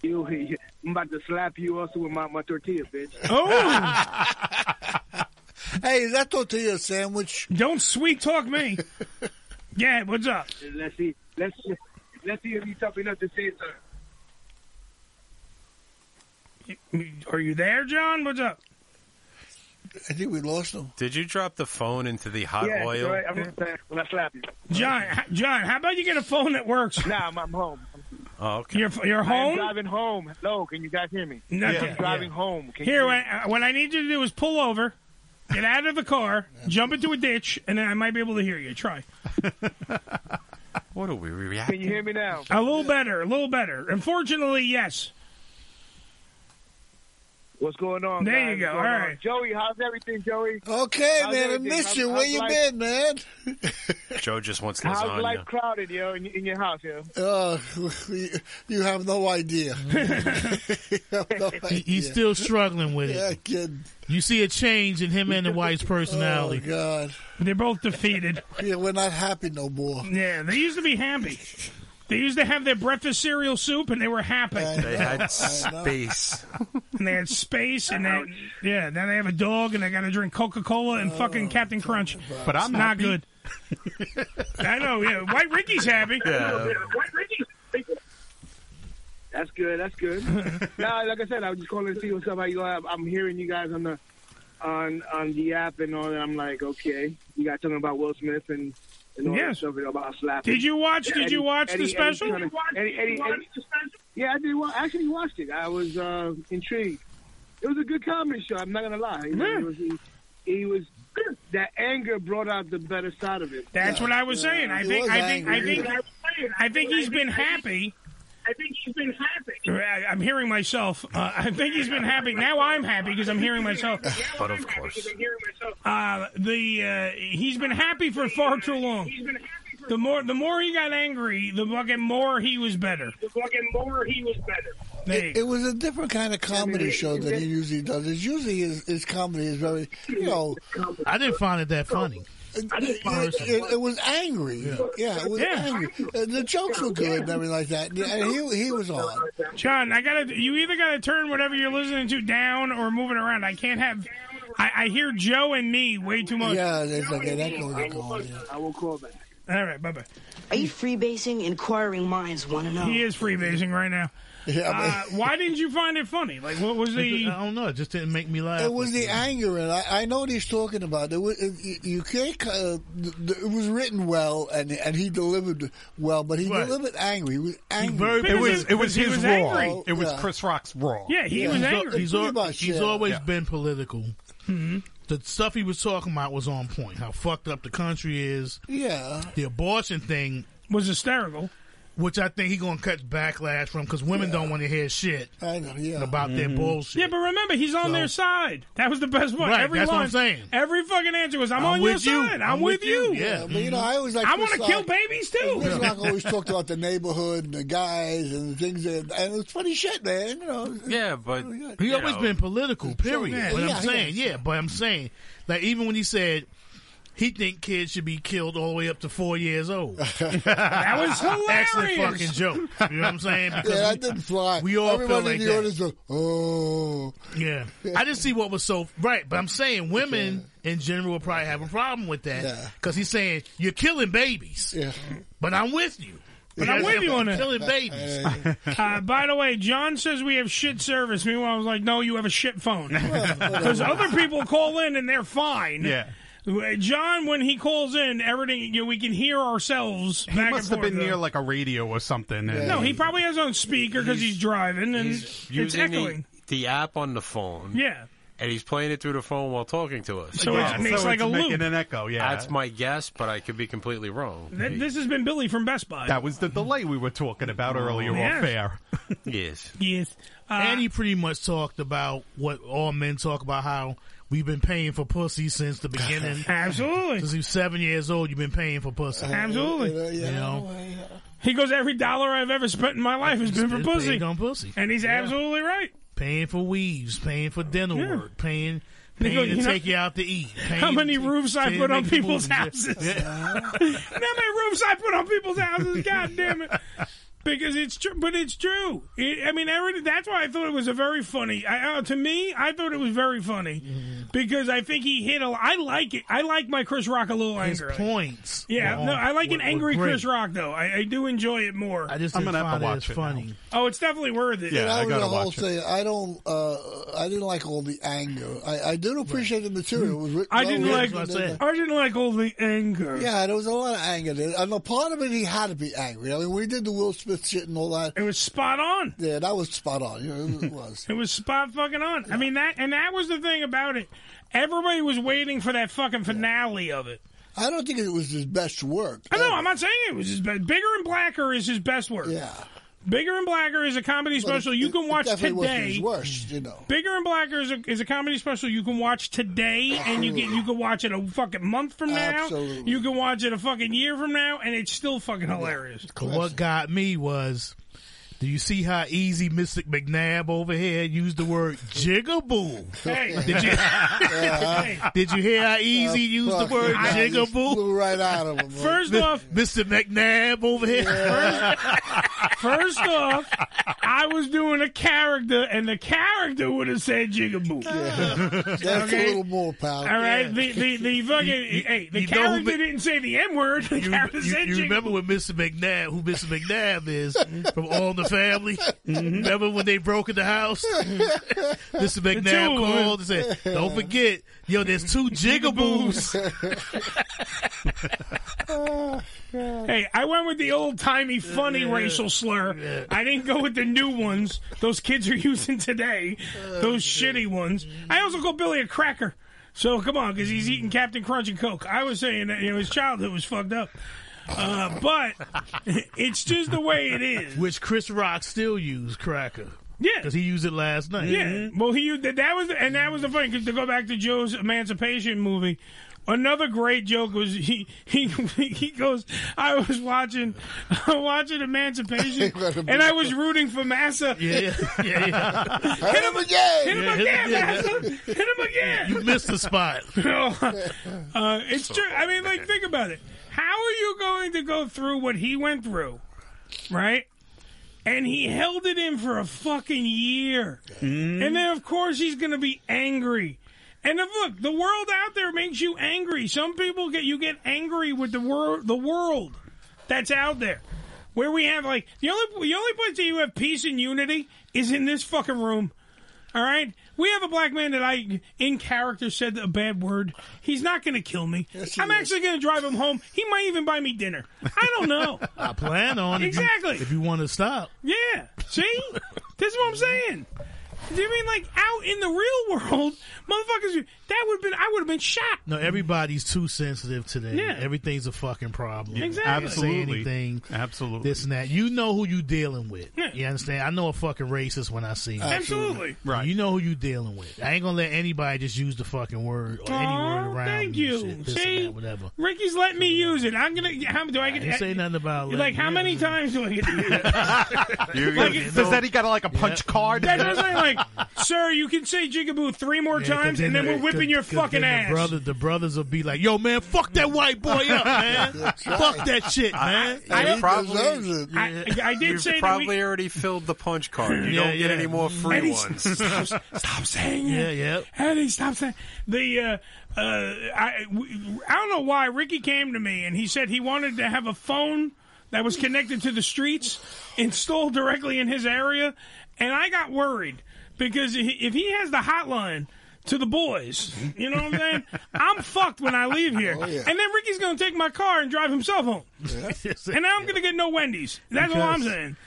You, [laughs] I'm about to slap you also with my, my tortilla, bitch.
Oh!
hey, is that tortilla sandwich?
Don't sweet talk
[laughs]
me. yeah, what's up?
Let's see. Let's let's see if you tough enough to say something.
Are you there, John? What's up?
I think we lost him.
Did you drop the phone into the hot
yeah,
oil?
Right, I'm gonna slap- when I slap you.
John, h- John, how about you get a phone that works?
[laughs] Nah, I'm, I'm home.
Oh, okay.
You're, you're
I'm
home?
driving home. Hello, can you guys hear me?
No, yeah,
I'm driving
yeah.
home. Can
Here,
you
what, uh, what I need you to do is pull over, get out of the car, jump into a ditch, and then I might be able to hear you. Try.
What are we reacting?
Can you hear me now?
A little better, a little better. Unfortunately, yes.
What's going on?
There
guys?
you go.
What's
All
going on?
right.
Joey, how's everything, Joey?
Okay,
How's
man, I
everything?
missed you.
How's-
Where
how's
you
life-
been, man?
Joe just wants
How's life
lasagna.
crowded, yo, in, in your house, yo?
Uh, [laughs] you have
[laughs]
no idea. [laughs] You have no
He-
idea.
he's still struggling with it.
Yeah, kid.
You see a change in him and
[laughs]
the wife's personality.
Oh God,
they're both defeated.
[laughs] Yeah, we're not happy no more.
Yeah, they used to be happy. They used to have their breakfast cereal soup, and they were happy.
They had space.
and they had space, and then yeah, now they have a dog, and they got to drink Coca Cola and
Oh,
fucking Captain Crunch.
But I'm
It's not
happy.
good. I know. Yeah, White Ricky's happy.
Yeah.
White Ricky. That's good. That's
[laughs]
good. nah, Uh, like I said, I was just calling to see what's up. How you all- I'm hearing you guys on the on on the app and all that. I'm like, okay, you guys talking about Will Smith and. And all
Yes.
that stuff about slapping.
Did you watch- did you watch the special?
kinda-
Did you watch-
Eddie-
did you
Eddie-
watch
Eddie- yeah, I did. Well, actually watched it. I was uh, intrigued. It was a good comedy show. I'm not gonna lie. You know, it was, he, he was [clears throat] that anger brought out the better side of it.
That's what I was
Yeah.
saying. I think, I think, I think, I think he's been happy. I think he's been happy. I'm hearing myself. Uh, I think he's been happy. Now I'm happy because I'm hearing myself.
But of course.
Uh, the uh, he's been happy for far too long. The more the more he got angry, the fucking more he was better. The fucking more he was better.
It, it was a different kind of comedy show than he usually does. It's usually his, his comedy is very, you know.
I didn't find it that funny.
It, it- it- it was angry. Yeah, it was
Yeah.
angry. Uh, the jokes were good and everything like that. And he, he was on.
John, I gotta. You either gotta turn whatever you're listening to down or move it around. I can't have. I, I hear Joe and me way too much.
Yeah, it's okay. That goes
I will, I will call back.
All right, bye bye.
Are you freebasing? Inquiring minds want to know.
He is freebasing right
[laughs]
now.
Yeah,
uh, why didn't you find it funny? Like, what was the?
I don't know. It just didn't make me laugh.
It was the anger, and I, I know what he's talking about. It was, it, you can't. ca- Uh, th- th- it was written well, and and he delivered well, but he delivered angry. He was angry.
it was it was his raw. It was
Yeah.
Chris Rock's raw.
He's al- He's, al-
Pretty much,
he's
yeah. Mm-hmm.
always
Yeah.
been political. The stuff he was talking about was on point. How fucked up the country is.
[laughs] Yeah.
The abortion thing
was hysterical.
Which I think he gonna catch backlash from because women don't want to hear shit
I know, yeah. Mm-hmm.
about
Mm-hmm.
their bullshit.
Yeah, but remember, he's on
So-
their side. That was the best one.
Right,
every
that's what
line,
I'm saying.
Every fucking answer was, "I'm,
I'm
on
with
your
you.
side.
I'm with you." Yeah. mm-hmm. Yeah, but you know, I
always like
I
Chris
want to kill
Rock.
babies too.
Chris Rock
[laughs]
always talked about the neighborhood and the guys and the things that, and it's funny shit, man. You know,
Yeah, but
He
you
always
know,
[laughs]
been political, period.
yeah,
but I'm
yeah,
saying, yeah. but I'm saying, like even when he said he think kids should be killed all the way up to four years
[laughs]
old. that
was hilarious.
[laughs] Excellent fucking joke. You know what
[laughs]
I'm saying?
Yeah,
Because
that didn't fly.
we all
Everybody
felt like
in the
that.
audience was, oh,
Yeah. [laughs] I didn't see what was so right, but I'm saying women in general will probably have a problem with that because he's saying you're killing babies.
Yeah.
But I'm with you.
But I'm with you on that.
Killing babies.
Uh, by the way, John says we have shit service. Meanwhile, I was like, no, you have a shit phone. Because other people call in and they're fine. Uh,
Yeah.
John, when he calls in, everything you know, we can hear ourselves.
He
back
must
and
have
forth,
been near
though.
like a radio or something. and-
No, he probably has on speaker because he's, driving and it's
using
echoing.
the, the app on the phone.
Yeah.
And he's playing it through the phone while talking to us.
So it Yeah, makes so like it's a making loop. an
echo, yeah.
That's my guess, but I could be completely wrong.
Th- this has been Billy from Best Buy. Oh,
That was the delay we were talking about earlier
Yes.
off air.
yes.
Yes. Uh,
and he pretty much talked about what all men talk about how we've been paying for pussy since the beginning.
[laughs] Absolutely.
Since he was seven years old, you've been paying for pussy.
Absolutely.
Uh, You know?
He goes, every dollar I've ever spent in my life has been for
It's
pussy.
paid on pussy.
And he's
Yeah.
absolutely right.
Paying for weaves, paying for dental work, paying,
They
paying
go,
to
you know,
take you out to eat.
How
paying
many
to-
roofs I
to
put on
make the
people's
movies.
houses. [laughs] How many roofs I put on people's houses. God damn it. Because it's true, but it's true. It, I mean, every, that's why I thought it was a very funny. I, uh, to me, I thought it was very funny
Mm-hmm.
because I think he hit a. I like it. I like my Chris Rock a little
His
angry.
points.
Yeah,
were
no,
on-
I like an
were- were
angry
great.
Chris Rock though. I, I do enjoy it more.
I just
I'm
didn't
gonna have
find
to
it
watch
as
it now.
funny.
Oh, it's definitely worth it.
And that was the whole thing. I don't. Uh, I didn't like all the anger. I, I didn't appreciate the material. It was writ-
I
well
didn't
written
like.
and everything.
I didn't like all the anger.
Yeah, there was a lot of anger there. And a part of it, he had to be angry. I mean, we did the Will Smith shit and all that.
It was spot on.
Yeah, that was spot on. You know, it was.
It was spot fucking on. I mean that, and that was the thing about it. Everybody was waiting for that fucking finale of it.
I don't think it was his best work.
I know. I'm not saying it was his best. Bigger and Blacker is his best work. Yeah. Bigger and Blacker is a comedy
But it-
special you
it-
can [laughs] watch
it definitely
today.
Wasn't his worst, you know.
Bigger and Blacker is a, is a comedy special you can watch today, and you get you can watch it a fucking month from now.
Absolutely.
You can watch it a fucking year from now, and it's still fucking hilarious.
'Cause What got me was, do you see how easy Mr. McNabb over here used
[laughs]
the word jigaboo?
Hey.
Did you,
[laughs]
did you hear how easy he used the
[laughs]
word
I-
jigaboo?
Uh, Blew right out of him.
First off,
Mr. McNabb over here. [laughs]
First, first off, I was doing a character, and the character would have said jigaboo.
[laughs] That's a little more, pal.
All right, the the the fucking hey, the
you know who
character
ma-
didn't say the n word. The
You,
character
you-
said
you
jigaboo.
remember what Mr. McNabb, who Mr. McNabb is from all the family. Remember when they broke in
[laughs]
the house? Mr.
Mm-hmm. The two
McNabb
of 'em.
called and said, "Don't forget, yo, there's
[laughs]
two jigaboos."
[laughs]
[laughs] Hey, I went with the old timey funny racial slur. I didn't go with the new ones those kids are [laughs] using today,
Oh,
those shitty ones. I also call Billy a cracker. So come on, because he's eating Captain Crunch and Coke. I was saying that you know, his childhood was fucked up. Uh, but [laughs] it's just the way it is.
Which Chris Rock still used cracker.
Yeah,
because he used it last night. Mm-hmm.
Yeah. Well, he that, that was and that was the funny because to go back to Joe's Emancipation movie. Another great joke was he he [laughs] he goes. I was watching [laughs] watching
[laughs]
Emancipation, and I was rooting for Massa.
Yeah, yeah,
[laughs]
yeah.
hit him again! Hit him
Yeah, hit
again,
him again.
Massa! [laughs] Hit him again!
You missed
[laughs]
the spot.
uh, it's true. I mean, like, think about it. How are you going to go through what he went through, right? And he held it in for a fucking year, and then of course he's going to be angry. And if, look, the world out there makes you angry. Some people get you get angry with the world, the world that's out there. Where we have like the only the only place that you have peace and unity is in this fucking room. All right, we have a black man that I, in character, said a bad word. He's not going to kill me. I'm actually going to drive him home. He might even buy me dinner. I don't know.
I plan on
Exactly.
If you, if you want to stop,
Yeah.
[laughs]
See? this is what I'm saying. Do you mean like out in the real world, motherfuckers? That would have been I would have been shot.
no, everybody's too sensitive today.
Yeah.
everything's a fucking problem.
Yeah, Exactly.
You can say
absolutely.
anything,
absolutely.
This and that. You know who you dealing with. You understand? I know a fucking racist when I see him.
Absolutely.
Right. You know who you dealing with. I ain't gonna let anybody just use the fucking word or any
Aw,
word around.
thank
me,
you.
shit, this and
See,
that, whatever.
Ricky's letting me use it. I'm gonna. How do I get?
didn't say nothing about
Like
letting
how
you
many times do I get to use it?
[laughs]
You're
Like,
gonna-
you
does
know-
that he got like a punch card?
That's what I'm saying.
[laughs]
Like, sir, you can say jigaboo three more times, and then
eh,
we're whipping your fucking ass.
The, brother, the brothers will be like, "Yo, man, fuck that white boy
[laughs]
up, man. [laughs] fuck that shit, man."
I, I probably,
I, I did
You've
say that
probably
we-
already filled the punch card. You
Yeah,
don't get
yeah.
any more free
Eddie,
ones.
Stop, [laughs] stop saying it.
Yeah, yeah.
Eddie, stop saying the. Uh, uh, I w- I don't know why Ricky came to me and he said he wanted to have a phone that was connected to the streets installed directly in his area, and I got worried because i- if he has the hotline. To the boys, you know what I'm
[laughs]
saying? I'm fucked when I leave here,
Oh,
and then Ricky's gonna take my car and drive himself home, and now I'm gonna get no Wendy's. That's all I'm
Because
saying.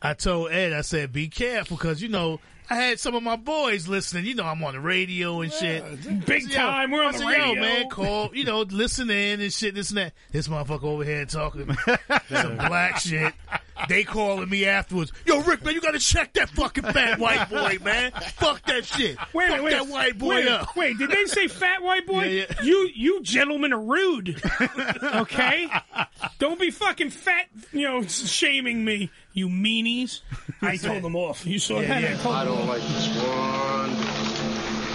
I told Ed, I said, "Be careful," because you know. I had some of my boys listening. You know, I'm on the radio and shit.
Big
I said, yo-
time, we're on the
I said, Yo,
radio."
man, call. You know, listen in and shit. This and that. This motherfucker over
[laughs]
here talking some black shit. They calling me afterwards. Yo, Rick, man, you gotta check that fucking fat white boy, man. Fuck that shit.
Wait, a
Fuck
minute, wait,
that white boy
wait,
up.
Wait, did they say fat white boy? You you gentlemen are rude.
[laughs]
Okay? Don't be fucking fat, you know, shaming me, you meanies. I told them off. You saw that? I, told them
don't
off.
like this one.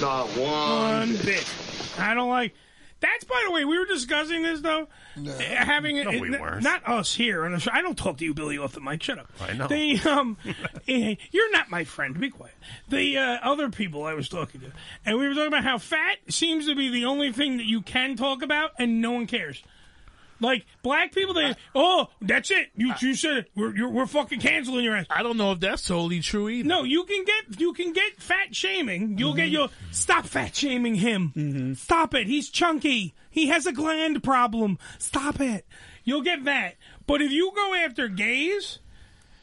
Not one.
One bit. I don't like That's by the way, we were discussing this though. Uh, Having
No,
it-
we
n-
weren't.
not us here on the show. I don't talk to you, Billy, off the mic. Shut up.
I know. [laughs]
The, um, eh, you're not my friend. Be quiet. The uh, other people I was talking to, and we were talking about how fat seems to be the only thing that you can talk about, and no one cares. Like black people, they oh that's it. You you said it. We're you're, we're fucking canceling your ass.
I don't know if that's totally true either. Mm-hmm.
No, you can get you can get fat shaming. You'll get your stop fat shaming him. Stop it. He's chunky. He has a gland problem. Stop it. You'll get that. But if you go after gays,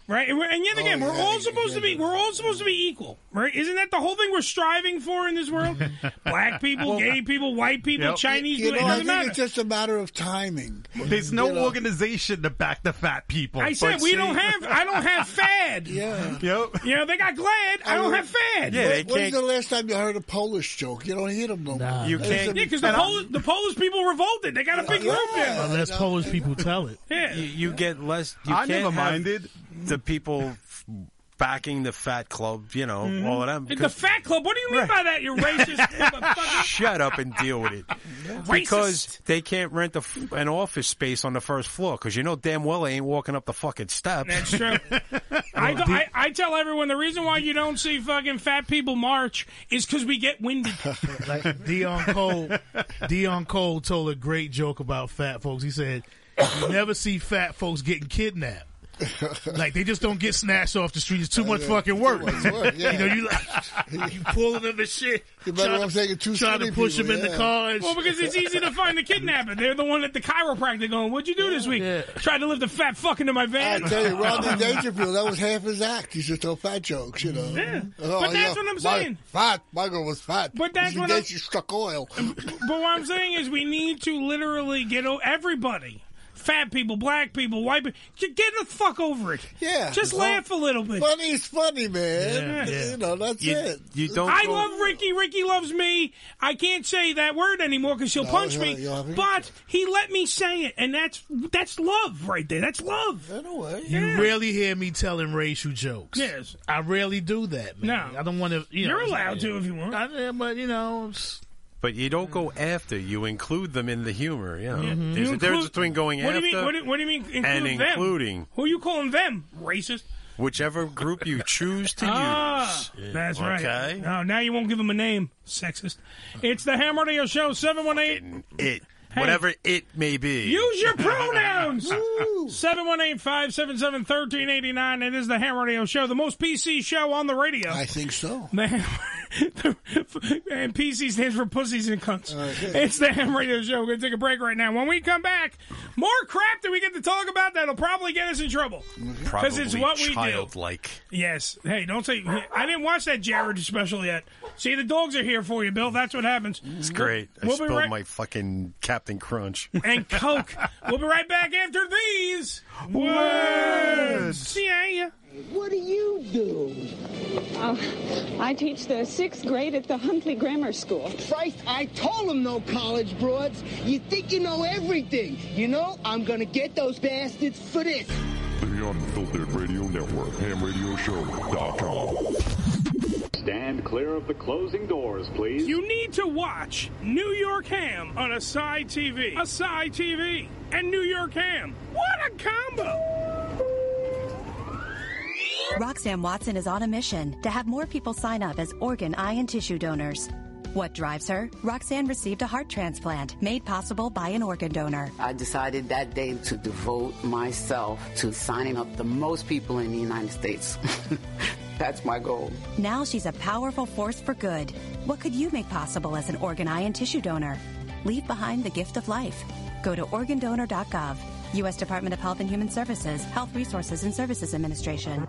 right? And, we're, and yet
Oh,
again, we're all supposed to be we're all supposed to be equal, right? Isn't that the whole thing we're striving for in this world?
[laughs]
Black
[laughs]
people,
Well,
gay people, white people, Chinese
You
people. It
know, I
doesn't
think
matter.
it's just a matter of timing.
There's
You
no
know.
organization to back the fat people.
I said
But
we
see-
don't have. I
[laughs]
don't have fad.
[laughs] Yeah.
Yep.
You know they got glad. I don't have fad.
When- When's the last time you heard a Polish joke? You don't hear them no more.
You can't. Yeah, because the, Pol- the Polish people revolted. They got a big group there.
Unless Polish people tell it.
Yeah.
You, you get less. You
I
can't
never
have
minded.
the people f- backing the fat club. You know
Mhm.
all of them.
The fat club. What do you mean by that? You're racist. [laughs] motherfucker?
Shut up and
[laughs]
deal with it. Because they can't rent a f an office space on the first floor because you know damn well they ain't walking up the fucking steps.
That's true. I, I, I tell everyone the reason why you don't see fucking fat people march is because we get winded.
like Dion Cole, Dion Cole told a great joke about fat folks. He said, "You never see fat folks getting kidnapped." like they just don't get snatched off the street. It's too much
Yeah,
fucking
too
work.
much work, yeah.
[laughs] you know, you like, you pulling them and shit.
[laughs] You better
trying
off
to,
taking two
trying to
skinny
push
people,
them in the
yeah.
car. and
Well,
shit.
because it's easy to find the kidnapper. They're the one at the chiropractor going, "What'd you do this week? Tried to lift a fat fuck into my van."
I tell you,
[laughs]
Rodney Dangerfield, that was half his act. He used to tell fat jokes, you know.
Yeah.
Oh,
But that's
yeah,
what I'm
my-
saying.
Fat. Michael was fat.
But that's
He
what
gets
I'm-
you
[laughs]
stuck oil.
But what I'm saying is, we need to literally get o- everybody. Fat people, black people, white people, ju- get the fuck over it.
Yeah.
just
Well,
laugh a little bit.
Funny's funny, man.
Yeah.
You know, that's
You-
it.
you don't
I
go-
love Ricky. Ricky loves me. I can't say that word anymore because he'll
No,
punch
you're-
me.
you're having-
But he let me say it, and that's that's love right there. That's love.
In a way.
You rarely hear me telling racial jokes.
Yes.
I rarely do that, man. No. I don't want to. You know,
You're allowed to if you want.
I, yeah, but you know, it's-
But you don't go after. You include them in the humor. You know,
Mhm.
there's
You
a difference
include-
between going
what
after
do you mean? What do, what do you mean? Include
and
them?
including
Who you calling them? Racist.
whichever group you choose to
Ah,
use.
That's right.
Okay.
No, now you won't give them a name. Sexist. It's the Ham Radio Show. Seven one eight.
It, whatever it may be.
Use your pronouns.
[laughs]
718 577 1389. It is the Ham Radio Show, the most PC show on the radio.
I
[laughs]
think so.
Man, and PC stands for pussies and cunts. It's the Ham Radio Show. We're going to take a break right now. When we come back, more crap that we get to talk about that'll probably get us in trouble. Because it's what we do.
childlike.
Yes. Hey, don't say. I didn't watch that Jared special yet. See, the dogs are here for you, Bill. That's what happens.
It's great. I
We'll be
spilled
right-
my fucking Captain Crunch.
and Coke. We'll be right back after these
Words.
words. Yeah, yeah.
What do you do? Uh, I teach the sixth grade at the Huntley Grammar School.
Christ, I told him no college broads. You think you know everything. You know, I'm gonna get those bastards for this.
The Unfiltered Radio Network, hamradioshow.com.
Stand clear of the closing doors, please.
You need to watch New York Ham on Asai TV. Asai TV and New York Ham. What a combo!
Roxanne Watson is on a mission to have more people sign up as organ, eye, and tissue donors. What drives her? Roxanne received a heart transplant made possible by an organ donor.
I decided that day to devote myself to signing up the most people in the United States. [laughs] That's my goal.
Now she's a powerful force for good. What could you make possible as an organ, eye, and tissue donor? Leave behind the gift of life. Go to organdonor.gov. U.S. Department of Health and Human Services, Health Resources and Services Administration.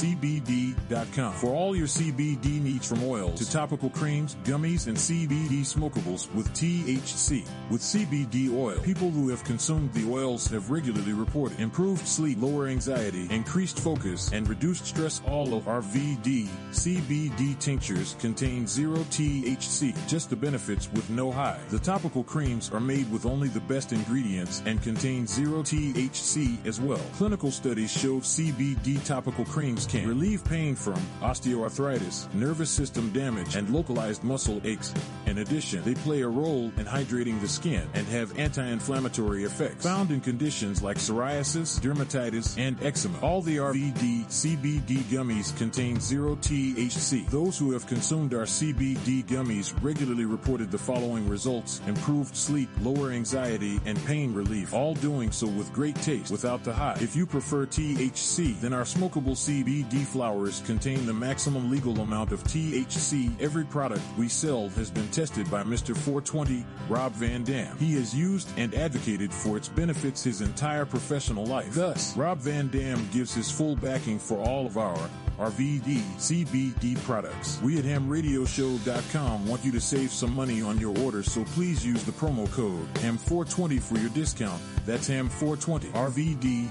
RVDCBD.com for all your CBD needs from oil to topical creams, gummies, and CBD smokables with THC. With CBD oil, people who have consumed the oils have regularly reported improved sleep, lower anxiety, increased focus, and reduced stress. All of RVD CBD tinctures contain zero THC, just the benefits with no high. The topical creams are made with only the best ingredients and contain zero THC as well. Clinical studies showed CBD topical creams can relieve pain from osteoarthritis, nervous system damage, and localized muscle aches. In addition, they play a role in hydrating the skin and have anti-inflammatory effects found in conditions like psoriasis, dermatitis, and eczema. All the RVD CBD gummies contain zero THC. Those who have consumed our CBD gummies regularly reported the following results: improved sleep, lower anxiety, and pain relief. All doing so with great taste without the high. If you prefer THC, then our smokable CBD flowers contain the maximum legal amount of THC. Every product we sell has been tested by Mr. 420 Rob Van Dam. He has used and advocated for its benefits his entire professional life. Thus, Rob Van Dam gives his full backing for all of our RVD CBD products. We at hamradioshow.com want you to save some money on your order, so please use the promo code HAM420 for your discount. That's HAM420,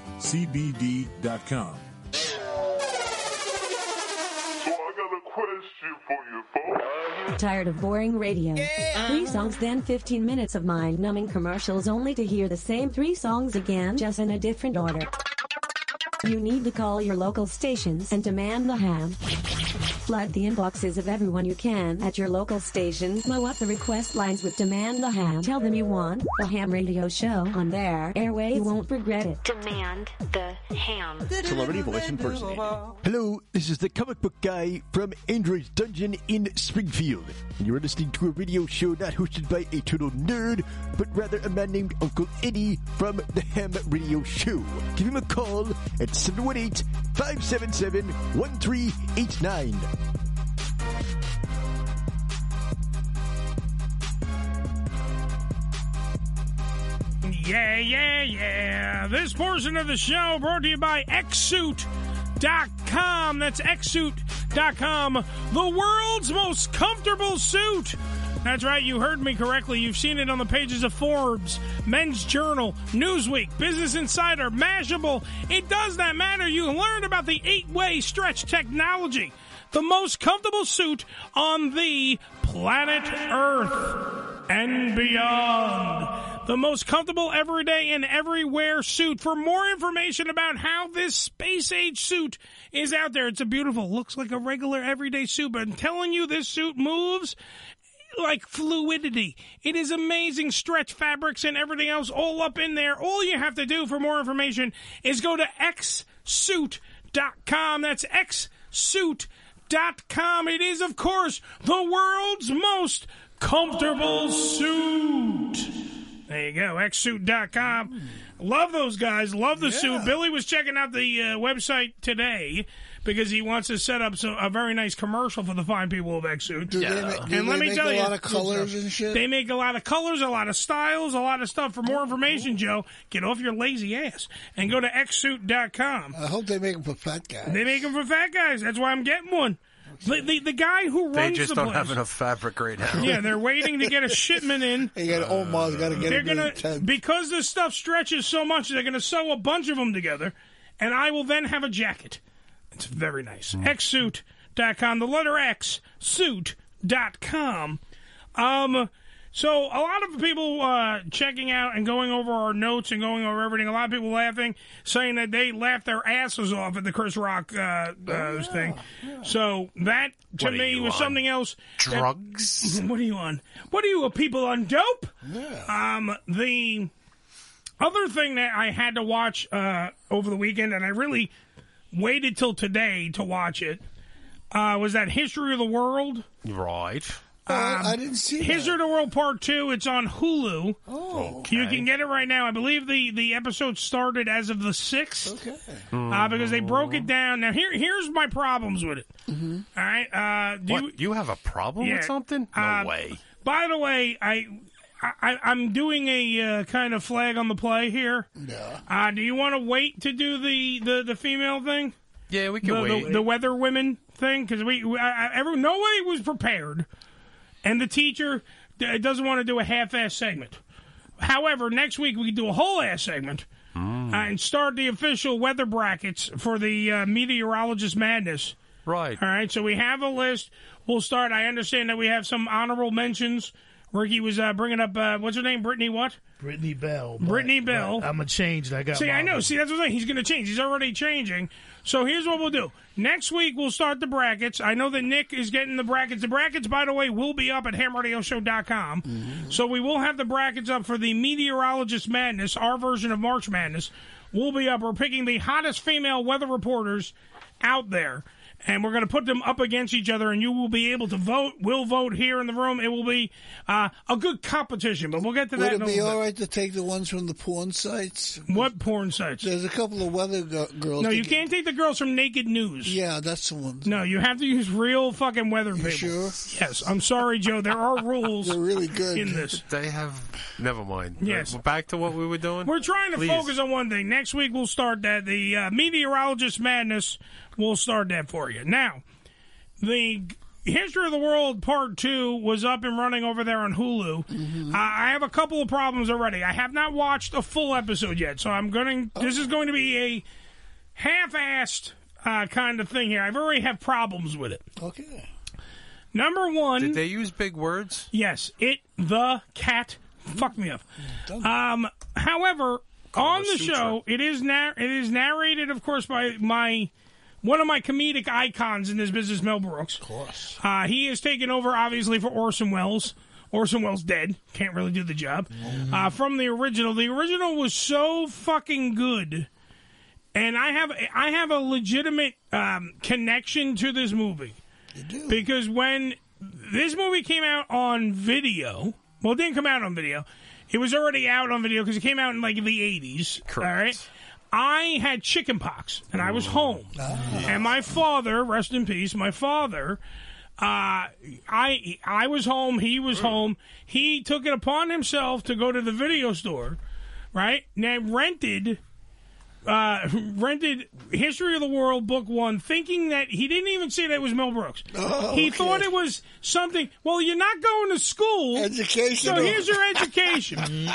RVDCBD.com.
Tired of boring radio? Three songs, then 15 minutes of mind numbing commercials only to hear the same three songs again, just in a different order. You need to call your local stations and demand the ham. Flood the inboxes of everyone you can at your local station. Blow up the request lines with Demand the Ham. Tell them you want the ham radio show on their airway. You won't regret it.
Demand the ham.
Celebrity voice impersonator. Hello, this is the comic book guy from Android's Dungeon in Springfield. And you're listening to a radio show not hosted by a total nerd, but rather a man named Uncle Eddie from the Ham Radio Show. Give him a call at 718 577 1389.
Yeah, yeah, yeah. This portion of the show brought to you by xsuit.com. That's xsuit.com, the world's most comfortable suit. That's right, you heard me correctly. You've seen it on the pages of Forbes, Men's Journal, Newsweek, Business Insider, Mashable. It does not matter. You learned about the eight way stretch technology, the most comfortable suit on the planet Earth and beyond the most comfortable everyday and everywhere suit. For more information about how this space age suit is out there, it's a beautiful, looks like a regular everyday suit, but I'm telling you, this suit moves like fluidity. It is amazing stretch fabrics and everything else all up in there. All you have to do for more information is go to xsuit.com. That's xsuit.com. It is, of course, the world's most comfortable suit. There you go, xsuit.com. Love those guys. Love the suit. Billy was checking out the uh, website today because he wants to set up some, a very nice commercial for the fine people of xsuit.
Do they ma- do
and let
they
me
make
tell
a
you,
lot of colors and shit?
They make a lot of colors, a lot of styles, a lot of stuff. For more information, Joe, get off your lazy ass and go to xsuit.com.
I hope they make them for fat guys.
They make them for fat guys. That's why I'm getting one. The, the, the guy who runs
They just
the
don't
place.
have enough fabric right
[laughs]
now.
Yeah, they're waiting to get a shipment
[laughs]
in.
They got Omar's got to get
they're
them in
gonna
the tent.
because this stuff stretches so much. They're gonna sew a bunch of them together, and I will then have a jacket. It's very nice.
Mm-hmm. Hmm.
Xsuit.com, the letter X suit.com. Um, so a lot of people uh, checking out and going over our notes and going over everything. A lot of people laughing, saying that they laughed their asses off at the Chris Rock uh, uh, thing. So that to
What are
me
you
was
on?
something else. that-
Drugs?
[laughs] what are you on? What are you uh, people on dope? Um, the other thing that I had to watch uh, over the weekend, and I really waited till today to watch it, uh, was that History of the World.
[laughs] Right.
I didn't see History of the World Part Two. It's on Hulu. Oh, you can get it right now. I believe the the episode started as of the sixth. Okay, uh, because they broke it down. Now here here's my problems with it. All right, uh, do
Mm-hmm. What,
you,
you, have a problem with something? No
uh,
way.
By the way, I, I I'm doing a uh, kind of flag on the play here.
Yeah.
Uh, do you want to wait to do the, the, the female thing?
Yeah, we can
the,
wait.
The, the weather women thing because we, we I, I, every, nobody was prepared, and the teacher d- doesn't want to do a half-ass segment. However, next week we can do a whole-ass segment.
Mm.
uh, and start the official weather brackets for the uh, meteorologist madness.
Right.
All right. So we have a list. We'll start. I understand that we have some honorable mentions. Ricky was uh, bringing up uh, what's her name, Brittany. What?
Brittany Bell.
Brittany Bell.
I'm going to change it. I got
See, I
mine.
know. See, that's what I'm saying. He's going to change. He's already changing. So here's what we'll do. Next week, we'll start the brackets. I know that Nick is getting the brackets. The brackets, by the way, will be up at hamradioshow.com.
Mm-hmm.
So we will have the brackets up for the Meteorologist Madness, our version of March Madness. will be up. We're picking the hottest female weather reporters out there. And we're going to put them up against each other, and you will be able to vote. We'll vote here in the room. It will be uh, a good competition, but we'll get to that. in
Would it
a
be
little bit.
all right to take the ones from the porn sites?
What porn sites?
There's a couple of weather go- girls.
No,
that
you
get-
can't take the girls from Naked News.
Yeah, that's the one.
No, you have to use real fucking weather people. Yes, I'm sorry, Joe. There are rules. They're really good in this.
They have. Never mind.
Yes.
We're back to what we were doing.
We're trying to
Please.
focus on one thing. Next week we'll start that. The uh, meteorologist madness. We'll start that for you. Now, the history of the world part two was up and running over there on Hulu. Uh, I have a couple of problems already. I have not watched a full episode yet, so I'm going. to This is going to be a half-assed uh, kind of thing here. I've already have problems with it.
Okay.
Number one.
Did they use big words?
Yes, it the cat fucked me up. Um, however, on the
Sutra.
show, it is nar- it is narrated, of course, by my one of my comedic icons in this business, Mel Brooks. Of course. Uh, he has taken over, obviously, for Orson Welles. Orson Welles dead. Can't really do the job. Uh, from the original. The original was so fucking good. And I have I have a legitimate um, connection to this movie. You do. Because when this movie came out on video, well, it didn't come out on video. It was already out on video because it came out in like the 80s. Correct. All right. I had chicken pox and I was home. And my father, rest in peace, my father, uh, I I was home, he was home. He took it upon himself to go to the video store, right? And I rented uh, rented History of the World Book One, thinking that he didn't even see that it was Mel Brooks.
Oh,
he
okay.
thought it was something. Well, you're not going to school. Education. So here's
[laughs]
your education.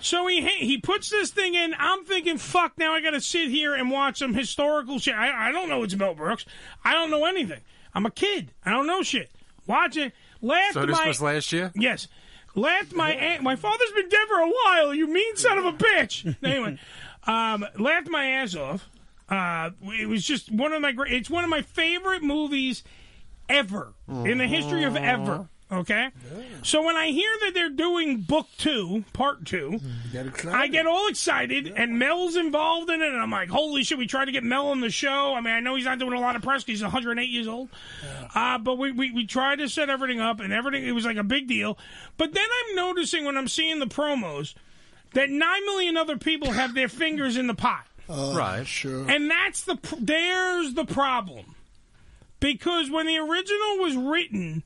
so he ha- he puts this thing in. I'm thinking, fuck. Now I got to sit here and watch some historical shit. I, I don't know it's Mel Brooks. I don't know anything. I'm a kid. I don't know shit. Watch it. Laughed
So this
my
was last year.
Yes. Laughed my a My father's been dead for a while. You mean son of a bitch. Anyway, um, laughed my ass off. Uh, it was just one of my great. It's one of my favorite movies ever in the history of ever. Okay. So when I hear that they're doing book two, part two, I get all excited, and Mel's involved in it, and I'm like, holy shit, we tried to get Mel on the show. I mean, I know he's not doing a lot of press 'cause he's 108 years old. Uh, but we, we, we tried to set everything up, and everything, it was like a big deal. But then I'm noticing when I'm seeing the promos that 9 million other people have their fingers in the pot.
right. Sure.
And that's the pr- there's the problem. Because when the original was written,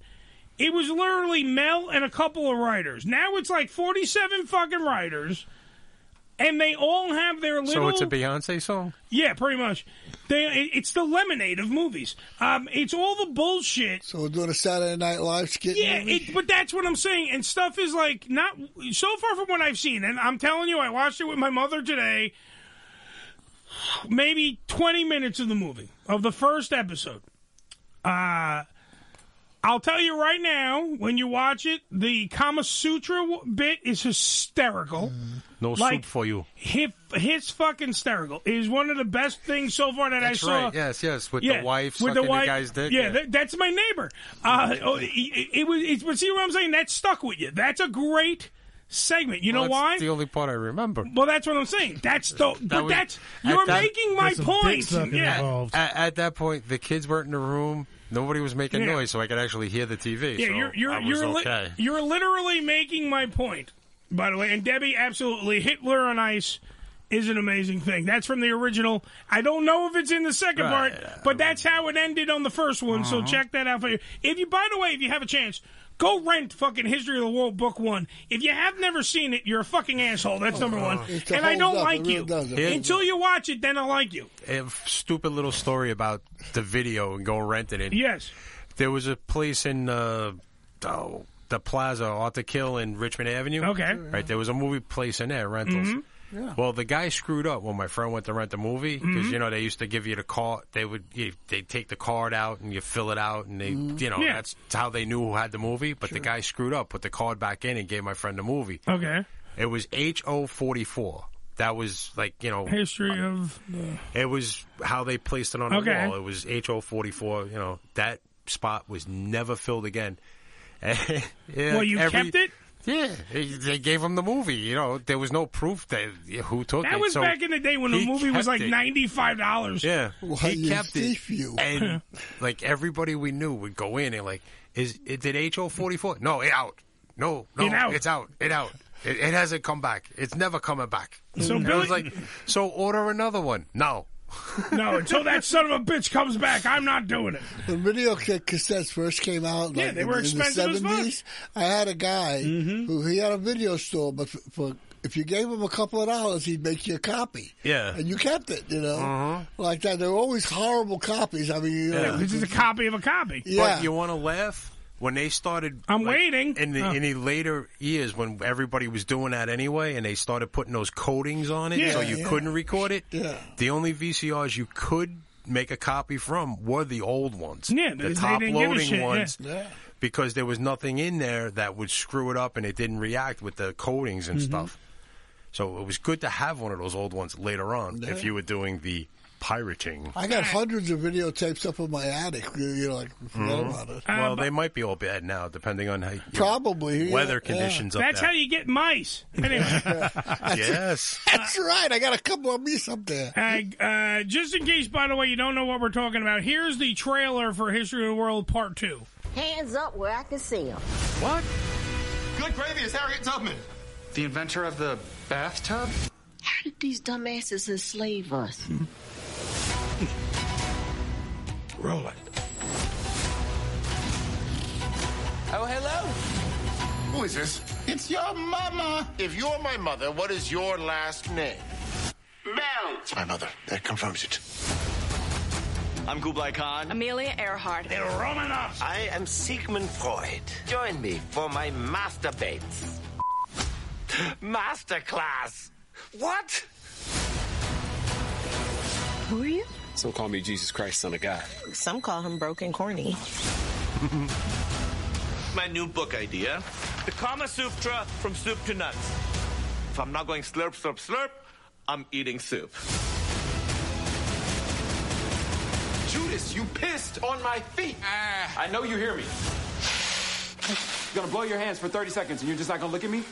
it was literally Mel and a couple of writers. Now it's like 47 fucking writers and they all have their little
So it's a Beyonce song.
yeah, pretty much. They, it, it's the lemonade of movies. Um, it's all the bullshit. So we're doing a Saturday Night Live skit. Yeah, it, but that's what I'm saying. And stuff is like not so far from what I've seen. And I'm telling you, I watched it with my mother today. Maybe 20 minutes of the movie of the first episode. Uh, I'll tell you right now, when you watch it, the Kama Sutra w- bit is hysterical.
No
Like-
soup for you.
His, his fucking hysterical is one of the best things so far that
That's
I saw.
right. Yes, yes. With
yeah,
the wife
with
sucking
the wife.
guy's dick.
Yeah, that- that's my neighbor. Uh, oh, it, it, it was. It's, but see what I'm saying? That stuck with you. That's a great segment. You
Well,
know
that's
why?
The only part I remember.
well, that's what I'm saying. That's the. but
was-
that's
at
you're
that-
making my point. Yeah.
At, at that point, the kids weren't in the room. Nobody was making
Yeah.
noise, so I could actually hear the TV.
Yeah,
so
you're you're
I was
you're, li-
okay.
you're literally making my point. By the way, and Debbie, absolutely, Hitler on Ice is an amazing thing. That's from the original. I don't know if it's in the second
Right.
part, but that's how it ended on the first one. So
Uh-huh.
check that out for you. If you, by the way, if you have a chance. Go rent fucking History of the World Book One. If you have never seen it, you're a fucking asshole. That's number one.
It
And I don't
holds up, it
like
really
you
does. It
until you watch it. Then I like you.
a f- stupid little story about the video and go renting it.
Yes.
There was a place in uh, oh, the plaza, Arthur Kill in Richmond Avenue.
Okay.
Right, there was a movie place in there, rentals.
Mhm. Yeah.
Well, the guy screwed up when my friend went to rent the movie because
Mhm.
you know they used to give you the card. They would you, they take the card out and you fill it out and they you know
Yeah.
that's how they knew who had the movie. But the guy screwed up, put the card back in, and gave my friend the movie.
Okay.
It was H O forty four. That was like you know
History of the
it was how they placed it on the
Okay.
wall. It was HO forty four. You know that spot was never filled again. [laughs] yeah,
Well, you kept it?
Yeah, they, they gave him the movie. You know, there was no proof that who took it.
That was
so
back in the day when the
he
movie was
kept
like
it.
ninety five dollars.
Yeah, he kept it,
[laughs]
and like everybody we knew would go in and like, is it did HO forty four? No, it out. No, no,
It out.
it's out. It out. It, it hasn't come back. It's never coming back.
So
And I
Billy-
was like, so order another one. No,
no, until that son of a bitch comes back, I'm not doing it.
When video ca- cassettes first came out,
Yeah,
like,
they were
in,
expensive as Mm-hmm.
in the
fuck.
70s, I had a guy who he had a video store, but for, for if you gave him a couple of dollars, he'd make you a copy.
Yeah.
and you kept it, you know,
Uh-huh.
like that. They're always horrible copies. I mean, you know,
Yeah, this is a
copy of a copy.
But you want to laugh when they started.
I'm waiting.
in the
Oh.
in the later years when everybody was doing that anyway, and they started putting those coatings on it, so
Yeah,
you
yeah.
couldn't record it.
Yeah.
The only VCRs you could make a copy from were the old ones.
Yeah,
the
they
top
didn't give a
loading
shit, yeah.
ones.
Yeah.
Because there was nothing in there that would screw it up, and it didn't react with the coatings and
Mhm.
stuff. So it was good to have one of those old ones later on
Yeah.
if you were doing the pirating.
I got hundreds of videotapes up in my attic. You you know, like forgot
Mm-hmm.
Mhm.
about it.
Well,
Um,
they might be all bad now, depending on how you
Probably yeah,
weather
yeah.
conditions up
That's
there.
how you get mice. Anyway.
[laughs] yes.
[laughs] That's right. I got a couple of mice up there.
Uh, uh, just in case, by the way, you don't know what we're talking about, here's the trailer for History of the World Part 2.
Hands up where I can see them.
What?
Good gravy, it's Harriet Tubman.
The inventor of the bathtub?
How did these dumbasses enslave us?
Roll it.
Oh, hello. Who is this? It's your mama. If you're my mother, what is your last name? Bell.
It's my mother. That confirms it. I'm Kublai Khan.
Amelia Earhart.
The Romanovs.
I am Sigmund Freud. Join me for my [laughs] masturbates. Masterclass. What?
Who are you?
Some call me Jesus Christ, son of God.
Some call him broken corny.
My new book idea The Kama Sutra from Soup to Nuts. If I'm not going slurp, slurp, slurp, I'm eating soup. Judas, you pissed on my feet. I know you hear me. You're gonna blow your hands for 30 seconds and you're just not gonna look at me?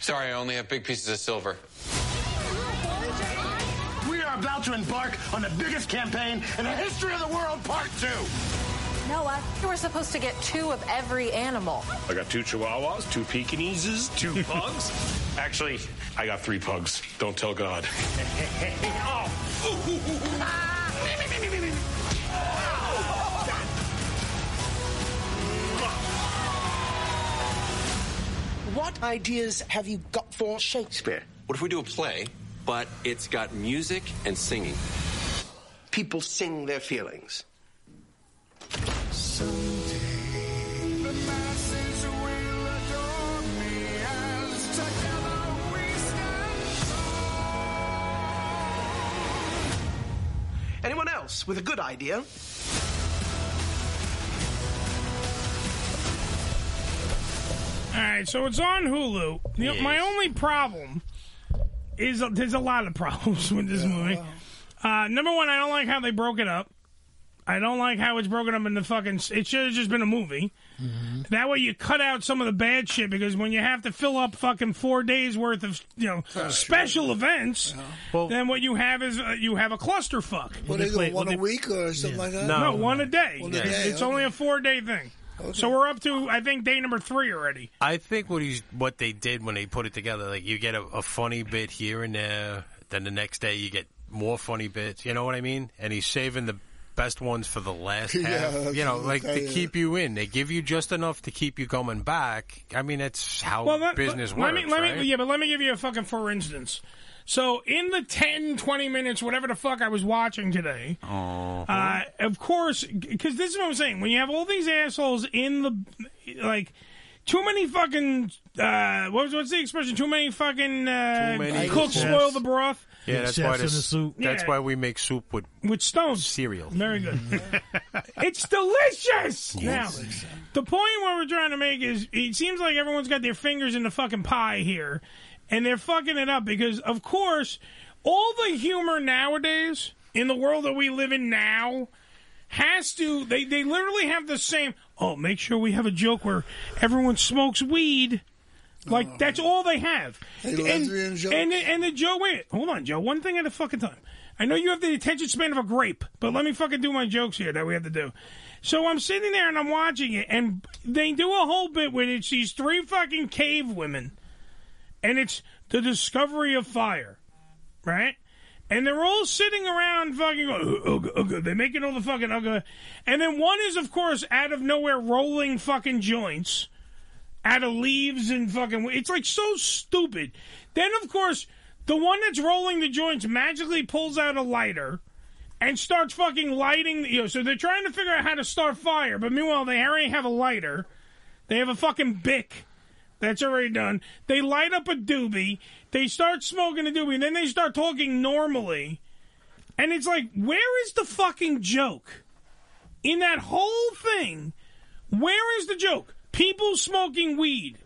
Sorry, I only have big pieces of silver.
We are about to embark on the biggest campaign in the history of the world, part two.
Noah, you were supposed to get two of every animal.
I got two chihuahuas, two Pekingeses, two
[laughs]
pugs. Actually, I got three pugs. Don't tell God.
What ideas have you got for Shakespeare?
What if we do a play, but it's got music and singing?
People sing their feelings. Anyone else with a good idea?
All right, so it's on Hulu. You know, my only problem is there's a lot of [laughs] problems with this movie. Uh, number one, I don't like how they broke it up. I don't like how it's broken up in the fucking. It should have just been a movie.
Mm-hmm.
That way, you cut out some of the bad shit because when you have to fill up fucking four days worth of you know special events, then what you have is uh, you have a clusterfuck.
What they go one a week or something like that?
No, one a day.
One a
It's-
day,
It's only a four day thing. So we're up to I think day number three already.
I think what he's what they did when they put it together, like you get a, a funny bit here and there, then the next day you get more funny bits. You know what I mean? And he's saving the best ones for the
[laughs]
last
Yeah,
half.
that's
You know,
what I'm
like to
saying.
keep you in. They give you just enough to keep you coming back. I mean, that's how
let-
business
let
works.
Me, let
right?
me, yeah, but let me give you a fucking for instance. So in the 10, 20 minutes, whatever the fuck I was watching today,
Oh.
uh, of course, because this is what I'm saying. When you have all these assholes in the, like, too many fucking, uh, what was, what's the expression? Too many fucking uh,
Too many
cooks
chefs.
spoil the broth.
yeah, that's why this- That's
Yeah.
why we make soup with
with stones
cereal.
Very good.
[laughs]
it's delicious.
Yes.
Now, the point what we're trying to make is it seems like everyone's got their fingers in the fucking pie here, and they're fucking it up because, of course, all the humor nowadays in the world that we live in now has to. They they literally have the same. Oh, make sure we have a joke where everyone smokes weed. Like that's all they have.
Oh. Hey,
and,
lesbian jokes.
and the, and the Joe, wait, hold on, Joe. One thing at a fucking time. I know you have the attention span of a grape, but let me fucking do my jokes here that we have to do. So I'm sitting there and I'm watching it, and they do a whole bit with it. She's three fucking cave women, and it's the discovery of fire, right? And they're all sitting around fucking going, oh, oh, oh, they're making all the fucking, oh, God." and then one is, of course, out of nowhere rolling fucking joints out of leaves and fucking. It's like so stupid. Then, of course, the one that's rolling the joints magically pulls out a lighter and starts fucking lighting. You know, so they're trying to figure out how to start fire, but meanwhile, they already have a lighter. They have a fucking bick. That's already done. They light up a doobie. They start smoking a doobie. And then they start talking normally. And it's like, where is the fucking joke? in that whole thing, where is the joke? People smoking weed.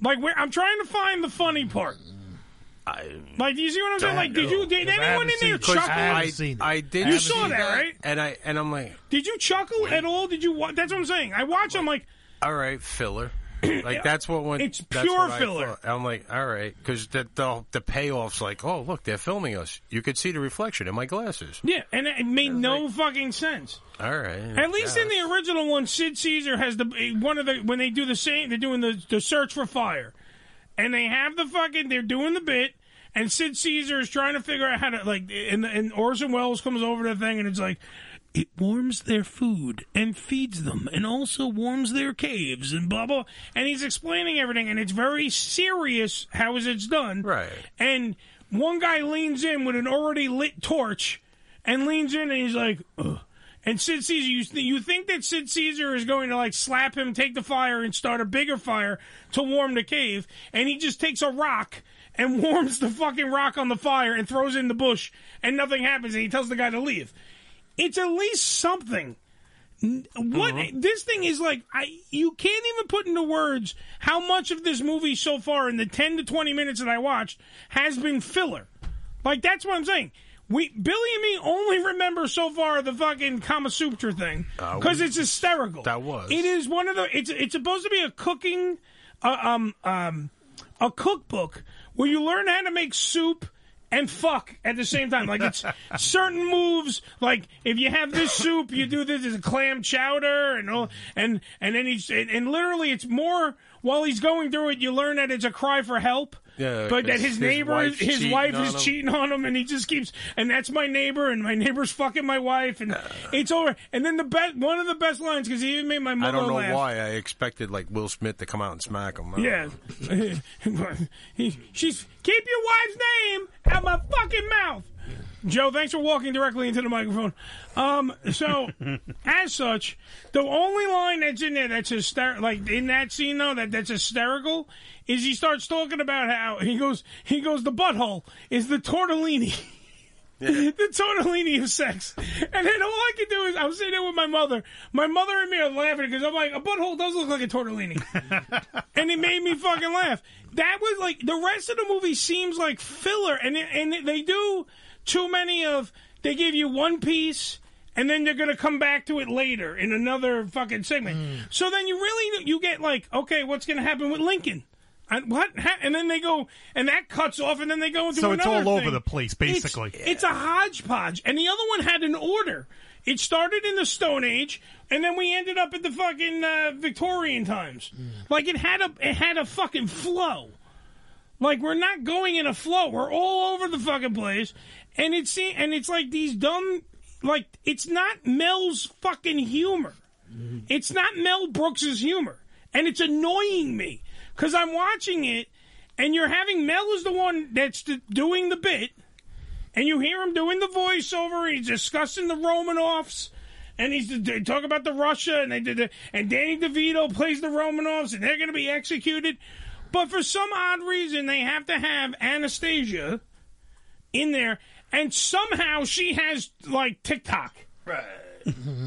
Like where I'm trying to find the funny part. Like, do you see what I'm saying?
Don't
Like, did
know.
you did
Because I
anyone in
haven't
there
seen- 'cause
chuckle?
I, I did.
You
see
saw that, right?
And I and I'm like,
Did you chuckle at all? Did you? Wa- that's what I'm saying. I watch. I'm like,
all right, filler. Like that's what went.
It's
that's
pure
what I
filler.
thought. I'm like, all right, because the, the the payoff's like, oh look, they're filming us. You could see the reflection in my glasses.
yeah, and it it made no fucking sense.
All right.
At least in the original one, Sid Caesar has the eh, one of the when they do the same, they're doing the the search for fire, and they have the fucking they're doing the bit, and Sid Caesar is trying to figure out how to like, and and Orson Welles comes over to the thing, and it's like. It warms their food and feeds them, and also warms their caves and blah blah. And he's explaining everything, and it's very serious how is it's done. Right. And one guy leans in with an already lit torch, and leans in, and he's like, Ugh. And Sid Caesar, you, th- you think that Sid Caesar is going to like slap him, take the fire, and start a bigger fire to warm the cave, and he just takes a rock and [laughs] warms the fucking rock on the fire and throws it in the bush, and nothing happens, and he tells the guy to leave. It's at least something. N- What this thing is like, I you can't even put into words how much of this movie so far in the ten to twenty minutes that I watched has been filler. Like that's what I'm saying. We Billy and me only remember so far the fucking Kama Sutra thing because it's hysterical. That was. It is one of the. It's it's supposed to be a cooking, uh, um um, a cookbook where you learn how to make soup and fuck at the same time. Like
[laughs]
it's certain moves. Like if you have this soup, you do this as clam chowder and all, and and then he's and, and literally it's more while he's going through it, you learn that it's a cry for help.
Yeah,
but that
it's
his
his
neighbor,
wife
his
cheating
wife
on
is
him.
cheating on him, and he just keeps, and that's my neighbor, and my neighbor's fucking my wife,
Uh.
and it's over. And then the best, one of the best lines, because he even made my
I
mother
don't know
laugh.
why I expected like Will Smith to come out and smack him. I don't
Yeah,
know.
[laughs] He- she's keep your wife's name out my fucking mouth. Joe, thanks for walking directly into the microphone. Um,
[laughs]
so as such, the only line that's in there that's hysterical, like in that scene though, that that's hysterical, is he starts talking about how he goes, he goes, the butthole is the tortellini. [laughs] the tortellini of sex. And then all I could do is, I was sitting there with my mother. My mother and me are laughing because I'm like, a butthole does look like a tortellini.
[laughs]
and it made me fucking laugh. That was like, the rest of the movie seems like filler. And, it- and they do too many of, they give you one piece. And then they're gonna come back to it later in another fucking segment.
Hmm.
So then you really you get like, okay, what's gonna happen with Lincoln? And what? Ha- And then they go, and that cuts off, and then they go into
So it's
another
all over
thing.
the place,
It's-
basically.
It's, a hodgepodge, and the other one had an order. It started in the Stone Age, and then we ended up at the fucking uh, Victorian times. Like it had a it had a fucking flow. Like we're not going in a flow. We're all over the fucking place, and it's and it's like these dumb. Like it's not Mel's fucking humor. It's not Mel Brooks's humor, and it's annoying me because I'm watching it, and you're having Mel is the one that's the, doing the bit, and you hear him doing the voiceover. He's discussing the Romanoffs, and he's they talk about the Russia, and they did the, and Danny DeVito plays the Romanoffs, and they're going to be executed. But for some odd reason, they have to have Anastasia in there, and somehow she has like TikTok.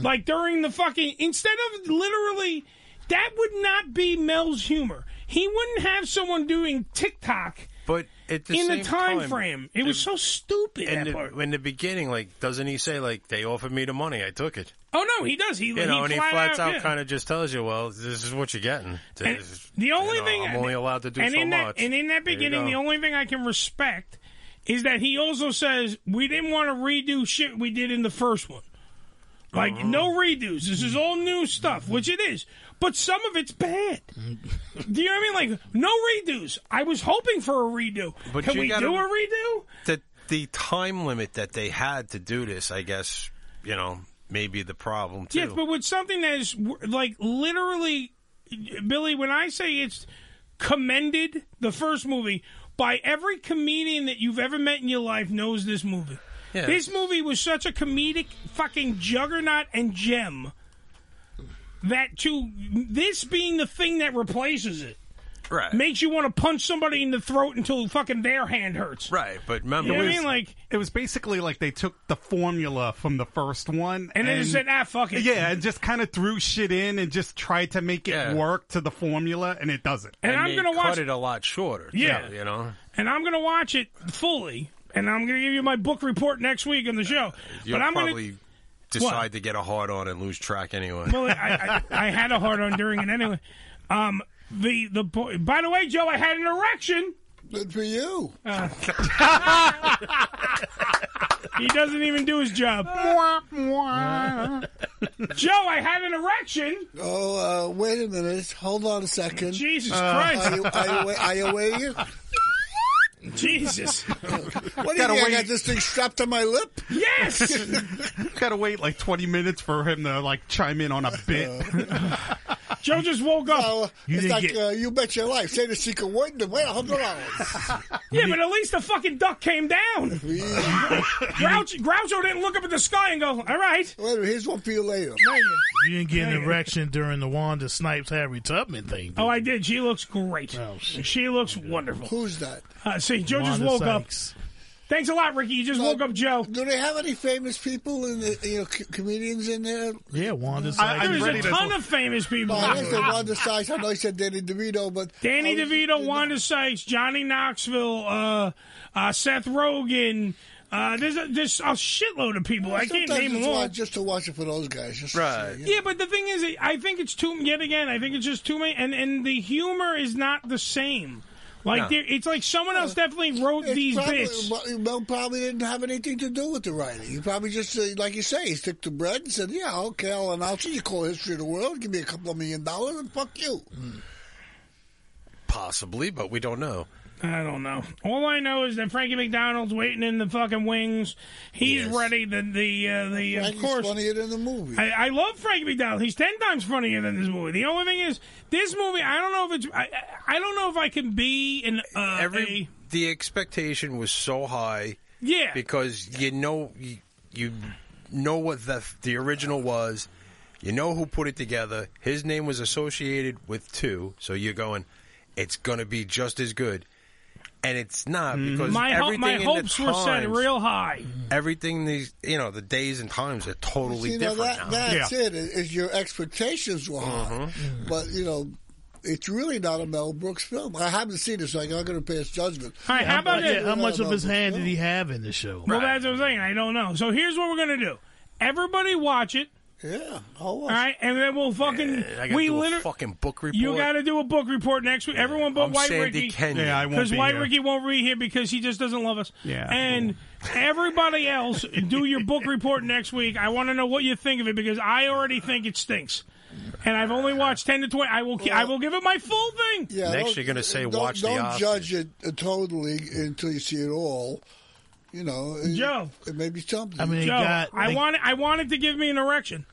like during the fucking instead of literally that would not be Mel's humor. He wouldn't have someone doing TikTok
But at the
in the
same
time, frame. It was so stupid
in
that
the,
part.
in the beginning, like, doesn't he say like they offered me the money, I took it.
Oh no, he does. He
you know, and he
flat
flats out,
yeah.
kind of just tells you, well, this is what you're getting.
And
This is-
the only
you know,
thing
I'm only allowed to do
and
so
in that,
much.
And in that
There you
beginning, the
go.
only thing I can respect is that he also says we didn't want to redo shit we did in the first one. Like
Mm-hmm.
no redos. This is all new stuff, which it is. But some of it's
[laughs]
bad. do you know what I mean? Like no redos. I was hoping for a redo.
But
can
you
we
gotta-
do a redo?
the the time limit that they had to do this, I guess, you know, maybe the problem too.
Yes, but with something that is like literally, Billy. When I say it's commended, the first movie by every comedian that you've ever met in your life knows this movie.
Yeah.
This movie was such a comedic fucking juggernaut and gem that to this being the thing that replaces it
Right.
Makes you want to punch somebody in the throat until fucking their hand hurts.
Right, but remember,
You know what I mean? Like-
it was basically like they took the formula from the first one
And they just said, "Ah, fuck it."
Yeah, and just kind of threw shit in and just tried to make it work to the formula, and it doesn't.
And And I'm they gonna watch-
cut it a lot shorter. too,
Yeah.
you know.
and I'm going to watch it fully, and I'm going to give you my book report next week on the show.
You'll
but I'm
probably
going to.
decide to get a hard on and lose track anyway.
[laughs] Well, I, I, I had a hard on during it anyway. Um, the the boy, by the way, Joe, I had an erection. Uh,
Good for you.
[laughs] he doesn't even do his job. Joe, I had an erection.
Oh, uh, wait a minute. Hold on a second.
Jesus
Uh,
Christ.
Are you, are you, are you
[laughs]
aware?
Jesus.
What do you
Gotta
think? I
wait.
got this thing strapped to my lip? [laughs]
Yes.
Gotta wait like 20 minutes for him to like chime in on a bit.
Joe just woke up.
You
it's
didn't
like
get-
uh, you bet your life. Say the secret word and wait a hundred hours.
Yeah, but at least the fucking duck came down. Grouch, Groucho didn't look up at the sky and go, all right.
Wait a minute, here's one for you later.
You didn't get an
Yeah.
erection during the Wanda Snipes Harry Tubman thing.
Oh, I did. She looks great. she looks wonderful.
Who's that?
Uh, see, Joe just
Wanda
woke
Sykes.
up. Thanks a lot, Ricky. You just woke up, Joe.
Do they have any famous people in the you know co- comedians in there?
Yeah, Wanda
Sykes.
Uh, There's a ton of famous people.
Well, I guess they Oh, Wanda Oh, Sykes. I know he said Danny DeVito, but
Danny DeVito, Wanda Sykes, Johnny Knoxville, uh, uh, Seth Rogen. Uh, there's a, there's a shitload of people. I can't
Sometimes
name
it's
them all.
hard Just to watch it for those guys. Just to
Right.
see, you know.
Yeah, but the thing is, I think it's too. Yet again, I think it's just too many, and and the humor is not the same. Like
No.
there it's like someone else definitely wrote
Uh, It's
these
probably,
bits.
well, Mel probably didn't have anything to do with the writing. He probably just, uh, like you say, he took the bread and said, "Yeah, okay, I'll announce it. You call history of the world, give me a couple of million dollars, and fuck you."
[laughs]
Hmm.
Possibly, but we don't know.
I don't know. All I know is that Frankie McDonald's waiting in the fucking wings. He's ready. The the uh, the of
Frankie's
course
funnier than the movie.
I, I love Frankie McDonald. He's ten times funnier than this movie. The only thing is, this movie. I don't know if it's. I, I I don't know if I can be in uh,
Every the expectation was so high.
Yeah.
because you know you, you know what the the original was. You know who put it together. His name was associated with two, so you're going. It's gonna be just as good, and it's not because
Hmm. my ho-
everything
my
in the
hopes were set
times-
real high.
Everything these you know the days and times are totally
See, now that,
different now.
That's it. Is is your expectations were high,
Mm-hmm.
but you know. It's really not a Mel Brooks film. I haven't seen it, so I'm not going to pass judgment.
All right, how about
yeah,
it?
How much of his
Mel
hand
Brooks
did he have in the show?
Well, that's what I'm saying. I don't know. So here's what we're gonna do. Everybody watch it.
Yeah.
All right, and then we'll fucking
I gotta
we
do a
literally
fucking book report.
You got to do a book report next week. Everyone but
I'm
White
Sandy
Ricky.
Kenyon. Yeah, I won't
Because
be
White
here.
Ricky won't be here because he just doesn't love us.
Yeah.
And everybody else, do your book report next week. I want to know what you think of it because I already think it stinks. And I've only watched ten to twenty. I will. ki- I will give it my full thing.
Yeah,
Next
don't-
you're gonna say,
don't,
"Watch the
Don't
Oscars."
judge it uh, totally until you see it all. You know, it,
Joe.
it may be something.
Joe, I wanted. I wanted to give me an erection.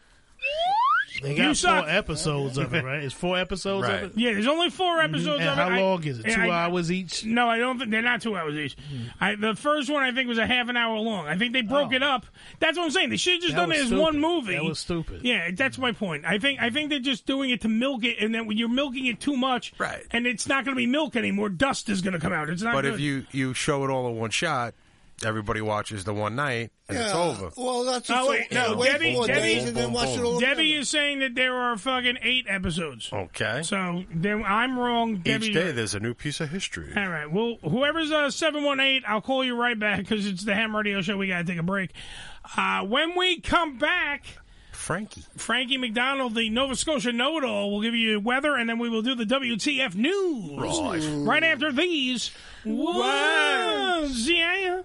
They
you
got
suck.
four episodes of it, right? It's four episodes
Right.
of it.
Yeah, there's only four
Mm-hmm.
episodes.
And
of
how
it. I-
long is it?
and
Two
I-
hours each? Mm-hmm.
No, I don't think they're not two hours each. I, the first one I think was a half an hour long. I think they broke it up. That's what I'm saying. They should have just
Oh. That
done it
was
as
stupid.
one movie.
That was stupid.
Yeah, that's my point. I think I think they're just doing it to milk it, and then when you're milking it too much, right. and it's not going to be milk anymore. Dust is going to come out. It's not.
But
good.
if you you show it all in one shot, everybody watches the one night and it's
Yeah.
over.
Well, that's
Oh,
just-
wait,
yeah,
no,
wait
Debbie,
four
Debbie-
days and then watch it all.
Debbie is saying that there are fucking eight episodes.
Okay.
So then I'm wrong. Debbie,
Each day there's a new piece of history.
All right. Well, whoever's uh, 718, I'll call you right back because it's the Ham Radio Show. We got to take a break. Uh, when we come back,
Frankie.
Frankie McDonald, the Nova Scotia know it all, will give you weather and then we will do the WTF news.
Right.
Right after these. Words. Yeah.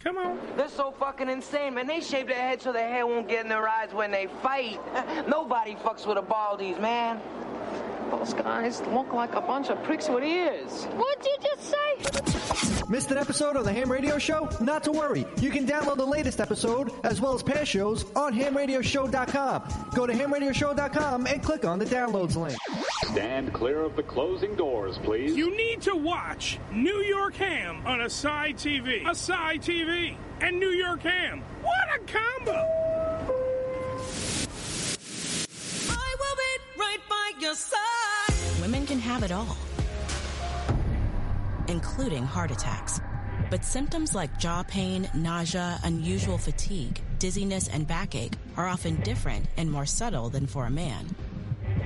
Come on.
They're so fucking insane, man. They shave their head so their hair won't get in their eyes when they fight. [laughs] Nobody fucks with a baldies, man. Those guys look like a bunch of pricks with ears.
What'd you just say?
Missed an episode of the Ham Radio Show? Not to worry. You can download the latest episode, as well as past shows, on hamradioshow.com. Go to hamradioshow.com and click on the downloads link.
Stand clear of the closing doors, please.
You need to watch New York Ham on Asai TV. Asai TV and New York Ham. What a combo!
I will be right by your side.
Women can have it all
including heart attacks. But symptoms like jaw pain, nausea, unusual fatigue, dizziness, and backache are often different and more subtle than for a man.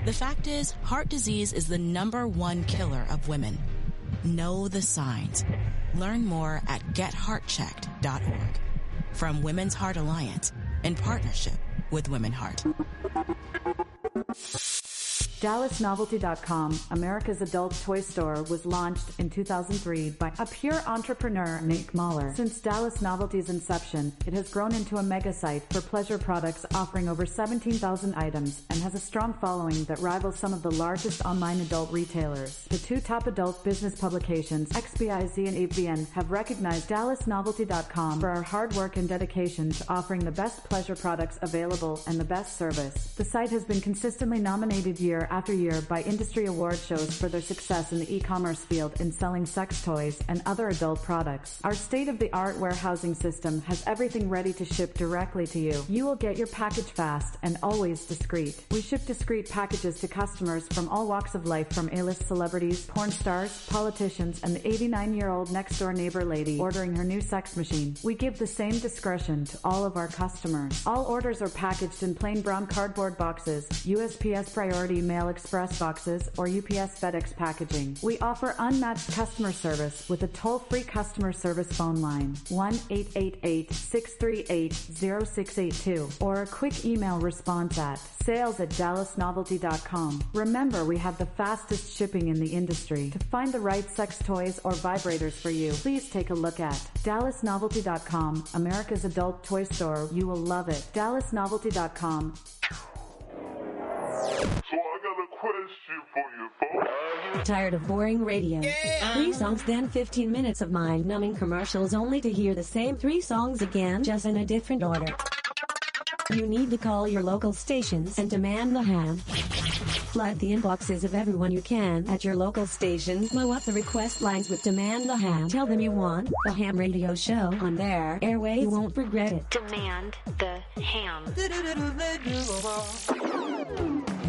The fact is, heart disease is the number one killer of women. Know the signs. Learn more at getheartchecked.org from Women's Heart Alliance in partnership with Women Heart.
DallasNovelty.com, America's adult toy store, was launched in 2003 by a pure entrepreneur, Nick Mahler. Since Dallas Novelty's inception, it has grown into a mega site for pleasure products offering over 17,000 items and has a strong following that rivals some of the largest online adult retailers. The two top adult business publications, XBIZ and AVN, have recognized DallasNovelty.com for our hard work and dedication to offering the best pleasure products available and the best service. The site has been consistently nominated year after year by industry award shows for their success in the e-commerce field in selling sex toys and other adult products. Our state-of-the-art warehousing system has everything ready to ship directly to you. You will get your package fast and always discreet. We ship discreet packages to customers from all walks of life from A-list celebrities, porn stars, politicians, and the 89-year-old next-door neighbor lady ordering her new sex machine. We give the same discretion to all of our customers. All orders are packaged in plain brown cardboard boxes, USPS priority Mail Express boxes or UPS FedEx packaging. We offer unmatched customer service with a toll-free customer service phone line 1-888-638-0682 or a quick email response at sales at dallasnovelty.com. Remember, we have the fastest shipping in the industry. To find the right sex toys or vibrators for you, please take a look at dallasnovelty.com, America's adult toy store. You will love it. dallasnovelty.com.
Tired of boring radio? Three songs, then 15 minutes of mind numbing commercials only to hear the same three songs again, just in a different order. You need to call your local stations and demand the ham. Flood the inboxes of everyone you can at your local station. Blow up the request lines with Demand the Ham. Tell them you want the ham radio show on their airways. You won't regret it.
Demand the ham.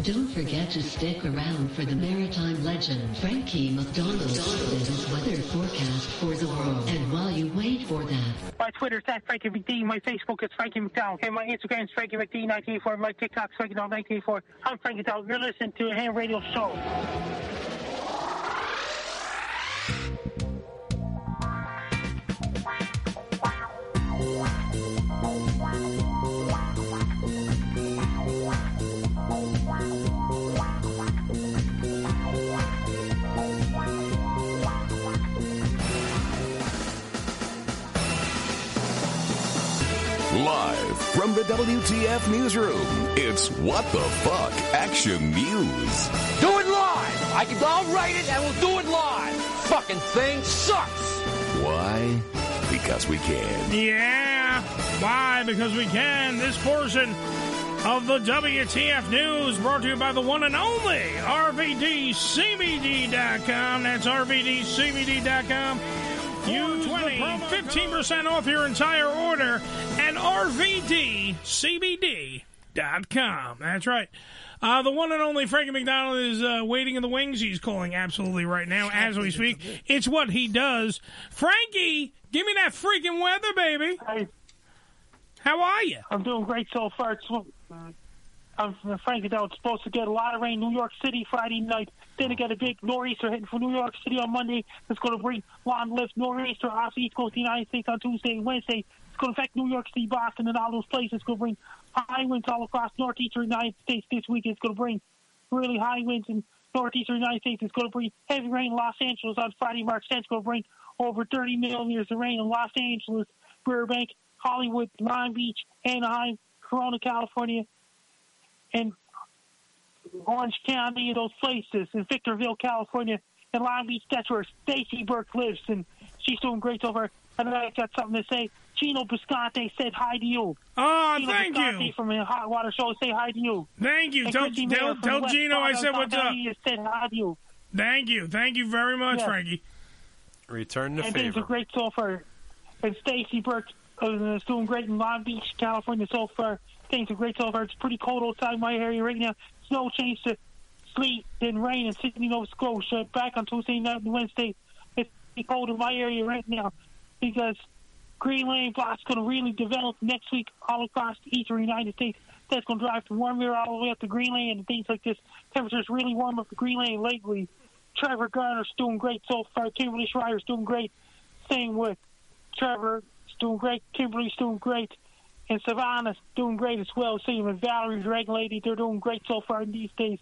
Don't forget to stick around for the maritime legend, Frankie McDonald, and his weather forecast for the world. And while you wait for that,
My Twitter's at Frankie McD. My Facebook is Frankie McDowell. And my Instagram's Frankie McD1984. My TikTok's Frankie McDowell 1984. I'm Frankie McDowell. You're listening to Ham Radio Show.
Live from the WTF newsroom, it's What the Fuck Action News.
Do it live! I can, I'll write it and we'll do it live! Fucking thing sucks!
Why? Because we can.
Yeah. Why? Because we can. This portion of the WTF News brought to you by the one and only RVDCBD.com. That's RVDCBD.com. You 20, 15% off your entire order at RVDCBD.com. That's right. Uh, the one and only Frankie McDonald is uh, waiting in the wings. He's calling absolutely right now as we speak. It's what he does. Frankie, give me that freaking weather, baby. How are you?
I'm doing great so far. It's, I'm from Frankie Dow. It's supposed to get a lot of rain in New York City Friday night. Then it got a big nor'easter hitting for New York City on Monday. It's going to bring long lived nor'easter off the east coast of the United States on Tuesday and Wednesday. It's going to affect New York City, Boston, and all those places. It's going to bring high winds all across northeastern United States this week. It's going to bring really high winds in northeastern United States. It's going to bring heavy rain in Los Angeles on Friday, March 10th. It's going to bring over 30 millimeters of rain in Los Angeles, Burbank, Hollywood, Long Beach, Anaheim, Corona, California, and Orange County and those places, in Victorville, California, in Long Beach. That's where Stacy Burke lives, and she's doing great over. And I got something to say. Gino Bisconte said hi to you.
Oh,
Gino
thank you.
Bisconte From the Hot Water Show, say hi to you.
Thank you.
And
Tell-
Christy
tell-
Mayer from
tell
West
Gino I
Palm,
said what's up.
California, Said hi to you.
Thank you. Thank you very much,
Yeah.
Frankie.
Return the
and things are
favor.
great so far. And Stacy Burke uh, is doing great in Long Beach, California so far. Things are great so far. It's pretty cold outside my area right now. Snow changed to sleet, then rain in Sydney, Nova Scotia. Back on Tuesday night and Wednesday. It's pretty cold in my area right now because Green Lane Block's going to really develop next week all across the eastern United States. That's going to drive from warm air all the way up to Green Lane and things like this. Temperatures really warm up to Green Lane lately. Trevor Garner's doing great so far. Kimberly Schreier's doing great. Same with Trevor's doing great. Kimberly's doing great. And Savannah's doing great as well. Same with Valerie's Red Lady. They're doing great so far these days.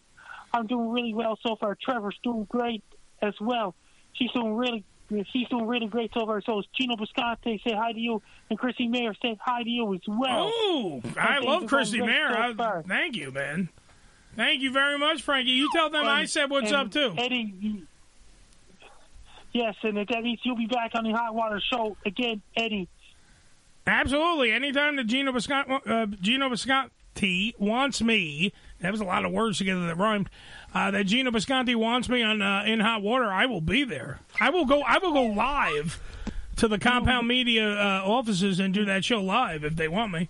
I'm doing really well so far. Trevor's doing great as well. She's doing really she's doing really great so far. So is Gino Buscante say hi to you and Chrissy Mayer said hi to you as well.
Oh,
And
I
things are
love
going
Christy
great
Mayer.
so
I-
far.
thank you, man. Thank you very much, Frankie. You tell them I
And-
said what's
and
up too.
Eddie, you- yes, and that means you'll be back on the Hot Water Show again, Eddie.
Absolutely. Anytime that Gino Visconti, uh, Gino Visconti wants me, that was a lot of words together that rhymed. Uh, that Gino Visconti wants me on uh, in hot water, I will be there. I will go. I will go live to the Compound Media uh, offices and do that show live if they want me.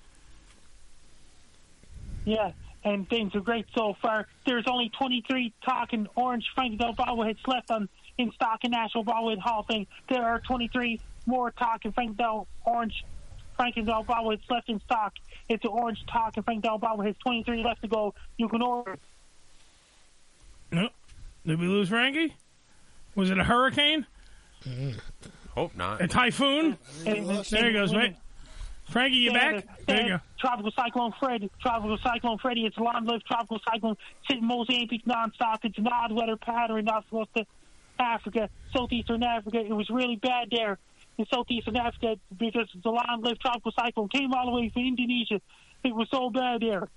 Yeah, and things are great so far. There's only 23 talking orange Frankie Del bobbleheads left on in stock in National Bobblehead Hall of Fame. There are 23 more talking Frankie Del orange Frankie Del bobbleheads left in stock. It's an orange talking Frankie Del bobbleheads. 23 left to go. You can order.
No. Did we lose Frankie? Was it a hurricane?
Hope not.
A typhoon? There he goes. Wait. Frankie, you
Yeah,
back?
the-
There you
the
go.
Tropical Cyclone Freddy. Tropical Cyclone Freddy. It's a long lived tropical cyclone sitting Mozambique nonstop. It's an odd weather pattern off of the Africa, southeastern Africa. It was really bad there in southeastern Africa because the long lived tropical cyclone came all the way from Indonesia. It was so bad there.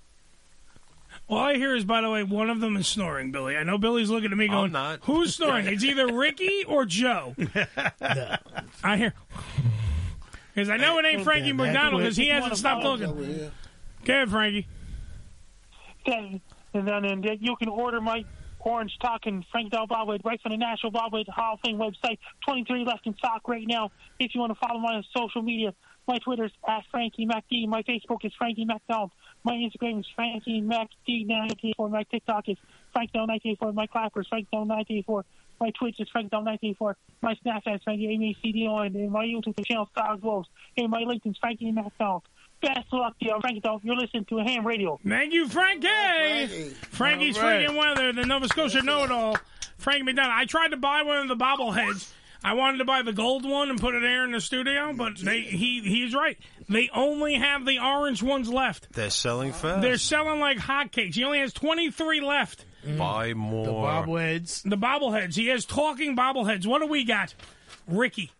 All I hear is, by the way, one of them is snoring, Billy. I know Billy's looking at me going, Who's snoring? It's either Ricky or Joe. I hear. Because I know it ain't Frankie McDonald because he hasn't stopped looking. Go ahead, Frankie.
Then, and then and then you can order my Orange Talking Frank Del Bobwood right from the National Bobwood Hall of Fame website. 23 left in stock right now. If you want to follow me on social media, my Twitter's at Frankie MacD. My Facebook is Frankie MacDonald. My Instagram is Frankie MacD984. My TikTok is FrankDonald984. My Clapper is FrankDonald984. My Twitch is FrankDonald984. My Snapchat is Frankie MACDO. And my YouTube channel is Star Wolves. And my LinkedIn is Frankie MacDonald. Best of luck to you. I'm Frankie Donald. You're listening to Ham Radio.
Thank you, Frankie. Frankie's
All right.
friggin' weather, the Nova Scotia know it all. Frankie McDonald. I tried to buy one of the bobbleheads. I wanted to buy the gold one and put it there in the studio, but they, he he's right. They only have the orange ones left.
They're selling fast.
They're selling like hotcakes. He only has 23 left.
Buy more.
bobbleheads. The bobbleheads. He has talking bobbleheads. What do we got? Ricky.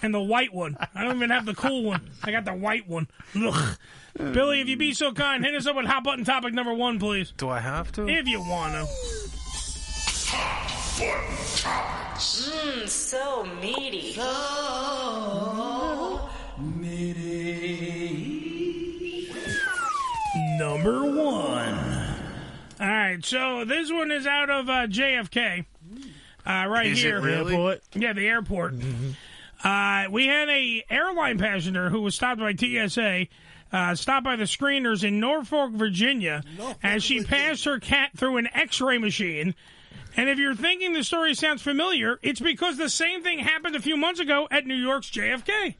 And the white one. I don't even have the cool one. I got the white one. Ugh. Billy, if you be so kind, hit us up with hot button topic number one, please.
Do I have to?
If you want to.
Mmm, so meaty. So
Number one. All right, so this one is out of uh, JFK, uh, right
Is it
here.
really? Airport? Mm-hmm.
Yeah, the airport. Uh, we had a airline passenger who was stopped by TSA, uh, stopped by the screeners in Norfolk, Virginia, as she passed her cat through an X-ray machine. And if you're thinking the story sounds familiar, it's because the same thing happened a few months ago at New York's JFK.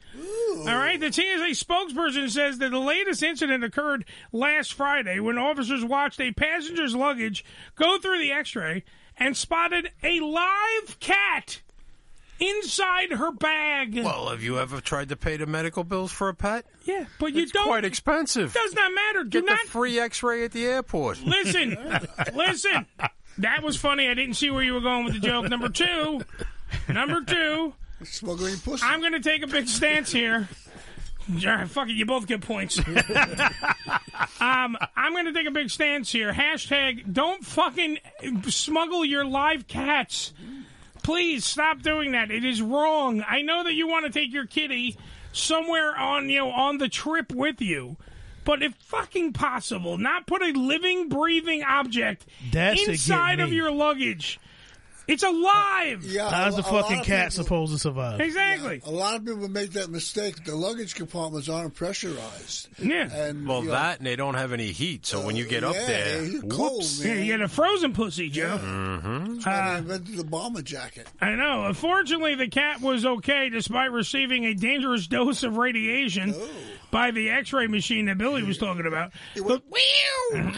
All right, the TSA spokesperson says that the latest incident occurred last Friday when officers watched a passenger's luggage go through the X-ray and spotted a live cat inside her bag.
Well, have you ever tried to pay the medical bills for a pet?
Yeah, but you don't.
Quite expensive.
Does not matter. Do
Get
not
the free X-ray at the airport.
[laughs]
Listen,
[laughs]
listen. That was funny. I didn't see where you were going with the joke. Number two, number two.
Smuggling pussy.
I'm going to take a big stance here. All right, fuck it. You both get
[laughs]
points. um, I'm going to take a big stance here. Hashtag don't fucking smuggle your live cats. Please stop doing that. It is wrong. I know that you want to take your kitty somewhere on you know on the trip with you, but if fucking possible, not put a living, breathing object
That should get
inside of
me.
your luggage. It's alive.
Yeah,
How's the
a- a lot
fucking
of
cat
people-
supposed to survive?
Exactly.
a lot of people make that mistake. The luggage compartments aren't pressurized.
Yeah.
And
Well,
you know,
that and they don't have any heat, so when you get up
yeah,
there,
it's
whoops.
cold,
Yeah, you get a frozen pussy, Joe.
Mm-hmm.
I invented the bomber jacket.
Ah. I know. Unfortunately, the cat was okay despite receiving a dangerous dose of radiation
Oh.
by the x ray machine that Billy was talking about. Look, [laughs]
[laughs]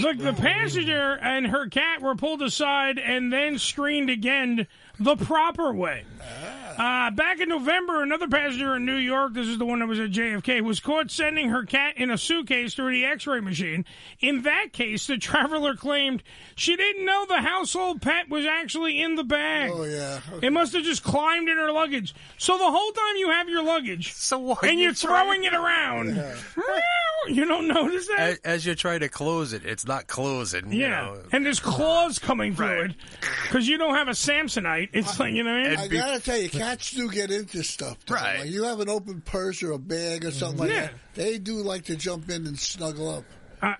Look, the passenger and her cat were pulled aside and then screened again the proper way.
Ah.
Uh, back in November, another passenger in New York, this is the one that was at JFK, was caught sending her cat in a suitcase through the x ray machine. In that case, the [laughs] traveler claimed she didn't know the household pet was actually in the bag. Oh,
yeah.
It must have just climbed in her luggage. So the whole time you have your luggage so and you're throwing it around, you don't notice that?
As, as you try to close it, it's not closing. You
Yeah,
know.
and there's claws coming through it because you don't have a Samsonite. It's like [laughs] you know. What I mean?
I gotta tell you, cats do get into stuff. Though. Right. Like you have an open purse or a bag or something
Yeah.
like that. They do like to jump in and snuggle up.
I,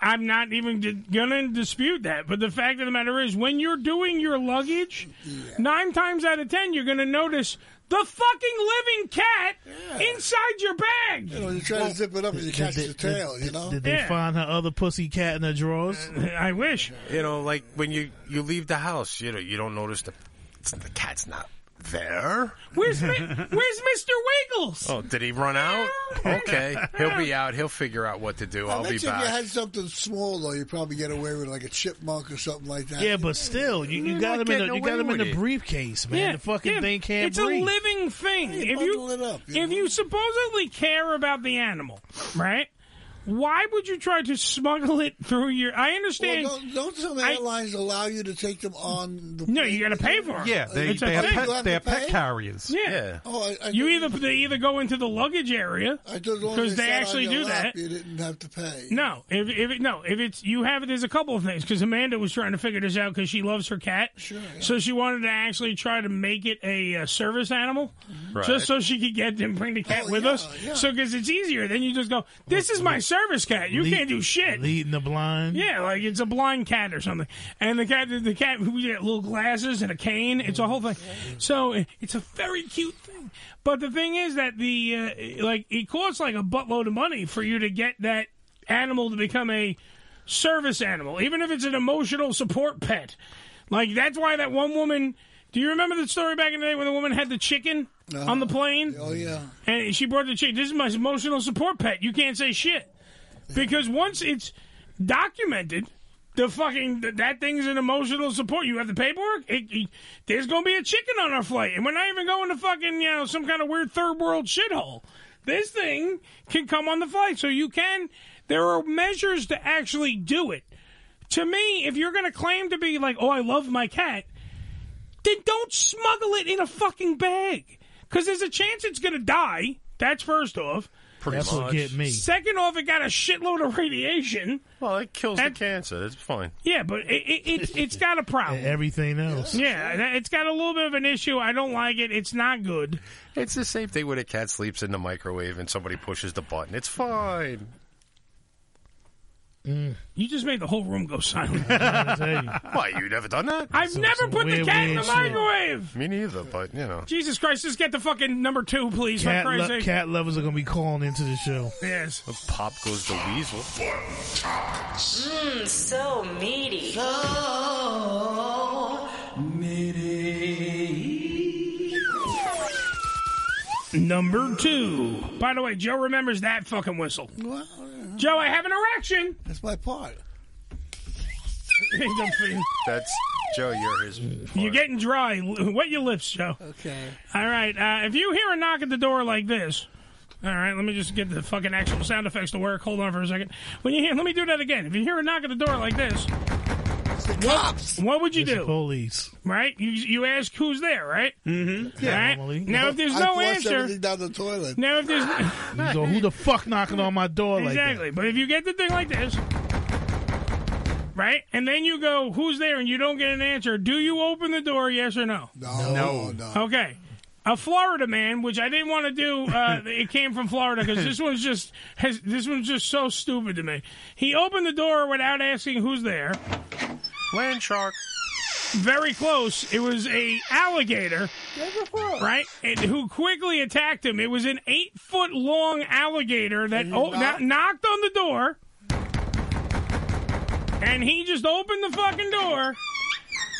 I I'm not even di- gonna dispute that, but the fact of the matter is, when you're doing your luggage, nine times out of ten, you're gonna notice the fucking living cat inside your bag.
You know, you try to zip it up and you catch the tail. You know.
Did they find her other pussy cat in her
[laughs]
drawers?
I wish.
You know, like when you you leave the house, you know, you don't notice the it's- the cat's not there. [laughs]
Where's Mi- Where's Mister Wiggles?
Oh, did he run out? Okay, he'll be out. He'll figure out what to do.
I
I'll
bet
be
you if you
back.
had something small though, you probably get away with like a chipmunk or something like that.
Yeah, but still, you, you
Mm,
You're
got
not
him in
getting
the you got
away
him in
with
the
it.
briefcase, man.
Yeah,
the fucking
yeah.
thing can't
It's
breathe.
a living thing. if you, if you supposedly care about the animal, right? Why would you try to smuggle it through your? I understand.
Well, don't, don't some
I-
airlines allow you to take them on the?
No, you got to pay for it.
[laughs] Yeah, they,
It's a
they, have
thing.
pet, they have pet carriers.
Yeah.
Oh, I, I
you either they either go into the luggage area because they actually do that.
You didn't have to pay.
No, if, if it, no, if it's you have it. There's a couple of things because Amanda was trying to figure this out because she loves her cat. Sure. So she wanted to actually try to make it a uh, service animal,
Right.
just so she could get and bring the cat
Oh,
with us. So because it's easier, then you just go, "This is my service cat. You
Lead-
can't do shit."
Leading the blind.
Yeah, like it's a blind cat or something. And the cat, the cat, we get little glasses and a cane. It's a whole thing. So it's a very cute thing. But the thing is that the uh, like it costs like a buttload of money for you to get that animal to become a service animal, even if it's an emotional support pet. Like that's why that one woman. Do you remember the story back in the day when the woman had the chicken on the plane?
Oh yeah.
And she brought the chick. This is my emotional support pet. You can't say shit because once it's documented, the fucking th- that thing's an emotional support. You have the paperwork. It, it- there's gonna be a chicken on our flight, and we're not even going to fucking you know some kind of weird third world shithole. This thing can come on the flight, so you can. There are measures to actually do it. To me, if you're gonna claim to be like, oh, I love my cat, then don't smuggle it in a fucking bag. Because there's a chance it's going to die. That's first off.
Pretty That's what much. get me.
Second off, it got a shitload of radiation.
Well, it kills the cancer. It's fine.
Yeah, but it, it, it, it's got a problem.
[laughs] Everything else.
Yeah, that- it's got a little bit of an issue. I don't like it. It's not good.
It's the same thing when a cat sleeps in the microwave and somebody pushes the button. It's fine.
You just made the whole room go silent.
Why you never done that?
I've never put the cat in the microwave.
Me neither, but you know.
Jesus Christ, just get the fucking number two, please.
Cat,
for
lo-
Christ's sake.
cat lovers are gonna be calling into the
[laughs]
show.
Yes.
Pop goes
[laughs]
the weasel.
Mmm, so meaty.
Number two. By the way, Joe remembers that fucking whistle. Joe, I have an erection.
That's my part.
That's Joe. You're his.
You're getting dry. [laughs] Wet your lips, Joe.
Okay.
All right. Uh, if you hear a knock at the door like this, all right. Let me just get the fucking actual sound effects to work. Hold on for a second. When you hear, let me do that again. If you hear a knock at the door like this,
cops.
What would you
It's the
do?
police.
Right? You you ask who's there, right? Mm-hmm.
Yeah.
All
Normally.
right. Now if there's
I
no
flush
answer,
everything
down the toilet.
Now if there's [laughs]
You go, who the fuck knocking on my door like that?
exactly. But if you get the thing like this, right, and then you go, "Who's there?" and you don't get an answer, do you open the door? Yes or no?
No. No. no.
Okay. A Florida man, which I didn't want to do. Uh, it came from Florida because this one's just has, this one's just so stupid to me. He opened the door without asking who's there.
Land shark.
Very close. It was a alligator, right? And who quickly attacked him. It was an eight foot long alligator that oh, kno- knocked on the door, and he just opened the fucking door,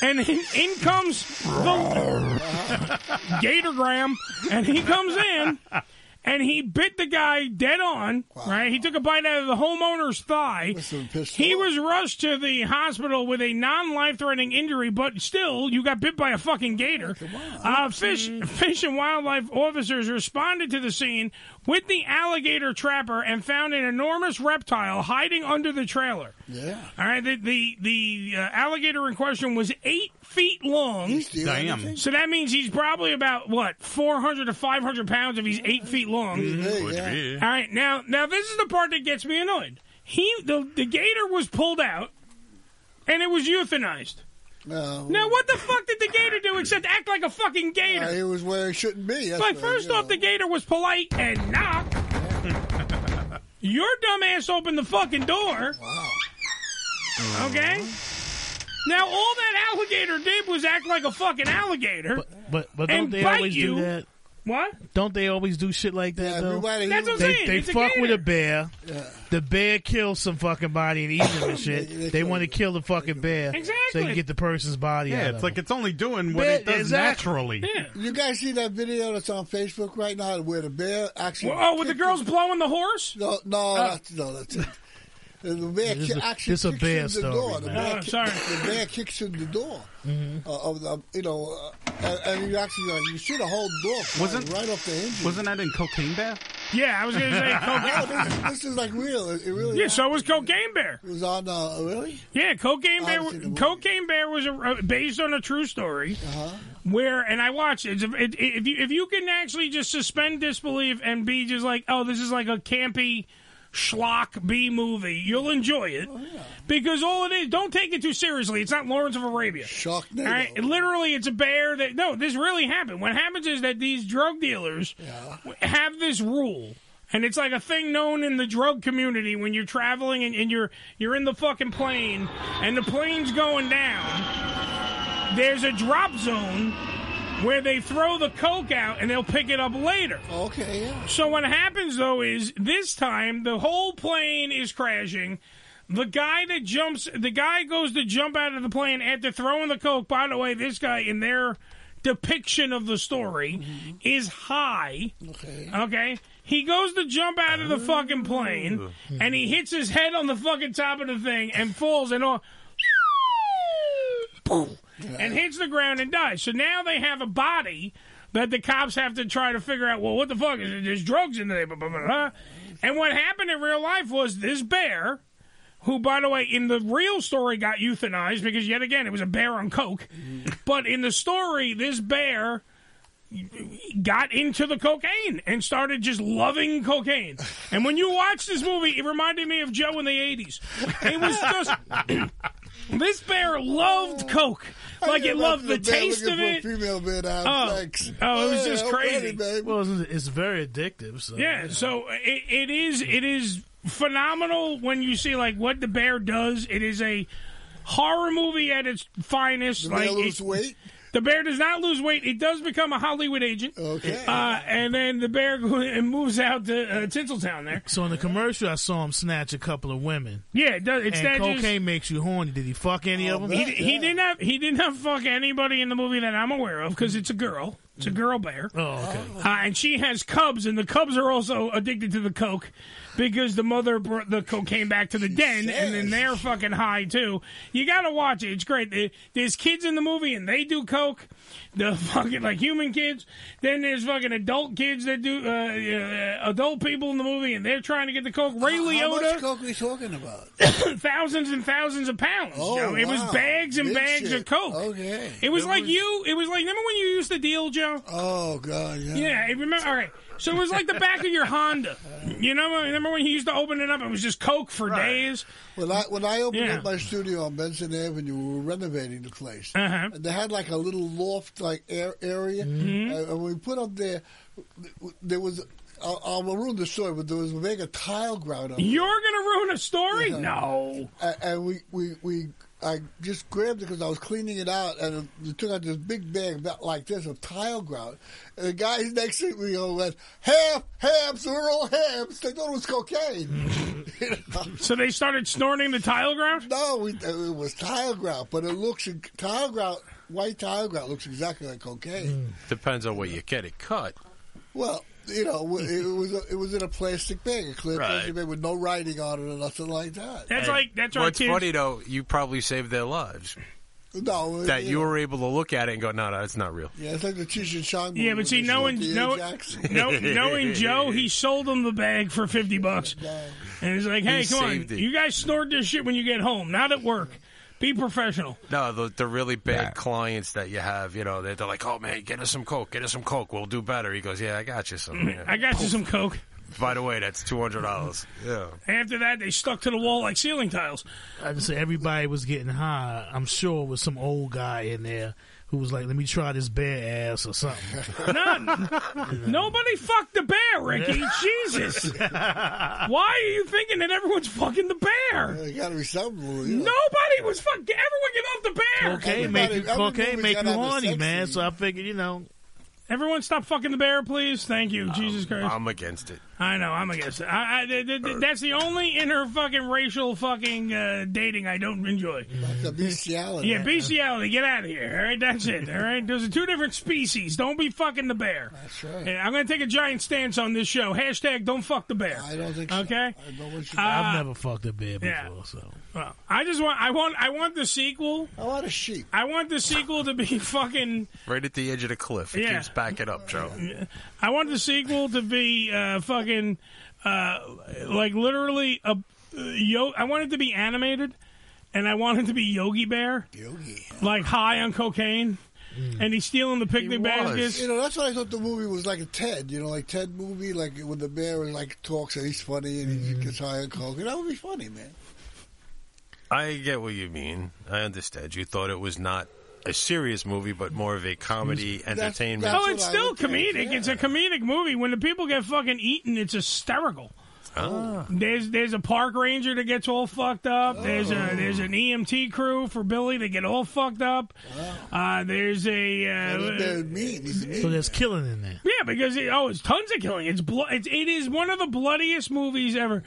and in, in comes the Gatorgram, and he comes in. And he bit the guy dead on, right? He took a bite out of the homeowner's thigh. He was rushed to the hospital with a non-life-threatening injury, but still, you got bit by a fucking gator. Uh, fish, fish and wildlife officers responded to the scene with the alligator trapper and found an enormous reptile hiding under the trailer.
Yeah.
All right, the the, the uh, alligator in question was eight feet long.
Damn.
So that means he's probably about what four hundred to five hundred pounds if he's eight feet long.
Would yeah. be.
All right, now now this is the part that gets me annoyed. He the the gator was pulled out, and it was euthanized.
uh,
Now what the fuck did the gator do except act like a fucking gator?
It was where it shouldn't be. That's
like
what-
first off, the gator was polite and
[laughs]
knocked. Your dumbass opened the fucking door. Wow. Okay. Now all that alligator did was act like a fucking alligator.
But but don't
And
they
bite
always
you.
do that?
What?
Don't they always do shit like that though?
everybody- That's what I'm
they
saying,
they
it's a
fuck with
gator.
a bear.
Yeah.
The bear kills some fucking body and eats him and shit. they want to kill the fucking bear so they
Exactly.
can get the person's body out
Yeah,
of
it's like
him.
it's only doing what it does naturally.
You guys see that video that's on Facebook right now where the bear actually.
Well, oh, with the girls blowing the horse?
No, no,
Oh.
that's, no, that's it. And the bear
This
ki-
is a-
actually
this a
kicks
bear
in the
story,
door. The
man.
bear,
Oh,
ki-
sorry.
the bear kicks in the door.
Mm-hmm.
Mhm.
Uh, of the, you know, uh, and, and you actually like, you see the whole door flying
Wasn't-
right off the hinges.
Wasn't that in Cocaine Bear?
Yeah, I was gonna say cocaine.
[laughs] no, this, this is like real. It, it really.
Yeah, so was Cocaine Bear.
It was on uh, really.
Yeah, Cocaine Bear. Cocaine Bear was a, uh, based on a true story, where and I watched it. It's a- it- If you if you can actually just suspend disbelief and be just like, oh, this is like a campy schlock B movie, you'll enjoy it because all it is. Don't take it too seriously. It's not Lawrence of Arabia.
Sharknado.
All right, literally, it's a bear that no. This really happened. What happens is that these drug dealers w- have this rule. And it's like a thing known in the drug community when you're traveling and, and you're you're in the fucking plane and the plane's going down. There's a drop zone where they throw the coke out and they'll pick it up later.
Okay, yeah.
So what happens though is this time the whole plane is crashing. The guy that jumps, the guy goes to jump out of the plane after throwing the coke. By the way, this guy in their depiction of the story is high.
Mm-hmm. Okay.
Okay. He goes to jump out of the fucking plane
Oh.
and he hits his head on the fucking top of the thing and falls and all boom, and hits the ground and dies. So now they have a body that the cops have to try to figure out. Well, what the fuck is it? There's drugs in there. Blah, blah, blah, blah. And what happened in real life was this bear, who, by the way, in the real story got euthanized because yet again it was a bear on coke. But in the story, this bear got into the cocaine and started just loving cocaine. And when you watch this movie, it reminded me of Joe in the 80s. It was
[laughs]
just. this bear loved coke. Like it loved the taste of it.
Female bear that
Oh.
has sex.
Oh, it was just
I'm
crazy.
ready, babe.
well, it's, it's very addictive. So
Yeah, so it, it is it is phenomenal when you see like what the bear does. It is a horror movie at its finest.
The bear
like it-
lose weight?
The bear does not lose weight. It does become a Hollywood agent.
Okay.
Uh, and then the bear go- and moves out to uh, Tinseltown there.
So in the commercial, I saw him snatch a couple of women.
Yeah, it does. It
and
snatches- Oh,
cocaine makes you horny. Did he fuck
Oh,
any of them?
He, he didn't have he didn't have fuck anybody in the movie that I'm aware of because it's a girl. It's a girl bear.
Oh, okay.
Uh, and she has cubs, and the cubs are also addicted to the coke because the mother brought the cocaine back to the den, and then they're fucking high too. You gotta watch it; it's great. There- There's kids in the movie, and they do coke. The [laughs] fucking like human kids. Then there's fucking adult kids that do uh, uh, adult people in the movie, and they're trying to get the coke. Ray
How-
Liotta
How much coke are we talking about?
[coughs] thousands and thousands of pounds.
Oh,
Joe. It was
wow.
bags and
Big
bags
shit.
of coke.
Okay.
It was
That
like
was-
you. It was like remember when you used to deal, Joe?
Oh God, yeah.
Yeah, I remember. All right, so it was like the back of your Honda. You know, remember when you used to open it up? It was just coke for days.
When I when I opened
Yeah.
up my studio on Benson Avenue, we were renovating the place,
Uh-huh. Mm-hmm.
and they had like a little loft like air, area, and, and we put up there. There was. uh, I'll, I'll ruin the story, but there was a mega tile ground up. Uh-huh.
You're gonna ruin a story?
Yeah.
No.
A- And we we we I just grabbed it because I was cleaning it out, and it took out this big bag about like this of tile grout. And the guy next to me went, "Ham, hams, we're all hams." They thought it was cocaine. [laughs] You know?
So they started snorting the tile grout?
No, we, it was tile grout, but it looks tile grout, white tile grout looks exactly like
Mm.
cocaine.
Depends on what you get it cut.
Well, you know, it was it was in a plastic bag, a clear plastic bag with no writing on it or nothing like that.
That's
And
like that's
What's
right.
funny though, you probably saved their lives.
No,
That you
know.
were able to look at it and go, no, no, it's not real.
Yeah, it's like the Cheech and Chong.
Yeah, but see, knowing know, know, knowing Joe,
[laughs]
he sold him the bag for fifty bucks, and he's like,
He
"Hey, come on,
saved it.
you guys snort this shit when you get home, not at work. Be professional."
No, the, the really bad clients that you have, you know, they're, they're like, oh man, get us some coke, get us some coke, we'll do better. He goes, Oh, yeah, I got you some. you know.
Mm, I got you some coke.
By the way, that's two hundred dollars. Yeah.
After that, they stuck to the wall like ceiling tiles.
I just say everybody was getting high. I'm sure with some old guy in there who was like, "Let me try this bear ass or something."
[laughs] None. [laughs] Nobody fucked the bear,
[laughs]
Ricky. Jesus. Why are you thinking that everyone's fucking the bear?
There's got to be something.
Nobody was fucking. Everyone get off the bear.
Okay, make you cocaine, make you horny, man. So I figured, you know,
Everyone, stop fucking the bear, please. Thank you, Jesus Christ.
I'm against it.
I know, I'm against it. I, I, th- th- th- that's the only inter fucking racial fucking uh, dating I don't enjoy.
The bestiality.
Yeah, bestiality, get out of here. All right, that's it. All right, those are two different species. Don't be fucking the bear. That's right. I'm going to take a giant stance on this show. Hashtag don't fuck the bear. I don't think okay? so. Okay?
I've never fucked a bear before.
Ah. yeah.
So
Well, I just want, I want, I want the sequel.
I want a sheep.
I want the sequel to be [laughs] fucking.
Right at the edge of the cliff. It
Yeah.
keeps backing up, Joe.
I want the sequel to be uh, fucking uh, like literally a yo. I want it to be animated, and I want it to be Yogi Bear,
Yogi,
like high on cocaine, and he's stealing the picnic baskets.
You know, that's why I thought the movie was like a Ted. You know, like Ted movie, like when the bear like talks and he's funny and he gets high on coke. That would be funny, man.
I get what you mean. I understand. You thought it was not a serious movie, but more of a comedy entertainment.
oh, it's still comedic. It's a comedic movie. When the people get fucking eaten, it's hysterical.
Ah.
There's there's a park ranger that gets all fucked up. There's a there's an EMT crew for Billy that get all fucked up. Uh, there's a uh,
so there's killing in there.
Yeah, because it, oh, it's tons of killing. It's, blo- it's it is one of the bloodiest movies ever.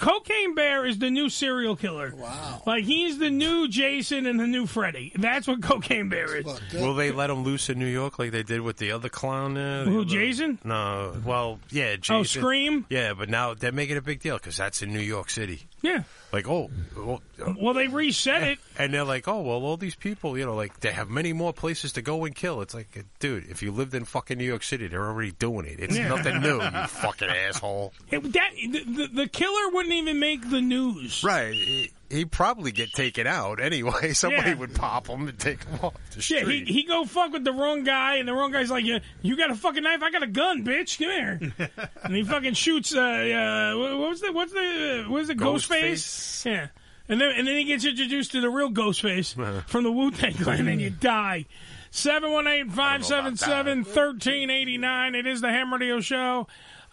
Cocaine Bear is the new serial killer. Wow, like he's the new Jason and the new Freddy. That's what Cocaine Bear is.
Will they let him loose in New York like they did with the other clown? Uh, the
Who,
other-
Jason?
No. Well, yeah, Jason.
Oh, Scream?
Yeah, but now they're making a big deal because that's in New York City.
Yeah.
Like, oh, well,
well, they reset it.
[laughs] And they're like, oh, well, all these people, you know, like, they have many more places to go and kill. It's like, dude, if you lived in fucking New York City, they're already doing it. It's
Yeah.
nothing
[laughs]
new, you fucking asshole.
It- that the, the, the killer wouldn't even make the news.
Right. He- He'd probably get taken out anyway. [laughs] Somebody
Yeah.
would pop him and take him off the
Yeah, he
street.
he go fuck with the wrong guy, and the wrong guy's like, "You, you got a fucking knife? I got a gun, bitch. Come here." and he fucking shoots. Uh, uh, wha- what was the what's the uh, what's the ghost, face? Yeah, and then and then he gets introduced to the real ghost face from the Wu Tang Clan, and you die. 718-577-1389. It is the Ham Radio Show.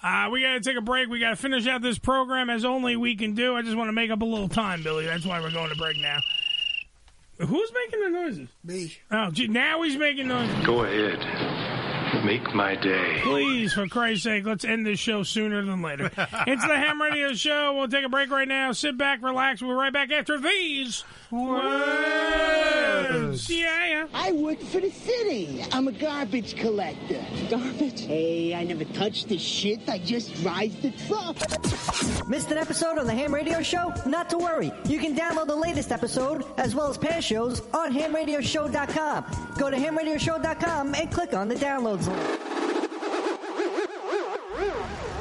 Uh, we got to take a break. We got to finish out this program as only we can do. I just want to make up a little time, Billy. That's why we're going to break now. Who's making the noises?
Me.
Oh, gee, now he's making noises.
Go ahead. Make my day.
Please, for Christ's sake, let's end this show sooner than later. it's the Ham Radio Show. We'll take a break right now. Sit back, relax. We'll be right back after these words. Yeah.
I work for the city. I'm a garbage collector. Garbage? Hey, I never touch the shit. I just drive the truck.
Missed an episode of the Ham Radio Show? Not to worry. You can download the latest episode as well as past shows on hamradioshow.com. Go to hamradioshow.com and click on the downloads link.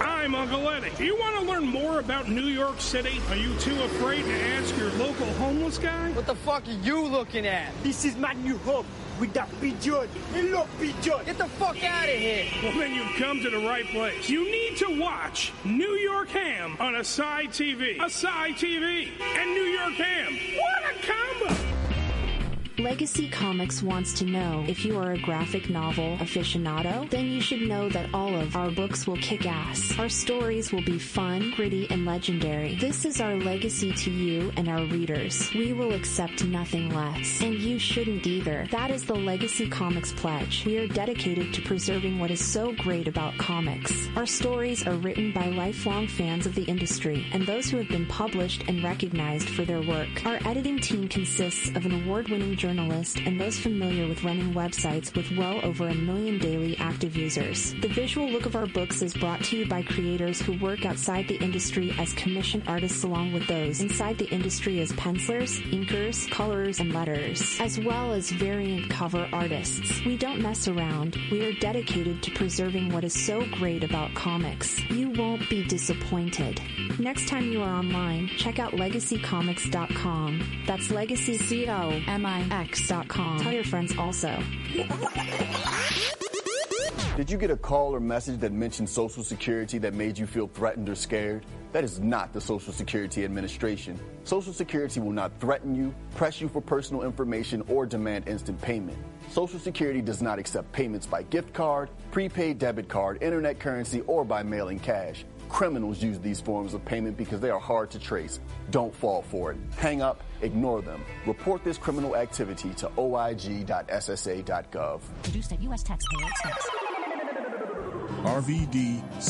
I'm Uncle Eddie. Do you want to learn more about New York City? Are you too afraid to ask your local homeless guy? What the fuck are you looking at?
This is my new home with the pigeon. Hello, pigeon. Get the fuck out of here.
Well, then you've come to the right place. You need to watch New York Ham on Asai TV. Asai TV and New York Ham. What a combo!
Legacy Comics wants to know if you are a graphic novel aficionado, then you should know that all of our books will kick ass. Our stories will be fun, gritty, and legendary. This is our legacy to you and our readers. We will accept nothing less, and you shouldn't either. That is the Legacy Comics pledge. We are dedicated to preserving what is so great about comics. Our stories are written by lifelong fans of the industry and those who have been published and recognized for their work. Our editing team consists of an award-winning journalist and those familiar with running websites with well over a million daily active users. The visual look of our books is brought to you by creators who work outside the industry as commissioned artists along with those inside the industry as pencilers, inkers, colorers, and letters, as well as variant cover artists. We don't mess around. We are dedicated to preserving what is so great about comics. You won't be disappointed. Next time you are online, check out legacycomics.com. That's legacy c o m i x.com. Tell your friends also.
Did you get a call or message that mentioned Social Security that made you feel threatened or scared? That is not the Social Security Administration. Social Security will not threaten you, press you for personal information, or demand instant payment. Social Security does not accept payments by gift card, prepaid debit card, internet currency, or by mailing cash. Criminals use these forms of payment because they are hard to trace. Don't fall for it. Hang up, ignore them. Report this criminal activity to oig.ssa.gov.
Produced at U.S. taxpayer expense.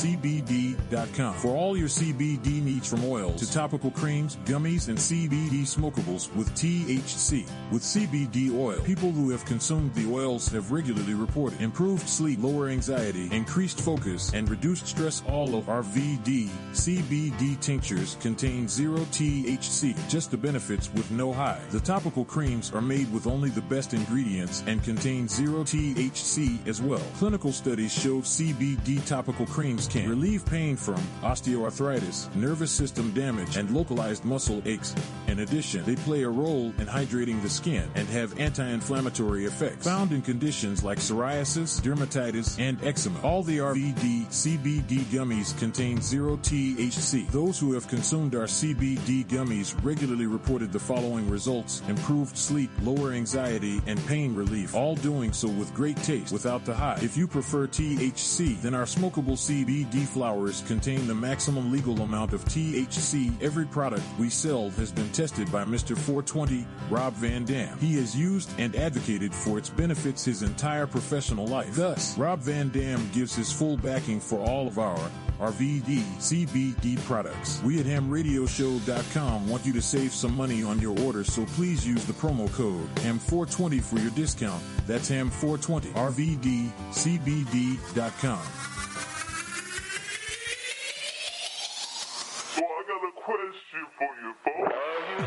RVDCBD.com for all your CBD needs from oil to topical creams, gummies, and CBD smokables with THC. With CBD oil, people who have consumed the oils have regularly reported improved sleep, lower anxiety, increased focus, and reduced stress. All of RVD CBD tinctures contain zero THC, just the benefits with no high. The topical creams are made with only the best ingredients and contain zero THC as well. Clinical studies showed CBD topical creams can relieve pain from osteoarthritis, nervous system damage, and localized muscle aches. In addition, they play a role in hydrating the skin and have anti-inflammatory effects found in conditions like psoriasis, dermatitis, and eczema. All the RVD CBD gummies contain zero THC. Those who have consumed our CBD gummies regularly reported the following results: improved sleep, lower anxiety, and pain relief. All doing so with great taste without the high. If you prefer THC, then our smokable CBD flowers contain the maximum legal amount of THC. Every product we sell has been tested by Mr. 420 Rob Van Dam. He has used and advocated for its benefits his entire professional life. Thus, Rob Van Dam gives his full backing for all of our RVD CBD products. We at hamradioshow.com want you to save some money on your order, so please use the promo code HAM420 for your discount. That's HAM420. RVDCBD.com.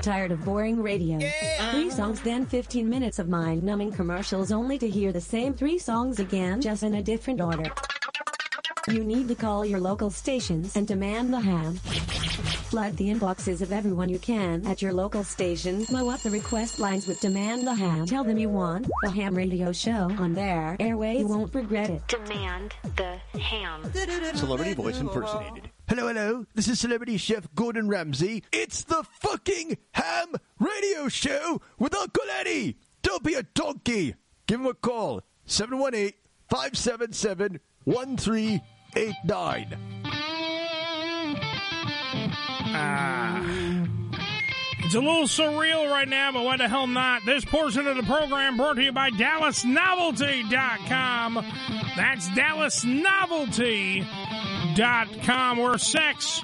Tired of boring radio? Three songs, then 15 minutes of mind numbing commercials only to hear the same three songs again, just in a different order. You need to call your local stations and demand the ham. Flood the inboxes of everyone you can at your local station. Blow up the request lines with Demand the Ham. Tell them you want the ham radio show on their airway. You won't regret it.
Demand the ham.
Celebrity voice impersonated. Hello, hello. This is celebrity chef Gordon Ramsay. It's the fucking ham radio show with Uncle Eddie. Don't be a donkey. Give him a call. 718 577 1389.
Ah. It's a little surreal right now, but why the hell not? This portion of the program brought to you by DallasNovelty.com. That's DallasNovelty.com, where sex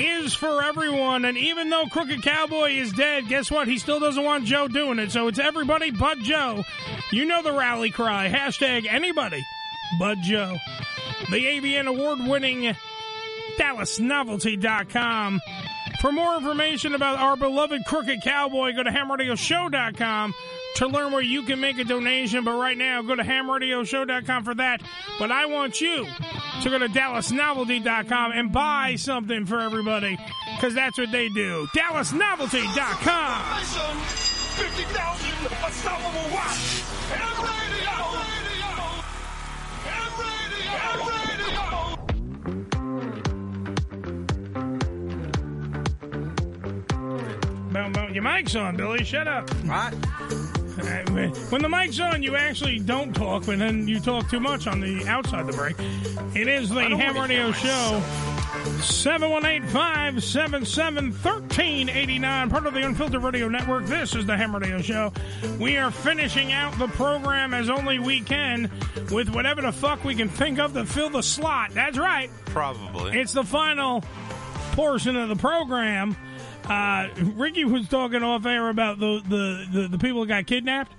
is for everyone. And even though Crooked Cowboy is dead, guess what? He still doesn't want Joe doing it. So it's everybody but Joe. You know the rally cry. Hashtag anybody but Joe. The AVN award winning DallasNovelty.com. For more information about our beloved Crooked Cowboy, go to HamRadioShow.com to learn where you can make a donation. But right now, go to HamRadioShow.com for that. But I want you to go to DallasNovelty.com and buy something for everybody because that's what they do. DallasNovelty.com. Boom, boom. Your mic's on, Billy. Shut up. What? When when the mic's on, you actually don't talk, but then you talk too much on the outside the break. It is the Ham Radio Show. 718-577-1389, part of the Unfiltered Radio Network. This is the Ham Radio Show. We are finishing out the program as only we can with whatever the fuck we can think of to fill the slot. That's right.
Probably.
It's the final portion of the program. Uh, Ricky was talking off air about the, the, the, the people that got kidnapped.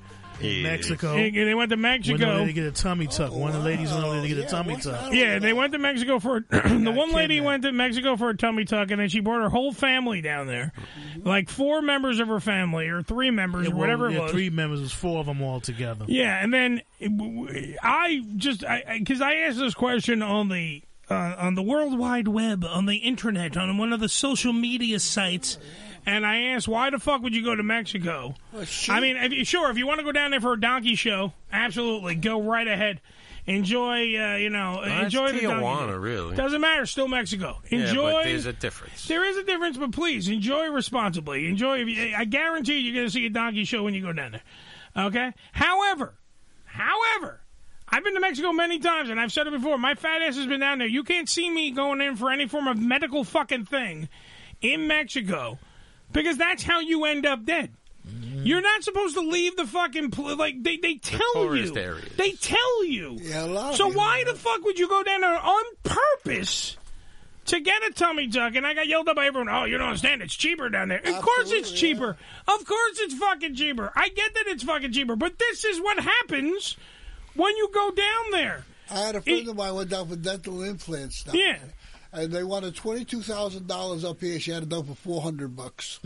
Mexico.
And they went to
Went over
Mexico.
there to get a tummy tuck. One of the ladies went over there to get
Oh,
a tummy tuck.
Yeah, they went to Mexico for [clears throat] the one lady went to Mexico for a tummy tuck, and then she brought her whole family down there, like four members of her family or three members or
well,
whatever
yeah,
it was.
Three members it was four of them all together.
Yeah, and then it- w- w- I just I because I, asked this question on the uh, on the World Wide Web, on the internet, on one of the social media sites, and I asked why the fuck would you go to Mexico?
Oh,
I mean, if you, sure, if you want to go down there for a donkey show, absolutely, go right ahead. Enjoy, uh, you know,
Well,
enjoy
that's
the donkey
Tijuana,
show.
really.
Doesn't matter, still Mexico.
Yeah,
Enjoy.
but there's a difference.
There is a difference, but please enjoy responsibly. Enjoy. I guarantee you're going to see a donkey show when you go down there. Okay. However, however, I've been to Mexico many times, and I've said it before. My fat ass has been down there. You can't see me going in for any form of medical fucking thing in Mexico because that's how you end up dead. You're not supposed to leave the fucking pl- like they they tell
tourist
you.
areas.
They tell you. Yeah, a
lot of
So
people
why the fuck would you go down there on purpose? to get a tummy tuck, and I got yelled at by everyone. Oh, you don't understand. It's cheaper down there. Of course, it's cheaper. Of course, it's fucking cheaper. I get that it's fucking cheaper, but this is what happens when you go down there.
I had a friend of mine went down for dental implants. Down
Yeah.
there. and they wanted twenty two thousand dollars up here. She had it done for four hundred bucks.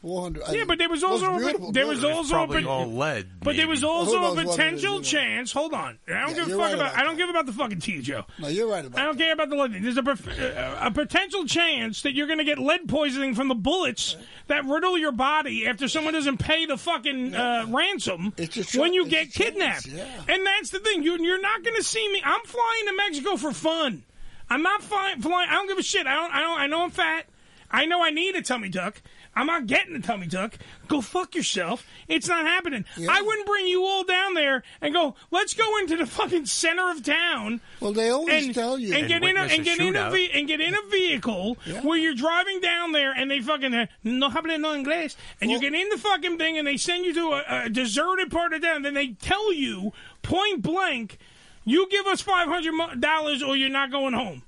Four hundred.
Yeah, but there was also a, pot- there was also a pot- but there was also a potential chance. Hold on, I don't
Yeah,
give a
you're
fuck
right
about.
about
I don't give about the fucking tea, Joe.
No, you're right about.
I don't care about the lead. There's a, prof- a a potential chance that you're going to get lead poisoning from the bullets that riddle your body after someone doesn't pay the fucking uh, ransom when you get kidnapped. And that's the thing. You, you're not going to see me. I'm flying to Mexico for fun. I'm not fly, flying. I don't give a shit. I don't. I don't. I know I'm fat. I know I need a tummy tuck. I'm not getting a tummy tuck. Go fuck yourself. It's not happening. I wouldn't bring you all down there and go. Let's go into the fucking center of town.
Well, they always
and,
tell you.
and,
And
get in a,
witness
and
a
get in a
shootout.
ve- and get in a vehicle where you're driving down there and they fucking uh, no habla no inglés and you get in the fucking thing and they send you to a, a deserted part of town. Then they tell you point blank, you give us five hundred dollars or you're not going home.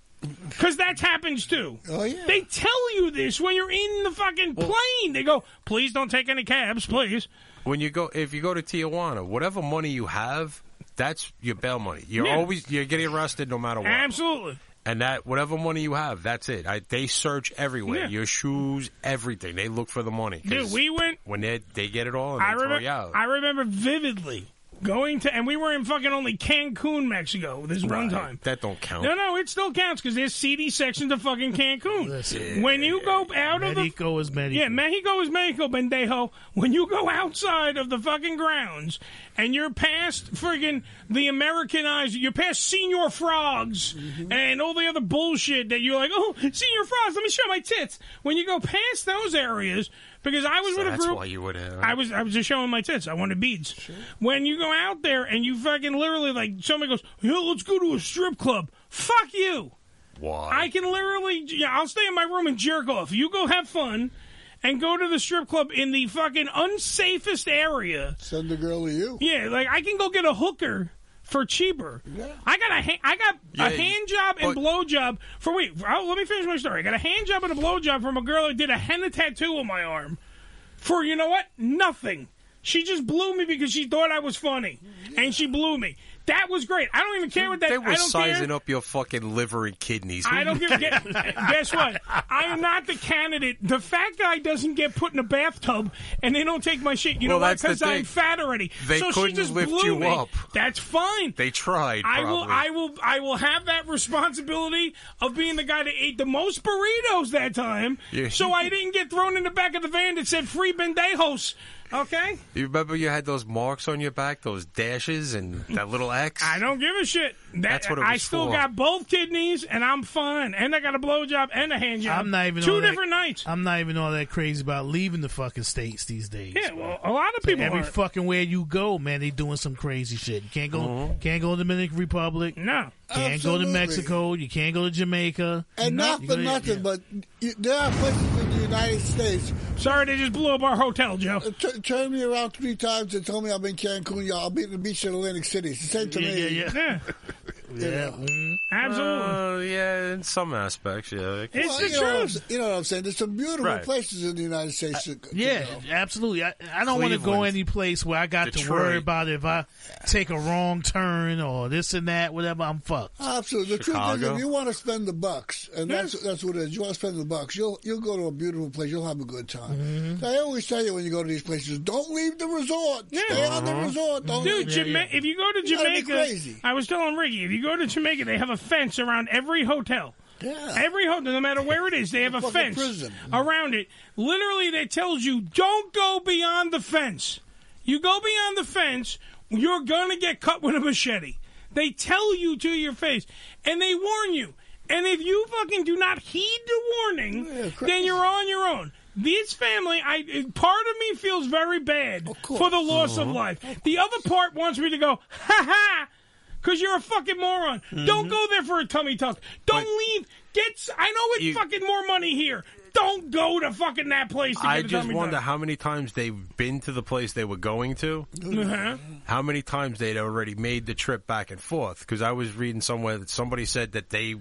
Because that happens too. Oh yeah. They tell you this when you're in the fucking plane. They go, please don't take any cabs, please.
When you go, if you go to Tijuana, whatever money you have, that's your bail money. You're
Yeah.
always you're getting arrested no
Oh,
matter what.
Absolutely.
And that whatever money you have, that's it. I, they search everywhere,
Yeah.
your shoes, everything. They look for the money. 'Cause
Dude, we went
when they they get it all, and oh,
I
they throw
remember.
you out.
I remember vividly going to, and we were in fucking only Cancun, Mexico, this one
Right.
time.
that don't count.
No, no, it still counts because there's seedy sections of fucking Cancun.
Listen.
when you go out of the
Mexico is Mexico.
yeah, Mexico is Mexico, Bendejo. When you go outside of the fucking grounds and you're past friggin' the Americanized, you're past Senior Frogs and all the other bullshit that you're like, oh, Senior Frogs, let me show my tits. When you go past those areas, because I was
So
with a
that's
group.
why you would have.
I was I was just showing my tits. I wanted beads. When you go out there and you fucking literally like somebody goes, yo, let's go to a strip club. Fuck you.
Why?
I can literally, yeah, I'll stay in my room and jerk off. You go have fun and go to the strip club in the fucking unsafest area.
Send the girl to you.
Yeah, like I can go get a hooker for cheaper. I got a ha- I got
Yeah,
a
you-
hand job and blow job for wait. I'll, let me finish my story. I got a hand job and a blow job from a girl who did a henna tattoo on my arm for you know what? Nothing. She just blew me because she thought I was funny, and she blew me. That was great. I don't even care what that.
they
I
were
don't
sizing
care.
up your fucking liver and kidneys.
I don't give a guess,
[laughs]
guess what? I am not the candidate. The fat guy doesn't get put in a bathtub, and they don't take my shit. You
Well,
know why?
that's the
Because I'm
thing.
fat already.
[laughs]
They
so she
couldn't
just
lift
blew
you
me.
up.
That's fine.
They tried.
I will,
probably.
I will, I will have that responsibility of being the guy that ate the most burritos that time.
Yeah.
So I didn't get thrown in the back of the van that said "Free Bendejos." Okay?
You remember you had those marks on your back, those dashes and
[laughs]
that little X?
I don't give a shit. That,
That's what it
I
was
still
for.
got both kidneys, and I'm fine. And I got a blowjob and a hand job.
I'm not even
two
all that-
different nights.
I'm not even all that crazy about leaving the fucking states these days.
Yeah, well, a lot of
So
people.
every
aren't.
fucking where you go, man, they doing some crazy shit. You can't go, can't go to Dominican Republic.
Uh-huh. No,
can't go
Absolutely.
to Mexico. You can't go to Jamaica.
And not
You
for
go to-
nothing, but you, there are places in the United States.
Sorry, they just blew up our hotel, Joe.
T- turned me around three times and told me I've been Cancun, y'all. I'll be at the beach in Atlantic City. It's the same to
Yeah,
me.
yeah, yeah.
[laughs]
Yeah.
Absolutely.
Uh, yeah, in some aspects, yeah.
Well, you know what I'm s- you know what I'm saying? There's some beautiful
Right.
places in the United States. that-
Yeah, absolutely. I, I don't want to go
Cleveland.
any place where I got to
Detroit.
worry about if I take a wrong turn or this and that, whatever. I'm fucked.
Absolutely. The truth is,
Chicago.
if you want to spend the bucks, and that's that's what it is. You want to spend the bucks, you'll you'll go to a beautiful place. You'll have a good time.
Mm-hmm.
I always tell you when you go to these places, don't leave the resort. Stay on the resort. Don't
Uh-huh. Dude,
leave.
Jama- if you go to
You gotta be
Jamaica,
crazy.
I was telling Ricky, if you go to Jamaica, they have a fence around every hotel.
Yeah.
Every hotel, no matter where it is, they have a
Fucking
fence
prison.
around it. Literally, that tells you don't go beyond the fence. You go beyond the fence, you're gonna get cut with a machete. They tell you to your face, and they warn you. And if you fucking do not heed the warning, then you're on your own. This family, I it- part of me feels very bad for the loss of
Uh-huh.
life. The other part wants me to go, ha ha, because you're a fucking moron.
Mm-hmm.
Don't go there for a tummy tuck. Don't leave. Get. s- I know it's fucking more money here. Don't go to fucking that place to get
I
a
just
tummy
wonder
tuck.
how many times they've been to the place they were going to,
Uh-huh.
how many times they'd already made the trip back and forth. Because I was reading somewhere that somebody said that they,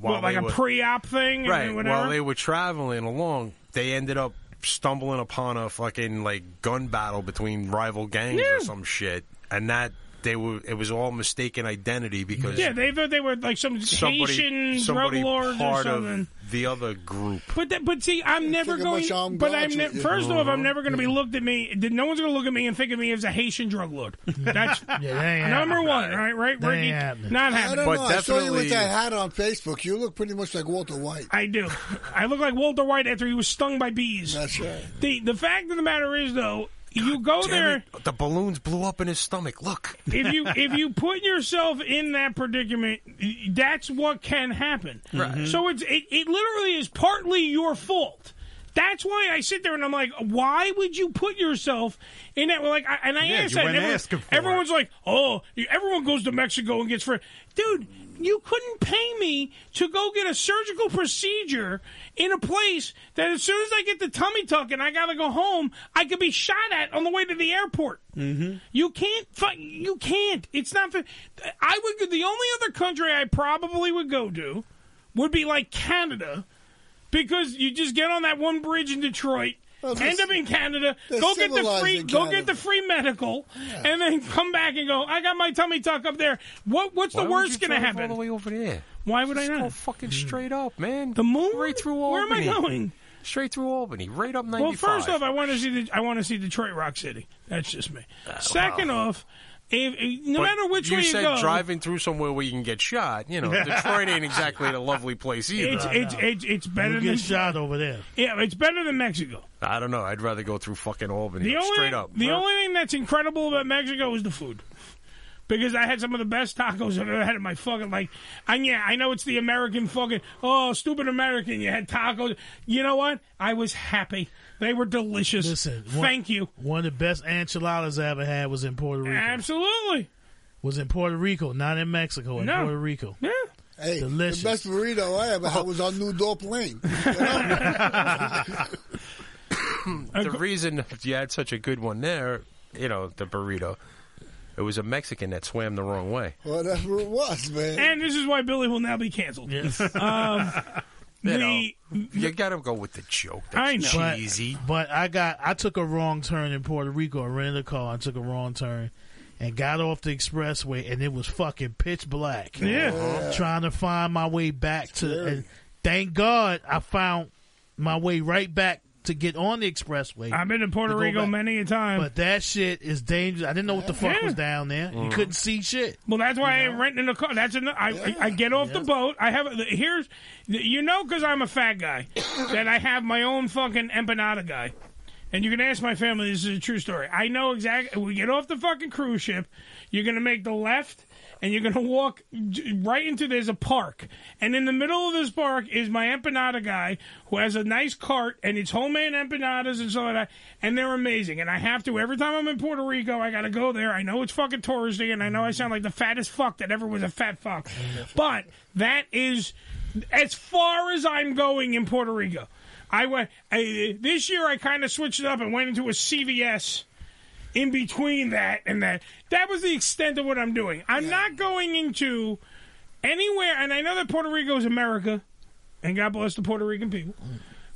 while
What, like
they
a
were,
pre-op thing, and
right,
Whatever.
while they were traveling along, they ended up stumbling upon a fucking like gun battle between rival gangs or some shit, and that they were it was all mistaken identity because
yeah, they thought they were like some
somebody
Haitian
somebody
drug lords or
part
something.
of the other group.
But that, but see, I'm never
Think about
going.
Sean
But I'm ne-
Garner.
first
Uh-huh.
off, I'm
Mhm.
never going to be looked at me. No one's going to look at me and think of me as a Haitian drug
[laughs]
lord. That's
ain't
number
happening.
one, right? Right,
That
Ricky?
ain't happening.
Not
I
happening.
don't know. I saw you with that hat on Facebook. You look pretty much like Walter White.
I do. I look like Walter White after he was stung by bees.
That's right.
The the fact of the matter is though, you go
Damn
there.
it, the balloons blew up in his stomach. Look,
if you if
[laughs]
you put yourself in that predicament, that's what can happen.
Right.
So it's it, it literally is partly your fault. That's why I sit there and I'm like, why would you put yourself in that? Like, I, and I
Yeah,
asked
you
that. and
went
everyone-
asking for
everyone's like, oh, you- everyone goes to Mexico and gets free. Dude, you couldn't pay me to go get a surgical procedure in a place that as soon as I get the tummy tuck and I gotta go home, I could be shot at on the way to the airport. Mm-hmm. You can't. fu- You can't. It's not. fa- I would. go- The only other country I probably would go to would be like Canada, because you just get on that one bridge in Detroit.
Well, they're-
End up in Canada.
they're
Go get the
civilized
free.
in
Go
Canada.
get the free medical, and then come back and go. I got my tummy tuck up there. What? What's
Why
the
would you
worst going to
drive
happen?
All the way over there.
Why would I not?
fucking straight up, man.
The moon.
Right through
Where am I
Albany.
going?
Straight through Albany, right up
Well,
95.
first off, I want to see the, I want to see Detroit Rock City. That's just me.
Ah,
Second off, if, if- no
Uh, But
matter which
you
way
said
you go,
driving through somewhere where you can get shot, you know, Detroit ain't exactly a lovely place either.
it's, it's it's it's better
You
than
get shot over there.
Yeah, it's better than Mexico.
I don't know. I'd rather go through fucking Albany,
The only
straight up.
the only thing that's incredible about Mexico is the food. Because I had some of the best tacos I've ever had in my fucking life. And yeah, I know it's the American fucking oh stupid American. You had tacos. You know what? I was happy. They were delicious.
Listen, one-
thank you.
One of the best enchiladas I ever had was in Puerto Rico.
Absolutely.
Was in Puerto Rico, not in Mexico. In
No.
Puerto Rico.
Yeah.
Hey,
Delicious.
the best burrito I ever had was on New Door Plain.
the reason [laughs] you had such a good one there, you know, the burrito, it was a Mexican that swam the wrong way.
Whatever it was, man.
And this is why Billy will now be canceled. Yes. Um,
[laughs] You
the,
know, you gotta go with the joke. That's
But-
cheesy.
But, I got I took a wrong turn in Puerto Rico. I rented a car and took a wrong turn and got off the expressway and it was fucking pitch black. Uh-huh.
Yeah. Yeah.
Trying to find my way back to and thank God I found my way right back [laughs] to get on the expressway.
I've been to Puerto
go
Rico
back.
many a time.
But that shit is dangerous. I didn't know what the fuck
Yeah.
was down there. You
Mhm.
couldn't see shit.
Well, that's why I ain't renting a car. That's an, I, I, I get off the boat. I have here's
[coughs]
you know because I'm a fat guy that I have my own fucking empanada guy. and you can ask my family. This is a true story. I know exactly. We get off the fucking cruise ship. You're gonna make the left, and you're gonna walk j- right into there's a park, and in the middle of this park is my empanada guy who has a nice cart, and it's homemade empanadas and so like that, and they're amazing. And I have to every time I'm in Puerto Rico, I gotta go there. I know it's fucking touristy, and I know I sound like the fattest fuck that ever was a fat fuck, but that is as far as I'm going in Puerto Rico. I went I, this year. I kind of switched it up and went into a CVS in between that and that. That was the extent of what I'm doing. I'm not going into anywhere, and I know that Puerto Rico is America, and God bless the Puerto Rican people.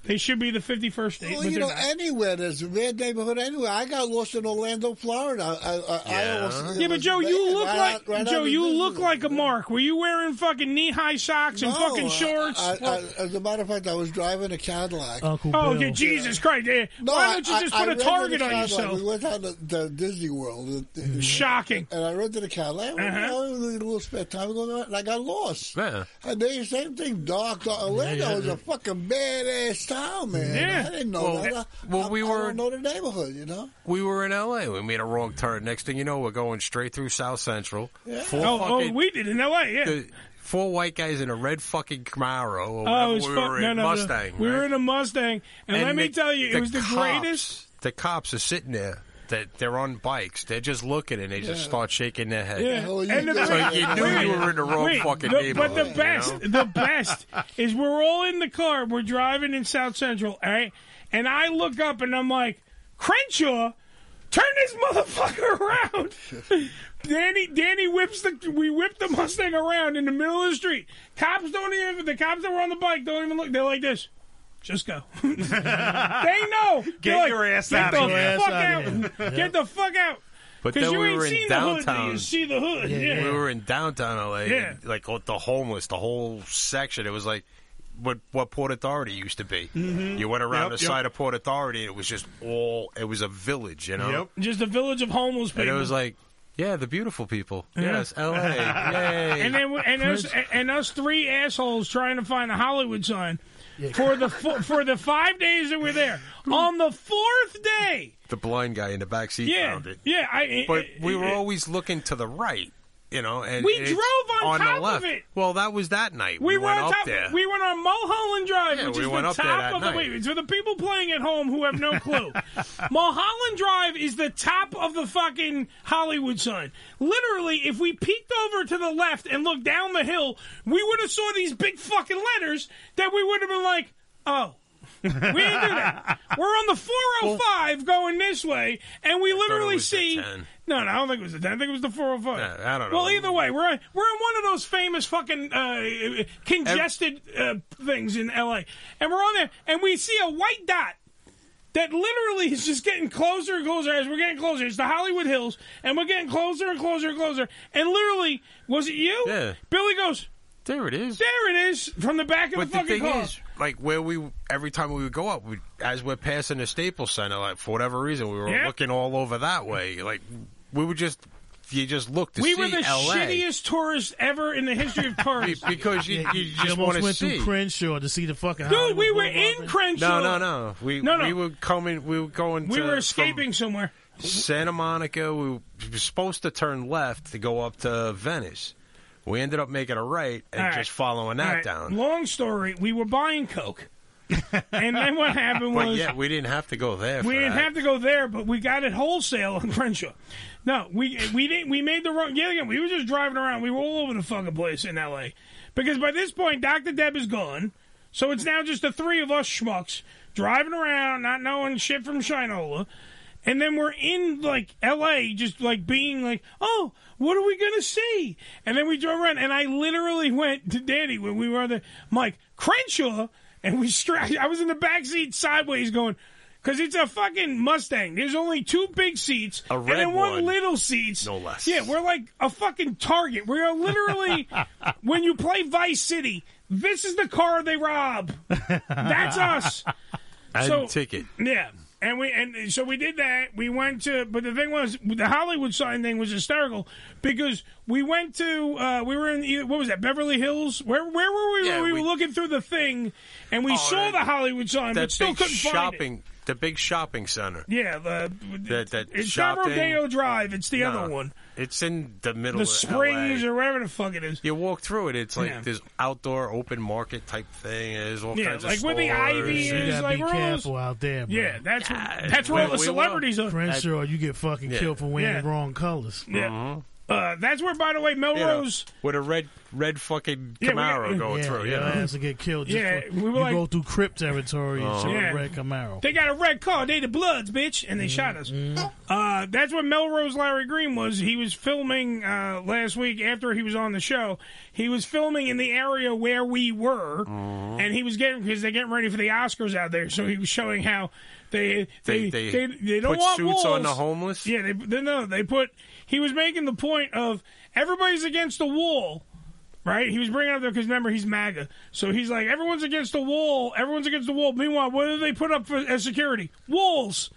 They should be the 51st state.
Well,
but
you
they're
know, eh,
not.
anywhere there's a bad neighborhood. Anywhere I got lost in Orlando, Florida. I, I, I almost,
yeah,
it
but
was
Joe,
bad.
you look
Right
like
out- right out
Joe.
of
You
business.
look like a mark. Were you wearing fucking knee high socks and
No,
fucking shorts?
I, I, as a matter of fact, I was driving a Cadillac.
oh, yeah, Jesus Christ! eh,
No,
Why
I-
don't you just
I-
put
I
a
rented
target on
Cadillac.
yourself?
We went down to, to Disney World.
Shocking.
And I rented a Cadillac.
Uh-huh.
I was a little spare time ago, and I got lost.
Yeah.
And Uh, they same thing. Dark, dark. Orlando
yeah,
is
yeah.
a fucking badass town, man.
Yeah.
I didn't know
Well,
that. I,
well,
I-
we
I
were-
don't know the neighborhood, you know.
We were in L.A. We made a wrong turn. Next thing you know, we're going straight through South Central.
Yeah.
Four
Oh, oh,
fucking-
we did in L.A. Yeah.
the- four white guys in a red fucking Camaro or whatever
Oh, it was
we
fuck-
were in,
no, no, no.
Mustang.
We
right?
were in a Mustang, and, let me
the-
tell you, it was the
cops-
greatest.
The cops are sitting there. That they're on bikes. They're just looking and they just
Yeah.
start shaking their head.
Yeah.
And the- so you knew
wait,
you were in the wrong
wait,
fucking
the-
neighborhood.
But the best,
you know?
the best is we're all in the car. We're driving in South Central, all right? And I look up and I'm like, Crenshaw, turn this motherfucker around. Danny, Danny whips the we whip the Mustang around in the middle of the street. Cops don't even the cops that were on the bike don't even look. They're like this. Just
[laughs]
go. they know.
Get
They're like,
your ass
"Get
out
the
of here."
fuck
Ass
out.
out of here.
Get the fuck out.
But
'Cause
then
you
we
ain't
were
seen
in
the hood till you
downtown.
see the hood. Yeah.
We were in downtown LA. and,
Yeah.
like all- the homeless, the whole section. It was like what what Port Authority used to be.
Mhm.
You went around
Yep,
the
yep.
side of Port Authority, and it was just all. It was a village, you know.
Just a village of homeless people.
And it
[laughs]
was like, yeah, the beautiful people. Yes, LA. Yay.
And then we- and us and us three assholes trying to find a Hollywood sign for the fo- for the five days that we're there. On the fourth day,
the blind guy in the back seat
Yeah,
found it.
yeah, I-
but
I-
we were
I-
always looking to the right, you know. And
We
it's
drove on top
the
of
left.
it.
Well, that was that night.
we, were
went
on
up
top.
there.
We went on Mulholland Drive,
Yeah,
which
we
is
went
the
up there
top
that
of the.
night.
Wait, for the people playing at home who have no
[laughs]
clue, Mulholland Drive is the top of the fucking Hollywood sign. Literally, if we peeked over to the left and looked down the hill, we would have saw these big fucking letters that we would have been like, oh. we didn't do
[laughs]
that. We're on the 405 going this way, and we literally see. No, no, I don't think it was the 10. I think it was the 405.
I don't know.
Well, either way, we're we're in one of those famous fucking uh, congested uh, things in L.A. and we're on there, and we see a white dot that literally is just getting closer and closer as we're getting closer. It's the Hollywood Hills, and we're getting closer and closer and closer. And literally, was it you?
Yeah.
Billy goes.
There it is.
There it is from the back of the
But the
fucking
thing
car.
is, like where we every time we would go up, we, as we're passing the Staples Center, like for whatever reason, we were
Yeah.
looking all over that way. Like we would just you just look to
we
see
were the
LA.
shittiest tourists ever in the history
[laughs]
of tourists
because you- you just
almost
wanna
went
see.
through Crenshaw to see the fucking.
Dude, we were in Crenshaw.
No, no, no. We
No, no.
we were coming. We were going.
We
to,
were escaping somewhere.
from Santa Monica. We were supposed to turn left to go up to Venice. We ended up making a right and
All right.
just following that
All right.
down.
Long story. We were buying coke, and then what
[laughs]
happened
But
was
yeah, we didn't have to go there.
we
for
didn't
that.
have to go there, but we got it wholesale on Crenshaw. No, we we didn't. We made the wrong. Yeah, again, we were just driving around. We were all over the fucking place in L.A. Because by this point, Doctor Deb is gone, so it's now just the three of us schmucks driving around, not knowing shit from Shinola. And then we're in like L.A., just like being like, "Oh, what are we gonna see?" And then we drove around, and I literally went to Danny when we were there. I'm like Crenshaw, and we strapped. [laughs] I was in the back seat sideways, going, because it's a fucking Mustang. There's only two big seats
A
and
red
then one,
one,
little seats.
no less.
Yeah, we're like a fucking target. We are
[laughs]
literally when you play Vice City, this is the car they rob. That's us.
And
so-
ticket.
Yeah. And we and so we did that. We went to, but the thing was, the Hollywood sign thing was hysterical because we went to, uh, we were in either- what was that, Beverly Hills? Where where were we?
Yeah,
we,
we- Oh,
were looking through the thing, and we saw the Hollywood sign,
that
uh, but still
big
couldn't find it.
shopping, the big shopping center.
Yeah, uh, the,
That that
it's not
shopping.
Rodeo Drive. It's the
Nah,
other one,
It's in the middle.
the
of
Springs
LA.
or whatever the fuck it is.
You walk through it. It's like
Yeah.
this outdoor open market type thing. There's all
Yeah,
kinds
like
of
where
stores.
the ivy
You
is,
gotta
like
be
we're all those-
careful out there, bro.
Yeah, that's that's where all the celebrities are.
Crenshaw, you get fucking
Yeah.
killed for wearing
Yeah.
the wrong colors.
Yeah. Uh, that's where, by the way,
You know,
Melrose.
Mm-hmm. with a red red fucking
Yeah, we
Camaro
got-
going
yeah,
through.
your
You know?
ass will get killed. Just
Yeah,
for,
we were
you
like-
go through Crip territory and
Uh-huh.
show a
Yeah.
red Camaro.
They got a red car. They the Bloods, bitch, and they shot us. Uh, that's where Melrose Larry Green was. He was filming uh, last week after he was on the show. He was filming in the area where we were, and he was getting because they're getting ready for the Oscars out there. So he was showing how they they
They-
they,
they
they, don't
put
want
suits
walls.
on the homeless?
Yeah, they, they no, they put. He was making the point of everybody's against the wall right? He was bringing up there because remember he's MAGA, so he's like everyone's against the wall, everyone's against the wall. Meanwhile, what do they put up for, as security? Walls.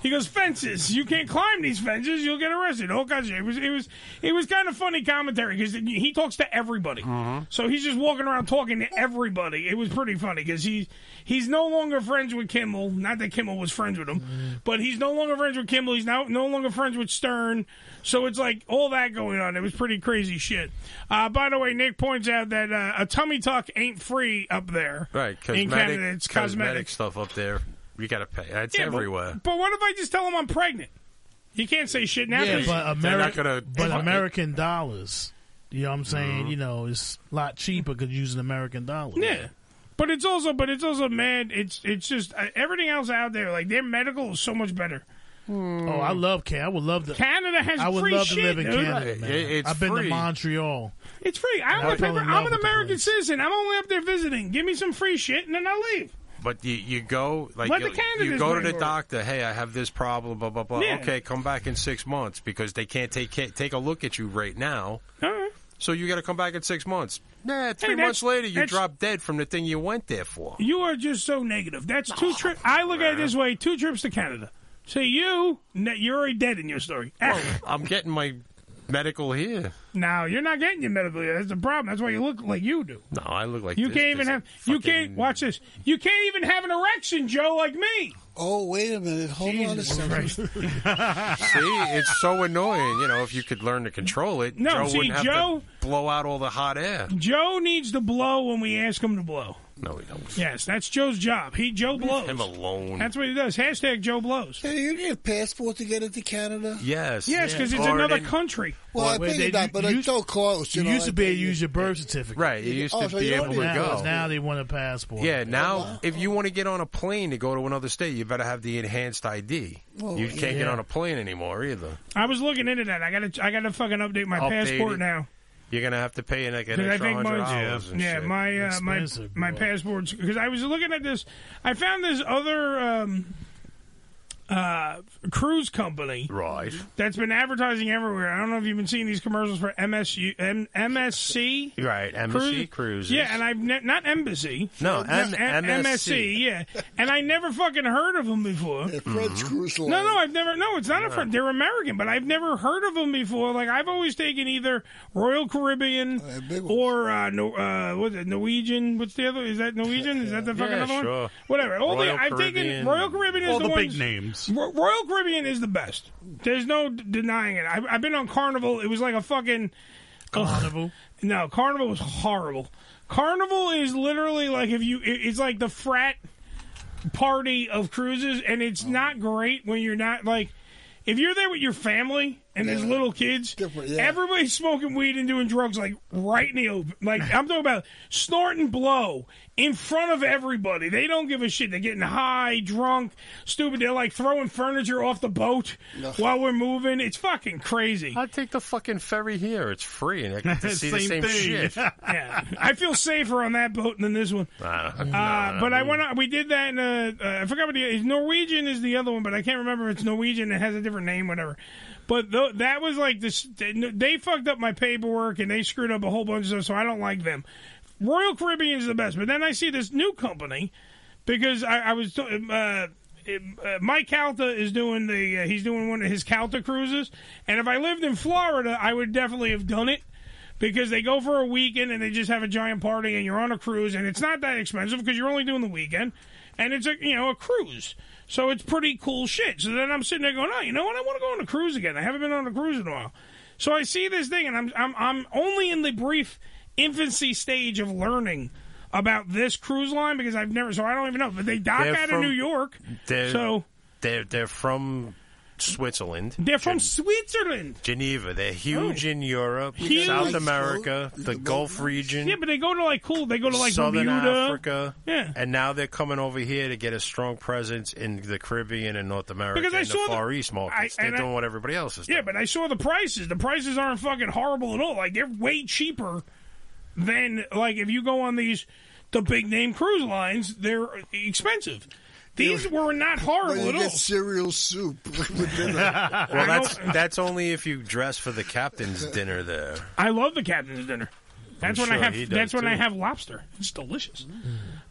He goes fences. You can't climb these fences. You'll get arrested. All kinds of it was it was it was kind of funny commentary because he talks to everybody.
Uh-huh.
[laughs] So he's just walking around talking to everybody. It was pretty funny because he he's no longer friends with Kimmel. Not that Kimmel was friends with him, but he's no longer friends with Kimmel. He's now no longer friends with Stern. So it's like all that going on. It was pretty crazy shit. Uh, by the way, Nick points out that uh, a tummy tuck ain't free up there.
Right,
In
cosmetic,
Canada, it's
cosmetic
cosmetic.
stuff up there. You got to pay. It's
Yeah, but-
everywhere.
But, what if I just tell him I'm pregnant? You can't say shit now.
yeah,
because-
but
They're not
American,
gonna
but
fuck it.
American dollars. You know what I'm saying?
Mm-hmm.
You know, it's a lot cheaper because using American dollars.
Yeah. But it's also, but it's also mad. It's it's just uh, everything else out there. Like their medical is so much better.
Oh, I love Canada. I would love to.
Canada has
I would
free
love
shit.
to live in
dude.
Canada. Man. I've been to Montreal.
It's free. I
I
only pay
fell
for,
in
I'm
love
an
with the
American citizen. I'm only up there visiting. Give me some free shit and then I'll leave.
But you, you go like
Let
you,
the candidates
you go to
bring
the
it.
doctor. Hey, I have this problem. Blah blah blah.
Yeah.
Okay, come back in six months because they can't take can't take a look at you right now. So you got to come back in six months. Nah, three
that's-
months later you
that's-
drop dead from the thing you went there for.
You are just so negative. That's
Oh,
two trips. I look at it this way: two trips to Canada. See you, n- you're already dead in your story. Ah,
Oh.
[laughs]
I'm getting my medical here.
no, you're not getting your medical. care. That's the problem. That's why you look like you do.
No, I look like
you
this-
can't
this
even have. You can't watch this. You can't even have an erection, Joe, like me.
Oh wait a minute. Hold on a second.
[laughs] See, it's so annoying. You know, if you could learn to control it,
No,
Joe
see,
wouldn't have
Joe-
to blow out all the hot air.
Joe needs to blow when we ask him to blow.
No, we don't.
Yes, that's Joe's job. He Joe blows.
Him alone.
That's what he does. Hashtag Joe blows.
Hey, you need a passport to get into Canada.
yes.
Yes, because it's
Or
another
they-
country.
Well, I think about, but it's so close. You,
You
know,
used to
I
be able
think
to use your birth certificate.
Right, you used
Oh,
to
so
be
you
able to
already-
go.
now, Now they want a passport.
Yeah, now if you want to get on a plane to go to another state, you better have the enhanced ID.
Well,
you can't get
yeah.
on a plane anymore either.
I was looking into that. I gotta, I gotta fucking update my
Update
passport
it.
now.
You're gonna have to pay like an
Because I
extra
think
hundred
mine's,
dollars. and
yeah,
shit.
my uh, my
Expensive,
my passports. Because I was looking at this, I found this other um, uh, cruise company,
right?
That's been advertising everywhere. I don't know if you've been seeing these commercials for MSU, M- MSC,
Right, embassy
Cruise-
cruises.
Yeah, and I've ne- not embassy.
No, M-
M-
MSC.
MSC. Yeah, and I never fucking heard of them before.
Mm-hmm.
French cruise line.
No, no, I've never. No, it's not a
No.
French. They're American, but I've never heard of them before. Like I've always taken either Royal Caribbean or uh, no, uh, what's it, Norwegian? What's the other? Is that Norwegian? Is that the fucking
Yeah,
other one?
sure.
Whatever. All
Royal
the, I've
Caribbean.
taken Royal Caribbean. Is
All
the,
the big
ones-
names.
Ro- Royal Caribbean is the best. There's no d- denying it. I, I've been on Carnival. It was like a fucking carnival. no, Carnival was horrible. Carnival is literally like if you. it- it's like the frat party of cruises, and it's not great when you're not like. If you're there with your family and there's little kids, everybody's smoking weed and doing drugs like right in the open. Like I'm talking about snorting blow in front of everybody. They don't give a shit. They're getting high, drunk, stupid. They're like throwing furniture off the boat while we're moving. It's fucking crazy.
I take the fucking ferry here. It's free, and I get to [laughs]
[laughs]
see the same shit. [laughs]
yeah, I feel safer on that boat than this one.
Uh,
Uh, but I went. on- We did that in a. Uh, I forgot what the Norwegian is the other one, but I can't remember. if It's Norwegian. It has a different name, whatever. But th- that was like this. They fucked up my paperwork and they screwed up a whole bunch of stuff. So I don't like them. Royal Caribbean is the best. But then I see this new company because I, I was. t- Uh, uh, Mike Calta is doing the uh, he's doing one of his Calta cruises, and if I lived in Florida, I would definitely have done it because they go for a weekend and they just have a giant party and you're on a cruise and it's not that expensive because you're only doing the weekend and it's a you know a cruise. So it's pretty cool shit. So then I'm sitting there going, "Oh, you know what? I want to go on a cruise again. I haven't been on a cruise in a while." So I see this thing and I'm I'm I'm only in the brief infancy stage of learning about this cruise line because I've never so I don't even know. But they dock
They're
out
from-
of New York.
They're,
So-
they're they're from Switzerland.
They're from Switzerland.
Geneva. They're huge
Oh.
in Europe,
Huge.
South America, the Gulf region,
Yeah, but they go to like cool. They go to like
Southern
Bermuda.
Africa.
Yeah.
And now they're coming over here to get a strong presence in the Caribbean and North America
Because I
and
saw
the
the-
Far East markets.
I-
they're
and I-
doing what everybody else
[laughs]
is doing.
Yeah, but I saw the prices. The prices aren't fucking horrible at all. Like they're way cheaper than like if you go on these the big name cruise lines, they're expensive. These were not horrible
you
at all.
get cereal soup [laughs] with dinner.
well,
[laughs]
that's that's only if you dress for the captain's dinner there.
I love the captain's dinner. That's
I'm
when
sure
I
he
have.
does,
That's when I
too.
have lobster. It's delicious.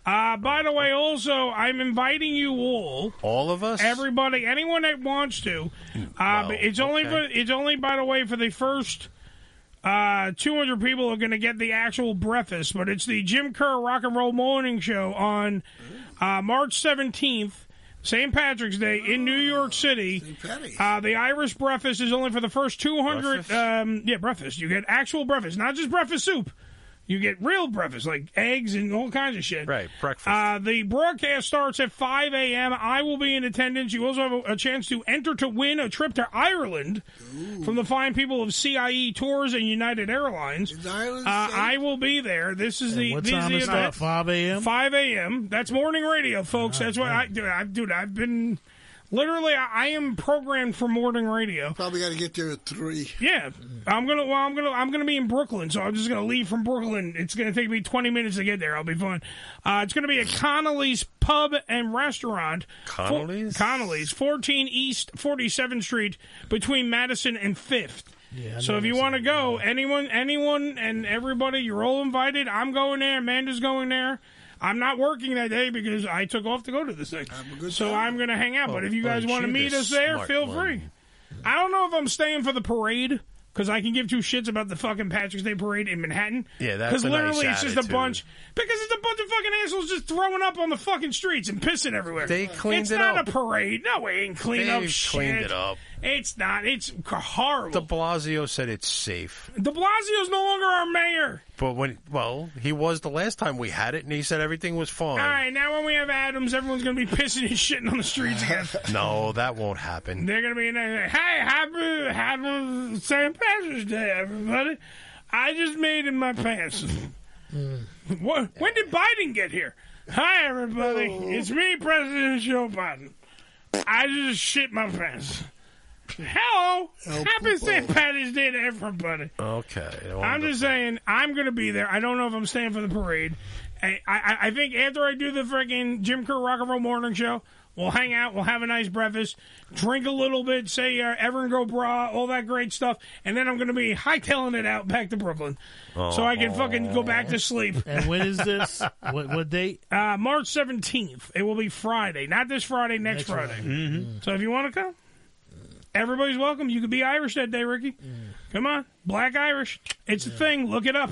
Uh, by the way, also I'm inviting you all,
all of us,
everybody, anyone that wants to. Uh, but it's only for. It's only by the way for the first. Uh, 200 people are going to get the actual breakfast, but it's the Jim Kerr Rock and Roll Morning Show on uh, March 17th, St. Patrick's Day in New York City. Uh, the Irish breakfast is only for the first 200. Um, yeah, breakfast. You get actual breakfast, not just breakfast soup. You get real breakfast, like eggs and all kinds of shit. Right, breakfast. Uh, the broadcast starts at 5 a.m. I will be in attendance. You also have a, a chance to enter to win a trip to Ireland from the fine people of CIE Tours and United Airlines. uh, I will be there. This is the
what
these
time
the
is that?
events.
5 a.m.?
5 a.m. That's morning radio, folks. That's what I do. I, dude, I've been literally. I, I am programmed for morning radio.
Probably got to get there at three.
Yeah, I'm gonna. Well, I'm gonna. I'm gonna be in Brooklyn, so I'm just gonna leave from Brooklyn. It's gonna take me 20 minutes to get there. I'll be fine. Uh, it's gonna be at Connolly's Pub and Restaurant. Four-
Connolly's?
Connolly's, 14 East 47th Street, between Madison and Fifth.
Yeah, I
so
know
if you want to go, anyone, anyone, and everybody, you're all invited. I'm going there. Amanda's going there. I'm not working that day because I took off to go to this thing. so I'm going to hang out. but if you
oh,
guys want to
shoot,
meet
a
us there,
smart
feel
one.
free. I don't know if I'm staying for the parade because I can give two shits about the fucking Patrick's Day parade in Manhattan.
Yeah, that's
because
a nice
literally it's just a
attitude.
bunch because it's a bunch of fucking assholes just throwing up on the fucking streets and pissing everywhere.
They cleaned
it's
it
not
up.
a parade. No, it ain't clean up.
They've
shit.
cleaned it up.
It's not. It's horrible.
De Blasio said it's safe.
De Blasio's no longer our mayor.
But when, well, he was the last time we had it, and he said everything was
All
fine.
right, now when we have Adams, everyone's going to be pissing and shitting on the
[laughs]
streets again.
No, that
[laughs]
won't happen.
They're gonna be in there. Hey, happy happy St. Patrick's Day, everybody! I just made in my pants. [laughs]
Mm-hmm.
what? When did Biden get here? Hi, everybody! It's me, President Joe Biden. I just shit my pants. Hello, happy St. Patrick's Day to everybody.
Okay.
I'm just saying, I'm going to be there. I don't know if I'm staying for the parade. I, I, I think after I do the freaking Jim Kerr Rock and Roll Morning Show, we'll hang out, we'll have a nice breakfast, drink a little bit, say uh, ever and go bra, all that great stuff, and then I'm going to be hightailing it out back to Brooklyn, so I can fucking go back to sleep.
[laughs] And when is this? what, what date?
Uh, March 17th. It will be Friday, not this Friday, next, Friday.
Hmm.
Mm-hmm. So if you want to come, everybody's welcome. You could be Irish that day, Ricky. Come on, Black Irish. It's a thing. Look it up.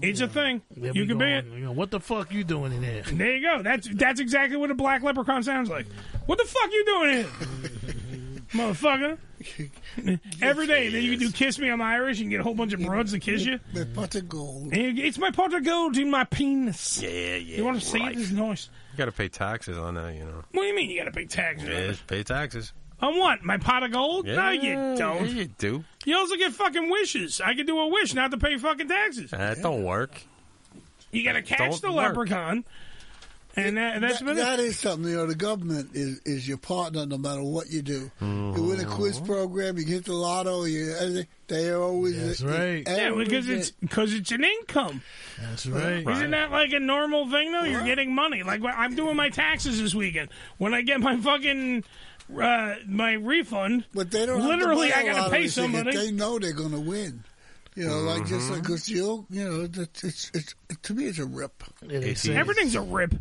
It's a thing.
Yeah,
you
we
can be it.
going- we going, What the fuck you doing in here?
There you go. That's that's exactly what a black leprechaun sounds like. What the fuck you doing here,
[laughs]
motherfucker? Every day, then you can do "Kiss Me, I'm Irish" and get a whole bunch of broads to kiss you.
My pot of gold.
And you- It's my pot of gold in my penis.
Yeah, yeah.
You want to see
right.
it? It's nice.
You got to pay taxes on that, you know.
What do you mean you got to pay taxes? on
Yeah, pay taxes.
On what? My pot of gold? no,
Yeah,
you don't.
yeah, you do.
You also get fucking wishes. I could do a wish not to pay fucking taxes.
That don't work.
You got to catch
Don't
the
work.
leprechaun, and that, that's
That-
been
that
it.
is something. You know, the government is, is your partner no matter what you do. You win a
Uh-huh.
quiz program, you hit the lotto. You they are always that's
right.
Yeah, because it's because it's an income.
That's right.
Isn't that like a normal thing though? You're getting money. Like when- I'm doing my taxes this weekend. When I get my fucking uh, my refund,
but they don't. have to
literally
buy a
I got to
lottery
pay
ticket.
somebody. Mm-hmm.
They know they're going to win. You know, like just like because you, you know, it's, it's it's to me it's a rip.
Everything's a rip.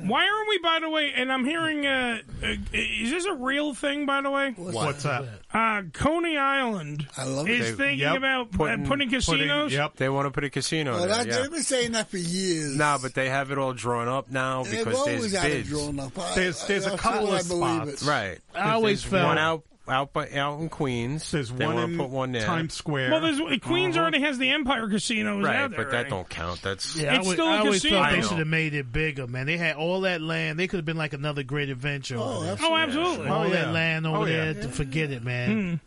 Why aren't we, by the way? And I'm hearing, uh, uh, is this a real thing, by the way?
What's What's that?
Uh, Coney Island I love is thinking about putting, uh, putting casinos.
yep, they want to put a casino.
Oh,
there,
that,
yeah.
They've been saying that for years.
Nah, but they have it all drawn up now
They've
because
always
there's
had it
bids.
drawn up. I- There's- there's I- a I couple feel I of believe spots. it.
right?
I always
There's one
felt-
out out by, out in Queens. There's they
one
want
in
to put one there.
Times Square.
Well, there's, Queens already has the Empire Casinos
Uh-huh. right,
out there.
but that don't count. That's
Yeah, I, always- I always thought they
I know.
should have made it bigger, man. They had all that land. They could have been like another great adventure. Oh,
absolutely. Oh, absolutely.
All
Oh,
that
yeah.
land over
Oh, yeah.
there. To forget it, man.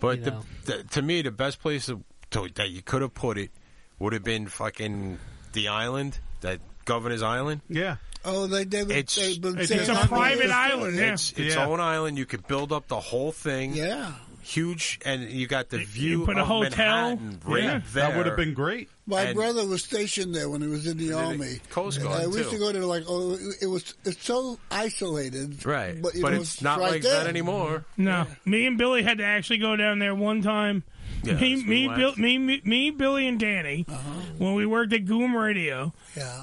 But the, the, to me, the best place to, to, that you could have put it would have been fucking the island, that governor's island.
Yeah.
Oh, they, they've been,
It's-
they've been
it's
saying
a
that for
private
years, too.
island,
It's its own island. You could build up the whole thing.
Yeah.
Huge, and you got the view
put a
of
hotel.
Manhattan right
Yeah.
there.
That would have been
great.
My
And-
brother was stationed there when he was in the
And then the
army.
Coast
And,
Guard,
uh, we used
too.
to go to like oh, it was it's so isolated,
Right,
But, you
but
know,
it's not
right
like
there.
that anymore.
No, me and Billy had to actually go down there one time.
Yeah,
me,
that's
me,
what
Bill, me, me, me, Billy, and Danny,
Uh-huh.
when we worked at Goom Radio,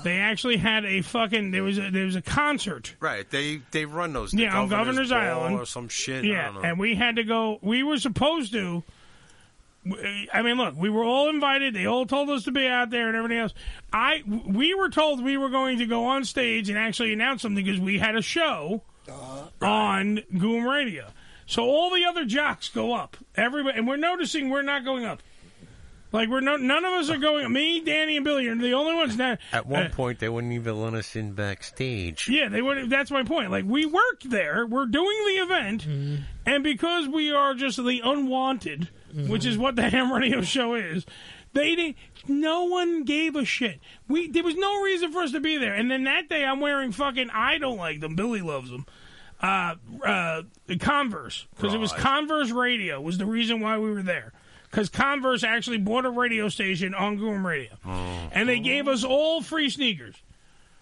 they actually had a fucking there was a, there was a concert.
Right, they they run those.
Yeah, on Governor's
Ball
Island.
or some shit. I
yeah,
don't know.
and we had to go. We were supposed to. w- I mean, look, we were all invited. They all told us to be out there and everything else. I we were told we were going to go on stage and actually announce something because we had a show
Uh-huh.
on Goom Radio. So all the other jocks go up. Everybody, and we're noticing we're not going up. Like we're no, none of us are going. Me, Danny, and Billy are the only ones that.
At one point, they wouldn't even let us in backstage.
Yeah, they would. That's my point. Like we worked there, we're doing the event, and because we are just the unwanted, which is what the [laughs] ham radio show is, they didn't. No one gave a shit. We there was no reason for us to be there. And then that day, I'm wearing fucking I don't like them. Billy loves them. Uh, uh, Converse because it was
Right.
Converse Radio was the reason why we were there because Converse actually bought a radio station on Goom Radio and they gave us all free sneakers.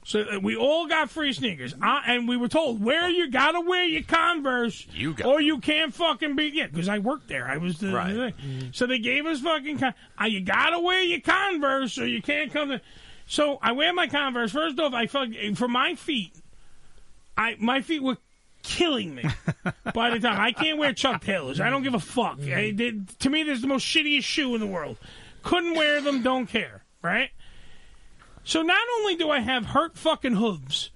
So uh, we all got free sneakers, I, and we were told wear you gotta wear your Converse,
You got
or you can't fucking be yeah. Because I worked there, I was the, the
Right.
thing. So they gave us fucking con- uh, you gotta wear your Converse, or you can't come to. So I wear my Converse. First off, I fuck for my feet. I my feet were killing
[laughs]
me by the time I can't wear Chuck Taylors. I don't give a fuck. I- they- to me, this is the most shittiest shoe in the world. Couldn't wear them. Don't care. Right. So not only do I have hurt fucking hooves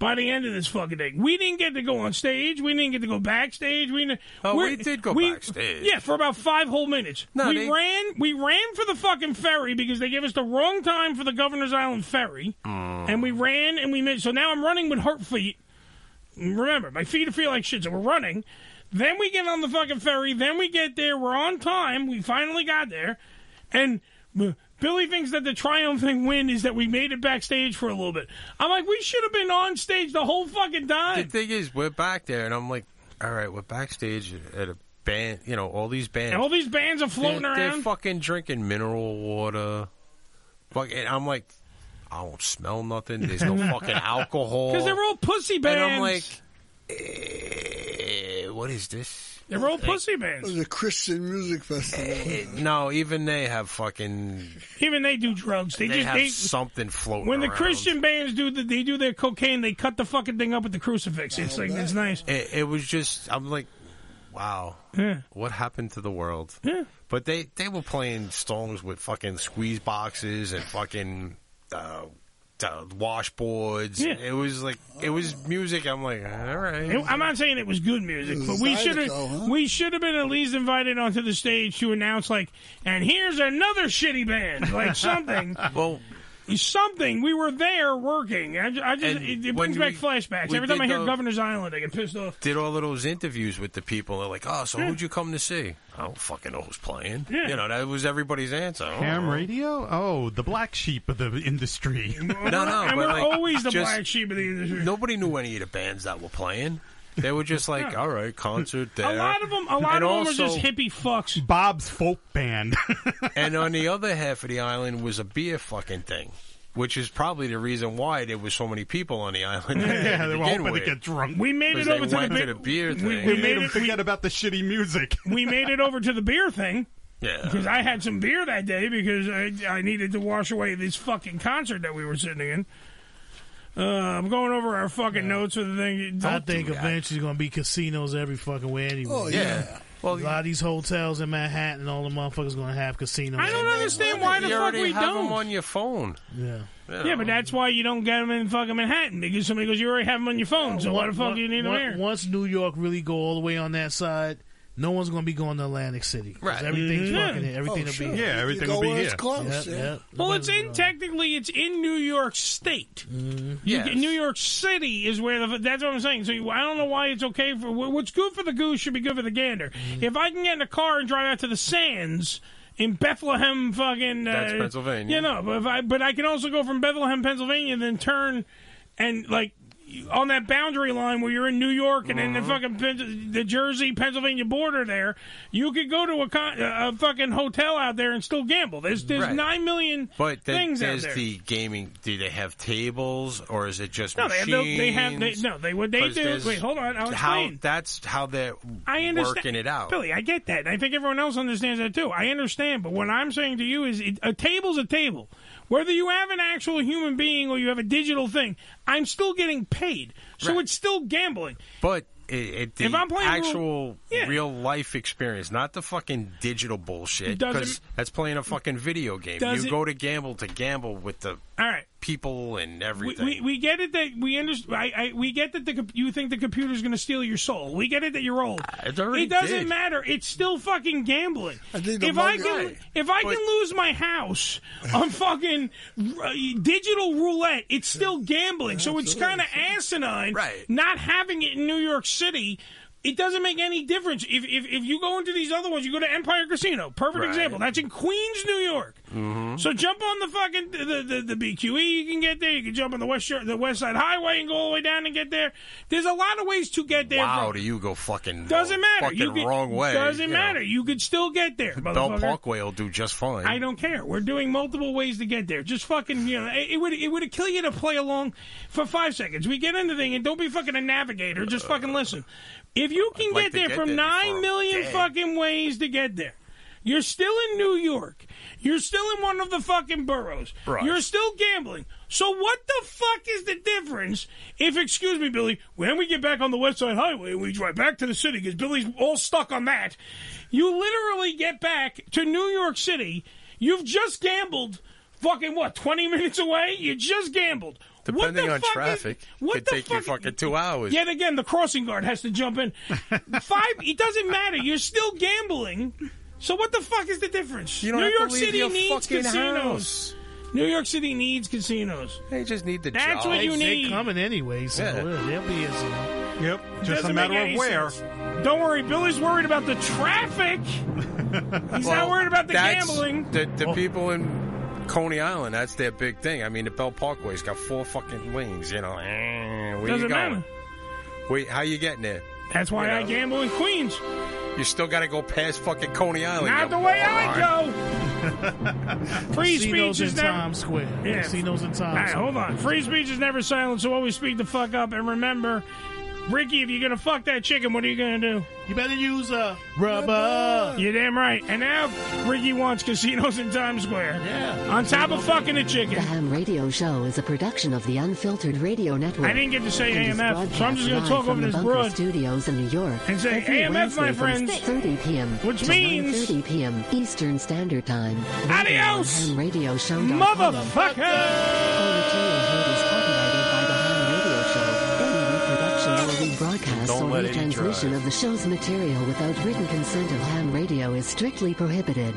by the end of this fucking thing, we didn't get to go on stage. We didn't get to go backstage. We didn't-
Oh, we
we're-
did go
we-
backstage.
Yeah, for about five whole minutes.
No,
we
they-
ran. We ran for the fucking ferry because they gave us the wrong time for the Governor's Island ferry, and we ran and we missed. So now I'm running with hurt feet. Remember, my feet feel like shit, so we're running. Then we get on the fucking ferry. Then we get there. We're on time. We finally got there. And uh, Billy thinks that the triumphing win is that we made it backstage for a little bit. I'm like, we should have been on stage the whole fucking
The
time.
thing is, we're back there, and I'm like, all right, we're backstage at a band. You know, all these bands.
And all these bands are floating
they're, They're
around.
fucking drinking mineral water. Fuck, and I'm like, I don't smell nothing.
[laughs]
There's no fucking alcohol.
Because they're all pussy bands.
And I'm like, eh, what is this?
they're all pussy bands.
It was a Christian music
[laughs]
festival.
Eh, No, even they have fucking.
Even they do drugs. They,
They,
just
have
they,
something floating.
when the
around.
Christian bands do the, they do their cocaine, they cut the fucking thing up with the crucifix. It's like it's nice.
It, it was just, I'm like, wow,
Yeah.
what happened to the world? Yeah. But they they were playing songs with fucking squeeze boxes and fucking uh, uh, washboards.
Yeah.
It was like it was music. I'm like, all right.
It- I'm not saying it was good music, but we should have we should have been at least invited onto the stage to announce like, and here's another shitty band, like something.
[laughs] well,
something. We were there working. I, ju- I just
And
it, it
when
brings back
we-
flashbacks.
we
Every time
did
I hear
the-
Governor's Island, I get pissed off.
Did all of those interviews with the people. They're like, oh, so who'd you come to see? I don't fucking know who's playing.
Yeah.
You know, that was everybody's answer. I don't
Ham
know.
radio? Oh, the black sheep of the industry.
No, no,
and
but,
we're
like,
always the
just-
black sheep of the industry.
Nobody knew any of the bands that were playing. They were just like, all right, concert there.
A lot of them, a lot
And
of them
also-
are just hippie fucks.
Bob's folk band. [laughs]
and on the other half of the island was a beer fucking thing, which is probably the reason why there was so many people on
[laughs]
the island.
Yeah, they were
begin
hoping to
with.
get drunk.
We made
'Cause
it
they
over to the
went
big-
the beer
we-
thing.
we
Made
made
him
it-
forget about the shitty music.
[laughs] we made it over to the beer thing.
Yeah.
because I had some beer that day because I, I needed to wash away this fucking concert that we were sitting in. Uh, I'm going over our fucking notes with the thing.
I
Don't do
think
that.
eventually going to be casinos every fucking way anyway.
Oh, yeah. Yeah.
Well, a lot of these hotels in Manhattan, all the motherfuckers going to have casinos.
I don't understand why the
you
fuck
already
we
have
don't.
them on your phone.
Yeah.
yeah, but that's why you don't get them in fucking Manhattan because somebody goes, "You already have them on your
Uh,
phone, so why the fuck do you need them
on-
here?"
Once New York really go all the way on that side, no one's going to be going to Atlantic City. 'Cause
Right.
Everything's
Mhm.
fucking here. Everything
Oh,
will
sure.
be here.
Yeah, You everything go will be where it's here. close,
Yep,
yeah.
yep.
Well, it's in technically it's in New York State. You
Yes.
get- New York City is where the that's what I'm saying. So you- I don't know why it's okay for wh- what's good for the goose should be good for the gander.
Mm-hmm.
If I can get in a car and drive out to the Sands in Bethlehem, fucking uh,
That's Pennsylvania.
You know, but if I but I can also go from Bethlehem, Pennsylvania, and then turn and like. On that boundary line where you're in New York and then
Mm-hmm.
the fucking Pen- the Jersey Pennsylvania border, there you could go to a, con- a fucking hotel out there and still gamble. There's there's
Right.
nine million
But then
things out
there's
there.
the gaming. Do they have tables or is it just
No, they have,
machines?
they, they have they, no. They what they
'Cause
do?
there's-
Wait, hold on. I'll
how
explain.
that's how they're
I understand,
working it out.
Billy. I get that. And I think everyone else understands that too. I understand. But what I'm saying to you is, it, a table's a table. Whether you have an actual human being or you have a digital thing, I'm still getting paid, so it's still gambling.
But it, it, the
If I'm playing real-
actual
Yeah.
real life experience, not the fucking digital
It
bullshit.
doesn't-
Because that's playing a fucking video game.
Does
You
it-
go to gamble to gamble with the
All right.
people and everything.
We, we get it that we understand. I, I, we get that the comp- you think the computer's going to steal your soul. We get it that you're old.
it already
doesn't
did.
matter. It's still fucking gambling.
the
if I
money-
can,
Right.
if I
But-
can lose my house
[laughs]
on fucking uh, digital roulette, it's still gambling. So it's kind of asinine. Right. Not having it in New York City. It doesn't make any difference if, if if you go into these other ones. You go to Empire Casino, perfect
Right.
example. That's in Queens, New York.
Mm-hmm.
Mhm.
So jump on the fucking the, the, the BQE. You can get there. You can jump on the West Shore- the West Side Highway and go all the way down and get there. There's a lot of ways to get there.
wow,
from-
do you go fucking
doesn't matter.
Fucking
you could-
wrong way.
Doesn't
you know.
matter. You could still get
[laughs]
there.
Bell
motherfucker.
Parkway will do just fine.
I don't care. We're doing multiple ways to get there. Just fucking, you know, it, it would it would kill you to play along for five seconds. We get into the thing and don't be fucking a navigator. Just fucking listen. If you can
I'd like
get
to
there
get
from
there before
nine
I'm
million
dead.
fucking ways to get there, you're still in New York. You're still in one of the fucking boroughs.
Right.
You're still gambling. So what the fuck is the difference if, excuse me, Billy, when we get back on the West Side Highway and we drive back to the city because Billy's all stuck on that, you literally get back to New York City. You've just gambled fucking what, 20 minutes away? You just gambled. What
Depending
the
on
fuck is-
traffic,
what
could
the
take you fucking two hours.
Yet again, the crossing guard has to jump
[laughs]
in. Five. It doesn't matter. You're still gambling. So what the fuck is the difference?
You don't
New
have to
York
leave
City
your
needs
fucking
casinos.
house.
New York City needs casinos.
They just need the
That's what you
they,
need.
They coming anyway, so
Yeah.
they'll they'll be as.
Yep. Just
Doesn't
a
make
matter
any
of where.
sense. Don't worry, Billy's worried about the
[laughs]
traffic. He's not
Well,
worried about the
that's-
gambling.
The, the people in Coney Island, that's their big thing. I mean, the Bell Parkway's got four fucking lanes. You know, Eh, where
Doesn't
you going?
matter.
Wait, how you getting there?
That's why
You
I
know?
gamble in Queens.
You still got to go past fucking Coney Island.
Not
you
the way
moron.
I go. Free
Casinos
speech is
in
never.
Times Square.
Yeah.
Casinos in Times
All right,
Square.
hold on. Free speech is never silent, so always speak the fuck up. And remember, Ricky, if you're gonna fuck that chicken, what are you gonna do?
You better use a rubber.
You're damn right. And now Ricky wants casinos in Times Square. Yeah. On top of fucking a
The
chicken.
Ham Radio Show is a production of the Unfiltered Radio Network.
I didn't get to say
and is
AMF, so I'm just gonna
broadcast
talk
live
over
from the
this
Bunker
broad.
Studios in New York.
And say,
every
AMF, my
Wednesday from
friends.
6:30 p.m.
Which
to
means-
9:30 p.m. Eastern Standard Time.
Adios,
Ham Radio Show. Broadcast
Don't
or
let Eddie
retransmission
drive.
of the show's material without written consent of ham radio is strictly prohibited.